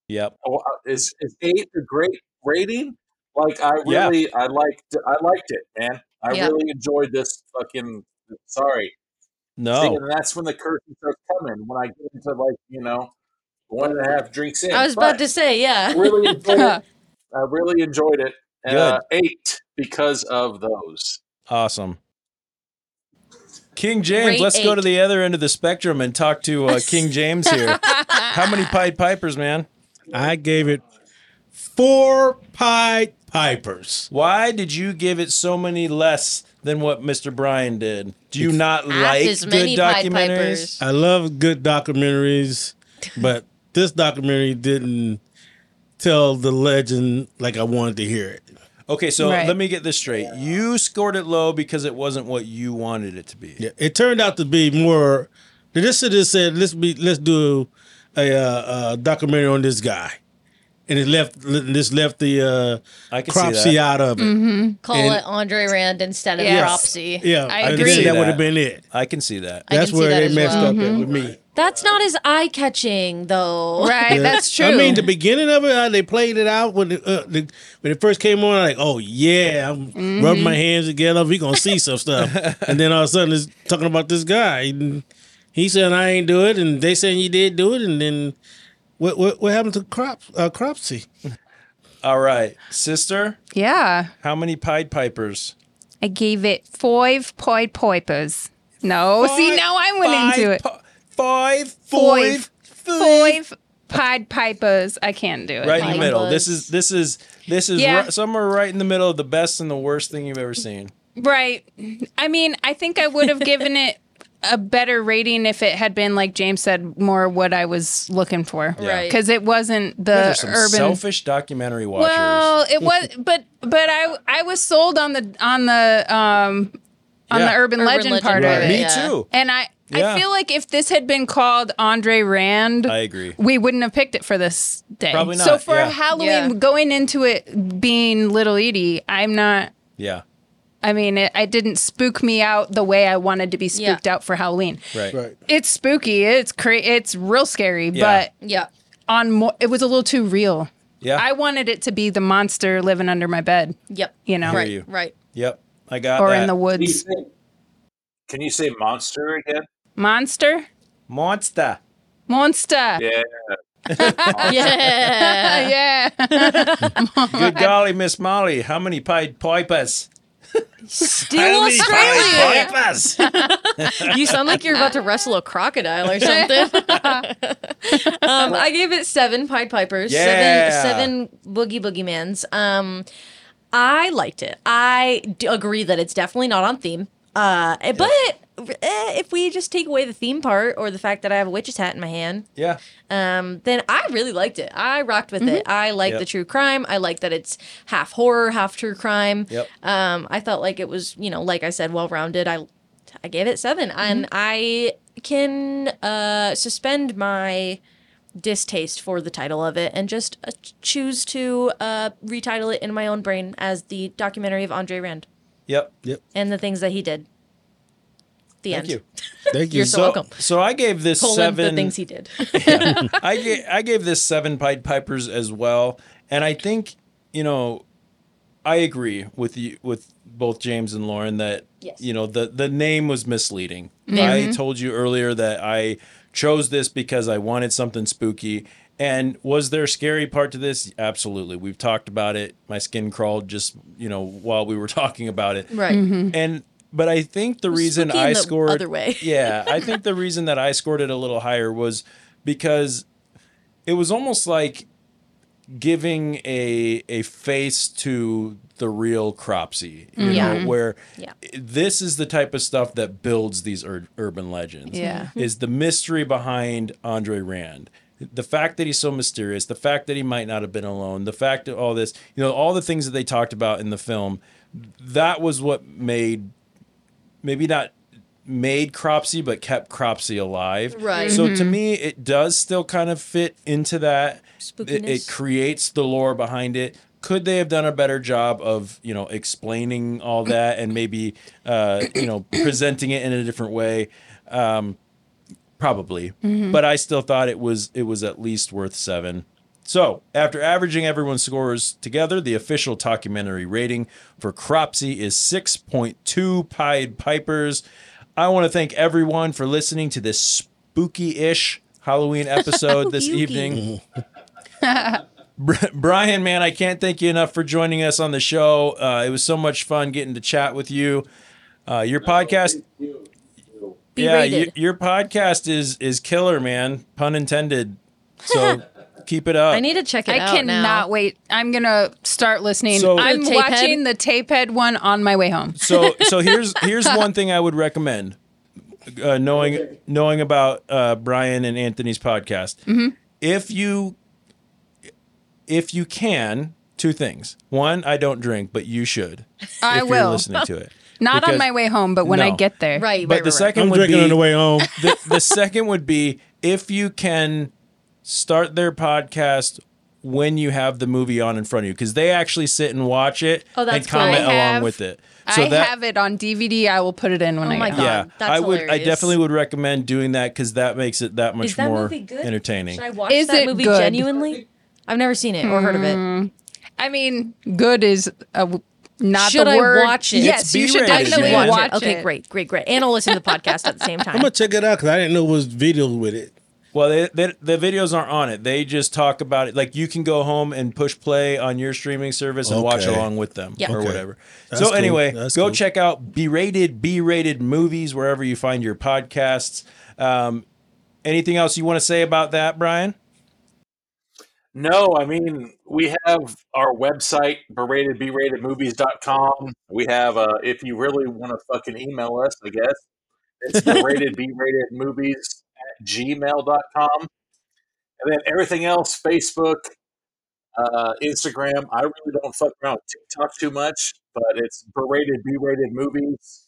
Speaker 2: Yep.
Speaker 1: oh, uh, is, is eight a great rating like i
Speaker 2: Yeah.
Speaker 1: really i liked i liked it man i
Speaker 2: Yeah.
Speaker 1: really enjoyed this fucking sorry See,
Speaker 2: No.
Speaker 1: and that's when the curtain starts coming. When I get into like you know one and a half drinks in.
Speaker 3: I was about to say, yeah.
Speaker 1: I really enjoyed it. I really enjoyed it. Uh, eight because of those.
Speaker 2: Awesome. King James,
Speaker 1: Great
Speaker 2: let's go to
Speaker 1: ache.
Speaker 2: the other end of the spectrum and talk to uh, King James here. How many Pied Pipers, man?
Speaker 5: I gave it four Pied Pipers.
Speaker 2: Why did you give it so many less than what Mr. Brian did? Do you not like
Speaker 3: as
Speaker 2: good
Speaker 3: many Pied
Speaker 2: documentaries?
Speaker 5: I love good documentaries, but this documentary didn't tell the legend like I wanted to hear it.
Speaker 2: Okay, so
Speaker 5: Right.
Speaker 2: let me get this straight. You scored it low because it wasn't what you wanted it to be.
Speaker 5: Yeah, it turned out to be more. This should have said, "Let's be, let's do a, uh, a documentary on this guy," and it left, this left the uh,
Speaker 2: can see
Speaker 5: cropsy
Speaker 2: that.
Speaker 5: out of it.
Speaker 3: Mm-hmm. Call
Speaker 5: And-
Speaker 3: it Andre Rand instead of Cropsy.
Speaker 5: Yeah,
Speaker 3: I
Speaker 5: and
Speaker 3: agree.
Speaker 5: then That would have been it.
Speaker 2: I can see that.
Speaker 5: That's
Speaker 3: see
Speaker 5: where
Speaker 3: that
Speaker 5: they
Speaker 3: as
Speaker 5: messed
Speaker 3: well.
Speaker 5: up at
Speaker 3: Mhm.
Speaker 5: with me.
Speaker 3: That's not as eye catching though.
Speaker 5: Yeah. I mean, the beginning of it, how they played it out when it, uh, the, when it first came on. Like, oh yeah, I'm
Speaker 3: Mhm.
Speaker 4: Mm-hmm.
Speaker 5: rubbing my hands together. We gonna see some stuff, and then all of a sudden, it's talking about this guy. And he said I ain't do it, and they saying you did do it, and then what what, what happened to crop uh, Cropsy?
Speaker 2: All right, sister,
Speaker 12: Yeah.
Speaker 2: how many Pied Pipers?
Speaker 12: I gave it five Poid poipas. No, see,
Speaker 2: Five-
Speaker 12: now I went
Speaker 2: five
Speaker 12: into it.
Speaker 2: Five,
Speaker 12: five, five Pied Pipers. I can't do it.
Speaker 2: Right in the middle. This is this is this is
Speaker 12: Yeah.
Speaker 2: ri- somewhere right in the middle of the best and the worst thing you've ever seen.
Speaker 12: Right. I mean, I think I would have given it a better rating if it had been, like James said, more what I was looking for.
Speaker 2: Yeah. Right.
Speaker 12: Because it wasn't
Speaker 2: You guys
Speaker 12: the
Speaker 2: are some
Speaker 12: urban.
Speaker 2: selfish documentary watchers.
Speaker 12: Well, it was, but but I I was sold on the on the um on
Speaker 2: Yeah.
Speaker 12: the urban,
Speaker 2: Urban
Speaker 12: legend,
Speaker 2: legend
Speaker 12: part
Speaker 2: part,
Speaker 12: of it.
Speaker 2: Me yeah. too.
Speaker 12: And I I feel like if this had been called Andre Rand,
Speaker 2: I agree.
Speaker 12: we wouldn't have picked it for this day.
Speaker 2: Probably
Speaker 12: So
Speaker 2: not,
Speaker 12: for
Speaker 2: yeah.
Speaker 12: Halloween,
Speaker 2: Yeah.
Speaker 12: going into it being Little Edie, I'm not.
Speaker 2: Yeah.
Speaker 12: I mean, it, it didn't spook me out the way I wanted to be spooked out for Halloween.
Speaker 2: Right. Right.
Speaker 12: It's spooky. It's cra- It's real scary,
Speaker 2: Yeah.
Speaker 12: but yeah, on more, it was a little too real.
Speaker 2: Yeah.
Speaker 12: I wanted it to be the monster living under my bed.
Speaker 3: Yep.
Speaker 12: You know.
Speaker 2: Hear you. Yep. I got
Speaker 12: Or
Speaker 2: that.
Speaker 12: in the woods.
Speaker 1: Can you say monster again?
Speaker 12: Monster.
Speaker 2: Monster.
Speaker 12: Monster.
Speaker 1: Yeah.
Speaker 12: yeah.
Speaker 2: Good golly, Miss Molly, how many Pied Pipers?
Speaker 3: Still
Speaker 2: Only Pied
Speaker 3: Australia.
Speaker 2: Pipers.
Speaker 3: you sound like you're about to wrestle a crocodile or something. um, I gave it seven Pied Pipers,
Speaker 2: Yeah.
Speaker 3: seven seven Boogie Boogeymans. Um, I liked it. I d- agree that it's definitely not on theme. Uh, eh, but eh, if we just take away the theme part or the fact that I have a witch's hat in my hand,
Speaker 2: Yeah.
Speaker 3: um, then I really liked it. I rocked with it. I like
Speaker 2: Mm-hmm. Yep.
Speaker 3: the true crime. I like that it's half horror, half true crime.
Speaker 2: Yep.
Speaker 3: Um, I felt like it was, you know, like I said, well rounded. I I gave it 7
Speaker 2: Mm-hmm.
Speaker 3: and I can uh, suspend my distaste for the title of it and just uh, choose to uh, retitle it in my own brain as the documentary of Andre Rand
Speaker 2: Yep. Yep.
Speaker 3: and the things that he did. The
Speaker 2: Thank
Speaker 3: end.
Speaker 2: you.
Speaker 3: Thank You're so, welcome.
Speaker 2: So I gave this
Speaker 3: Colon,
Speaker 2: seven.
Speaker 3: the things he did.
Speaker 2: I gave, I gave this seven Pied Pipers as well, and I think you know, I agree with you with both James and Lauren that
Speaker 9: Yes.
Speaker 2: you know the the name was misleading.
Speaker 9: Mhm.
Speaker 2: I told you earlier that I chose this because I wanted something spooky. And was there a scary part to this? Absolutely. We've talked about it. My skin crawled just you know while we were talking about it.
Speaker 3: Right. Mhm.
Speaker 2: And but I think the
Speaker 3: It was
Speaker 2: reason
Speaker 3: spooky in
Speaker 2: I
Speaker 3: the
Speaker 2: scored
Speaker 3: other way.
Speaker 2: yeah, I think the reason that I scored it a little higher was because it was almost like giving a a face to the real cropsy, you
Speaker 9: Yeah.
Speaker 2: know, where
Speaker 9: Yeah.
Speaker 2: this is the type of stuff that builds these ur- urban legends.
Speaker 9: Yeah.
Speaker 2: is the mystery behind Andre Rand. The fact that he's so mysterious, the fact that he might not have been alone, the fact that all this, you know, all the things that they talked about in the film, that was what made maybe not made Cropsy, but kept Cropsy alive.
Speaker 9: Right.
Speaker 2: So to
Speaker 9: Mhm.
Speaker 2: me, it does still kind of fit into that. It, it
Speaker 9: Spookiness.
Speaker 2: creates the lore behind it. Could they have done a better job of you know explaining all that and maybe uh, you know presenting it in a different way? Um, probably,
Speaker 9: Mhm.
Speaker 2: but I still thought it was it was at least worth seven. So, after averaging everyone's scores together, the official documentary rating for Cropsy is 6.2 Pied Pipers. I want to thank everyone for listening to this spooky ish Halloween episode this
Speaker 9: Spooky-ooky.
Speaker 2: evening. Br- Brian, man, I can't thank you enough for joining us on the show. Uh, it was so much fun getting to chat with you. Uh, your podcast. Yeah,
Speaker 9: rated.
Speaker 2: y- your podcast is is killer, man. Pun intended. So keep it up.
Speaker 3: to check
Speaker 12: it I
Speaker 3: out
Speaker 12: cannot
Speaker 3: now.
Speaker 12: wait. I'm gonna start listening.
Speaker 2: So-
Speaker 12: I'm
Speaker 3: The tape head?
Speaker 12: watching the tape head one on my way home.
Speaker 2: so so here's here's one thing I would recommend. Uh, knowing knowing about uh, Brian and Anthony's podcast,
Speaker 12: Mm-hmm.
Speaker 9: Mhm.
Speaker 2: if you if you can, two things. One, I don't drink, but you should.
Speaker 12: I
Speaker 2: if
Speaker 12: will.
Speaker 2: You're listening to it.
Speaker 12: Not on
Speaker 2: Because-
Speaker 12: my way home, but when I
Speaker 2: No.
Speaker 12: get there.
Speaker 2: But the second
Speaker 5: I'm
Speaker 2: would
Speaker 5: drinking
Speaker 2: be,
Speaker 5: on the way home.
Speaker 2: The, the second would be if you can start their podcast when you have the movie on in front of you because they actually sit and watch it
Speaker 12: Oh, that's
Speaker 2: and comment
Speaker 12: cool. I have-
Speaker 2: along with it.
Speaker 12: I have it on DVD. I will put it
Speaker 3: Oh
Speaker 12: in when I get home.
Speaker 2: I would. I definitely would recommend doing that because that makes it that much
Speaker 3: Is that
Speaker 2: more
Speaker 3: movie good?
Speaker 2: entertaining.
Speaker 3: Should I watch
Speaker 12: Is
Speaker 3: that
Speaker 12: it
Speaker 3: movie
Speaker 12: good?
Speaker 3: genuinely? Hmm. I've never seen it or heard of it.
Speaker 12: I mean, good is a w- not
Speaker 3: should
Speaker 12: the word.
Speaker 3: I watch it?
Speaker 12: Yes, you should definitely watch, it.
Speaker 3: Okay, great, great, great. And I'll listen to the podcast at the same
Speaker 5: I'm
Speaker 3: time.
Speaker 5: gonna check it out because I didn't know it was videos with it.
Speaker 2: Well, they, they, the videos aren't on it. They just talk about it. Like you can go home and push play on your streaming service and watch
Speaker 5: Okay.
Speaker 2: along with them
Speaker 5: Yeah.
Speaker 2: or
Speaker 5: Okay.
Speaker 2: whatever.
Speaker 5: That's
Speaker 2: so
Speaker 5: cool.
Speaker 2: anyway,
Speaker 5: That's
Speaker 2: go
Speaker 5: cool.
Speaker 2: check out B-rated, B-rated movies wherever you find your podcasts. Um, anything else you want to say about that, Brian?
Speaker 1: No, I mean, we have our website, berated, beratedmovies.com. We have, uh, if you really want to fucking email us, I guess, it's berated, beratedmovies at gmail.com. And then everything else, Facebook, uh, Instagram. I really don't fuck around with TikTok too much, but it's berated, berated movies.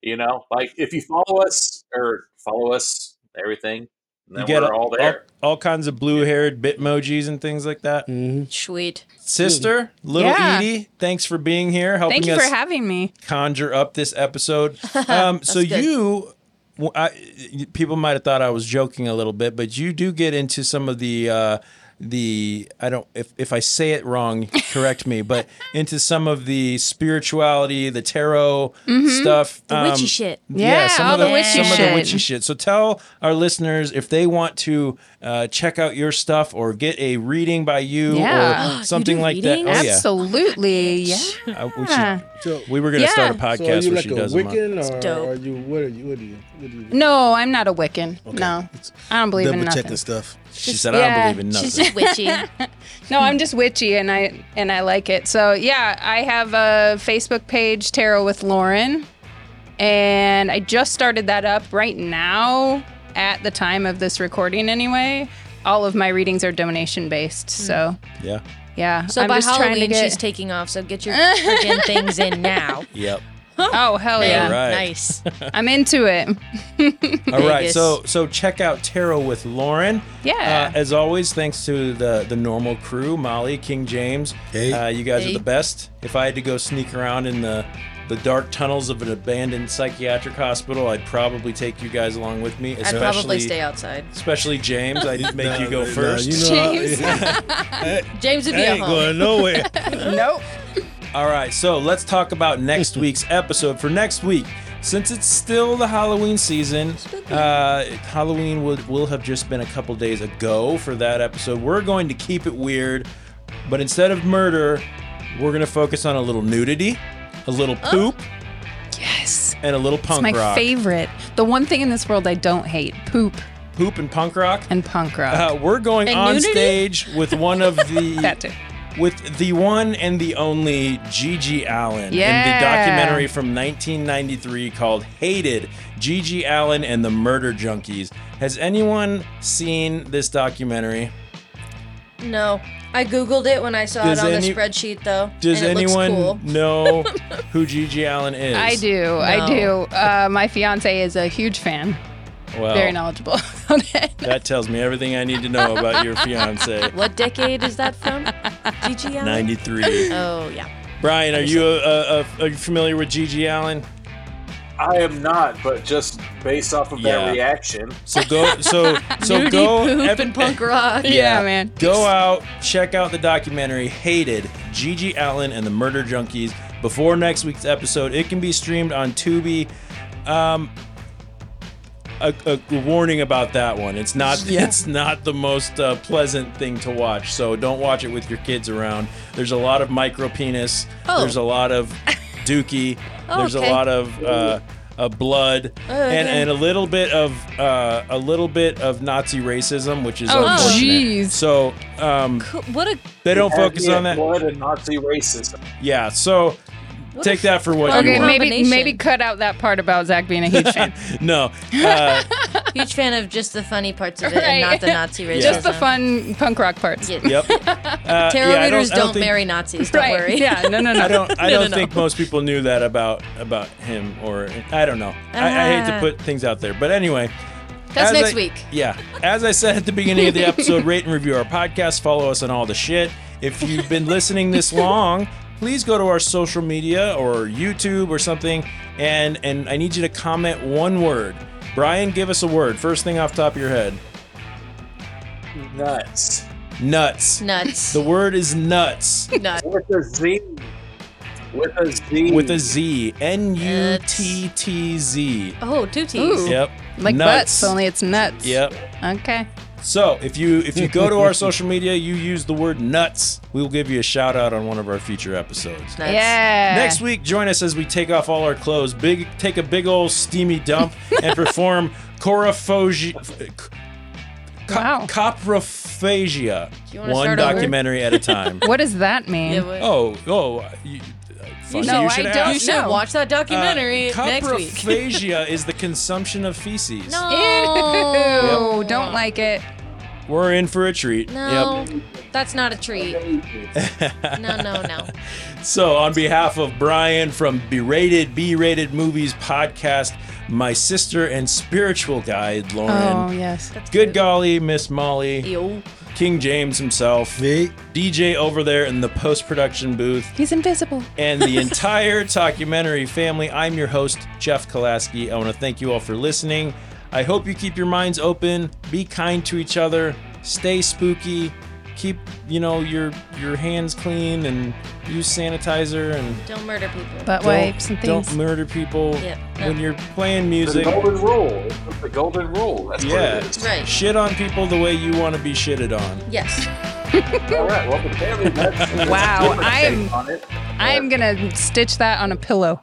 Speaker 1: You know, like if you follow us or follow us, everything, then we're
Speaker 2: oh,
Speaker 1: all there.
Speaker 2: All, all kinds of blue-haired bitmojis and things like that.
Speaker 5: Mm. Mm-hmm.
Speaker 3: Sweet
Speaker 2: Sister, little
Speaker 4: Yeah.
Speaker 2: Edie, thanks for being here, helping
Speaker 4: Thank you
Speaker 2: us
Speaker 4: for having me.
Speaker 2: conjure up this episode. Um, so
Speaker 4: That's good.
Speaker 2: you, w I people might have thought I was joking a little bit, but you do get into some of the uh, the I don't if if I say it wrong, correct me, but into some of the spirituality, the tarot
Speaker 3: Mhm.
Speaker 2: stuff, um,
Speaker 3: The witchy shit.
Speaker 4: Yeah, all the
Speaker 2: some
Speaker 4: witchy
Speaker 2: of the
Speaker 4: shit.
Speaker 2: witchy shit. So tell our listeners if they want to uh, check out your stuff or get a reading by you
Speaker 4: Yeah.
Speaker 2: or something like that. Oh yeah.
Speaker 4: Absolutely. Yeah.
Speaker 2: Uh, we, should- we were going to start a
Speaker 4: Yeah.
Speaker 2: podcast
Speaker 4: So
Speaker 5: are you
Speaker 2: where
Speaker 5: like
Speaker 2: she
Speaker 5: a
Speaker 2: does them on-
Speaker 5: Wiccan or
Speaker 4: dope.
Speaker 5: are you what are you what are you what are you
Speaker 4: No, I'm not a Wiccan. No, I don't believe in
Speaker 5: double
Speaker 4: nothing.
Speaker 5: checking stuff?
Speaker 2: She said, "I don't believe in nothing."
Speaker 4: witchy. no, I'm just witchy, and I and I like it. So yeah, I have a Facebook page, Tarot with Lauren, and I just started that up right now. At the time of this recording, anyway, all of my readings are donation based. So
Speaker 2: Yeah.
Speaker 4: yeah,
Speaker 3: Hmm. So
Speaker 4: I'm
Speaker 3: by
Speaker 4: just trying to
Speaker 3: Halloween,
Speaker 4: get-
Speaker 3: she's taking off. So get your freaking things in now.
Speaker 2: Yep.
Speaker 4: oh hell
Speaker 2: Man,
Speaker 4: yeah!
Speaker 2: right.
Speaker 3: Nice.
Speaker 4: I'm into it.
Speaker 2: All right, so so check out Tarot with Lauren.
Speaker 4: Yeah.
Speaker 2: Uh, as always, thanks to the the normal crew, Molly, King James. Uh, you guys
Speaker 4: Hey.
Speaker 2: are the best. If I had to go sneak around in the the dark tunnels of an abandoned psychiatric hospital, I'd probably take you guys along with me.
Speaker 3: I'd
Speaker 2: Especially,
Speaker 3: probably stay outside.
Speaker 2: Especially James, I'd make you
Speaker 5: no,
Speaker 2: go
Speaker 5: no,
Speaker 2: first.
Speaker 5: you know I- James.
Speaker 3: James would be
Speaker 2: I
Speaker 3: a
Speaker 2: ain't
Speaker 3: home.
Speaker 2: going nowhere.
Speaker 4: nope.
Speaker 2: All right, so let's talk about next week's episode. For next week, since it's still the Halloween season, uh, Halloween would will have just been a couple days ago for that episode. We're going to keep it weird, but instead of murder, we're going to focus on a little nudity, a little poop,
Speaker 4: Oh. yes,
Speaker 2: and a little
Speaker 4: It's
Speaker 2: punk
Speaker 4: my
Speaker 2: rock.
Speaker 4: favorite. The one thing in this world I don't hate: poop
Speaker 2: Poop and punk rock.
Speaker 4: and punk rock.
Speaker 2: Uh, we're going
Speaker 4: And
Speaker 2: on
Speaker 4: nudity?
Speaker 2: stage with one of the with the one and the only Gigi Allen in
Speaker 4: Yeah.
Speaker 2: the documentary from 1993 called "Hated: Gigi Allen and the Murder Junkies." Has anyone seen this documentary?
Speaker 3: No, I googled it when I saw
Speaker 2: Does
Speaker 3: it on
Speaker 2: any-
Speaker 3: the spreadsheet though.
Speaker 2: Does
Speaker 3: and it looks cool.
Speaker 2: anyone know who Gigi Allen is?
Speaker 4: I do. I do. Uh, my fiance is a huge fan.
Speaker 2: Well,
Speaker 4: Very knowledgeable.
Speaker 2: that tells me everything I need to know about your fiance.
Speaker 3: What decade is that from? Gigi Allen?
Speaker 2: 93.
Speaker 3: Oh yeah.
Speaker 2: Brian, are you uh uh uh familiar with Gigi Allen?
Speaker 1: I am not, but just based off of
Speaker 2: Yeah.
Speaker 1: that reaction,
Speaker 2: So go. So so
Speaker 3: Nudie,
Speaker 2: go.
Speaker 3: poop,
Speaker 2: ev-
Speaker 3: and punk rock.
Speaker 4: Yeah, man.
Speaker 2: Go out, check out the documentary "Hated: Gigi Allen and the Murder Junkies." Before next week's episode, it can be streamed on Tubi. Um, a, a warning about that one. It's not.
Speaker 4: Yeah.
Speaker 2: It's not the most uh, pleasant thing to watch. So don't watch it with your kids around. There's a lot of micro penis.
Speaker 4: Oh.
Speaker 2: There's a lot of dookie.
Speaker 4: Oh,
Speaker 2: There's
Speaker 4: okay.
Speaker 2: a lot of. Uh, uh, blood
Speaker 4: Oh,
Speaker 2: and,
Speaker 4: okay.
Speaker 2: and a little bit of uh, a little bit of Nazi racism, which is
Speaker 4: Oh,
Speaker 2: unfortunate. So um,
Speaker 3: What a
Speaker 2: they don't
Speaker 1: Yeah,
Speaker 2: focus
Speaker 1: yeah,
Speaker 2: on that.
Speaker 1: Blood and Nazi racism.
Speaker 2: Yeah. So take that for what
Speaker 4: okay,
Speaker 2: you want.
Speaker 4: maybe maybe cut out that part about Zach being a huge fan.
Speaker 2: No. Uh,
Speaker 3: Huge fan of just the funny parts of it and
Speaker 4: Right.
Speaker 3: not the Nazi racism.
Speaker 4: Just the fun punk rock parts.
Speaker 2: yep. Uh,
Speaker 3: Tarot
Speaker 2: yeah, I
Speaker 3: readers
Speaker 2: I
Speaker 3: don't,
Speaker 2: think-
Speaker 3: marry Nazis. Don't
Speaker 4: Right.
Speaker 3: worry.
Speaker 4: Yeah, no, no, no.
Speaker 2: I don't. I
Speaker 4: No, no,
Speaker 2: don't
Speaker 4: no.
Speaker 2: think most people knew that about about him, or I don't know. I, I hate to
Speaker 3: Ah.
Speaker 2: put things out there, but anyway.
Speaker 3: That's
Speaker 2: as
Speaker 3: next
Speaker 2: I-
Speaker 3: week.
Speaker 2: Yeah. As I said at the beginning of the episode, rate and review our podcast. Follow us on all the shit. If you've been listening this long, please go to our social media or YouTube or something, and and I need you to comment one word. Brian, give us a word. First thing off the top of your head.
Speaker 1: Nuts.
Speaker 2: Nuts.
Speaker 3: Nuts.
Speaker 2: The word is nuts.
Speaker 3: Nuts.
Speaker 1: With a Z. With a Z.
Speaker 2: with a Z. N U T T Z.
Speaker 3: Oh, two T's.
Speaker 4: Ooh.
Speaker 2: Yep.
Speaker 4: Like
Speaker 2: Nuts.
Speaker 4: butts, only it's nuts.
Speaker 2: Yep.
Speaker 4: Okay.
Speaker 2: So if you if you go to our social media, you use the word nuts, we will give you a shout out on one of our future episodes.
Speaker 4: Yeah.
Speaker 2: Next week, join us as we take off all our clothes, big take a big old steamy dump, and perform chorophogi- co- coprophagia,
Speaker 4: you wanna
Speaker 2: one
Speaker 4: start over?
Speaker 2: documentary at a time.
Speaker 4: What does that mean?
Speaker 2: oh, oh, you, fuck,
Speaker 4: should-
Speaker 2: you
Speaker 4: No,
Speaker 2: should
Speaker 4: I
Speaker 2: ask.
Speaker 4: don't
Speaker 3: You should
Speaker 4: No.
Speaker 3: watch that documentary
Speaker 2: Uh,
Speaker 3: next week.
Speaker 2: Coprophagia is the consumption of feces.
Speaker 3: No.
Speaker 4: Ew, don't like it.
Speaker 2: We're in for a treat.
Speaker 3: No, that's not a treat. No, no, no.
Speaker 2: So, on behalf of Brian from Berated B Rated Movies Podcast, my sister and spiritual guide, Lauren.
Speaker 12: Oh, yes.
Speaker 2: Good golly, Miss Molly. King James himself. DJ over there in the post production booth.
Speaker 12: He's invisible.
Speaker 2: And the entire documentary family. I'm your host, Jeff Kalaski. I want to thank you all for listening. I hope you keep your minds open, be kind to each other, stay spooky, keep, you know, your your hands clean and use sanitizer and
Speaker 3: Don't murder people.
Speaker 12: Butt wipes and things.
Speaker 2: don't murder people
Speaker 3: Yep.
Speaker 2: when you're playing music.
Speaker 1: The golden rule. It's The golden rule. That's
Speaker 2: yeah.
Speaker 1: what it is.
Speaker 3: Right.
Speaker 2: Shit on people the way you want to be shitted on.
Speaker 3: Yes.
Speaker 1: All right. Well, the family. That's, that's a
Speaker 12: Wow,
Speaker 1: different
Speaker 12: I am-
Speaker 1: take on it.
Speaker 12: I'm going to stitch that on a pillow.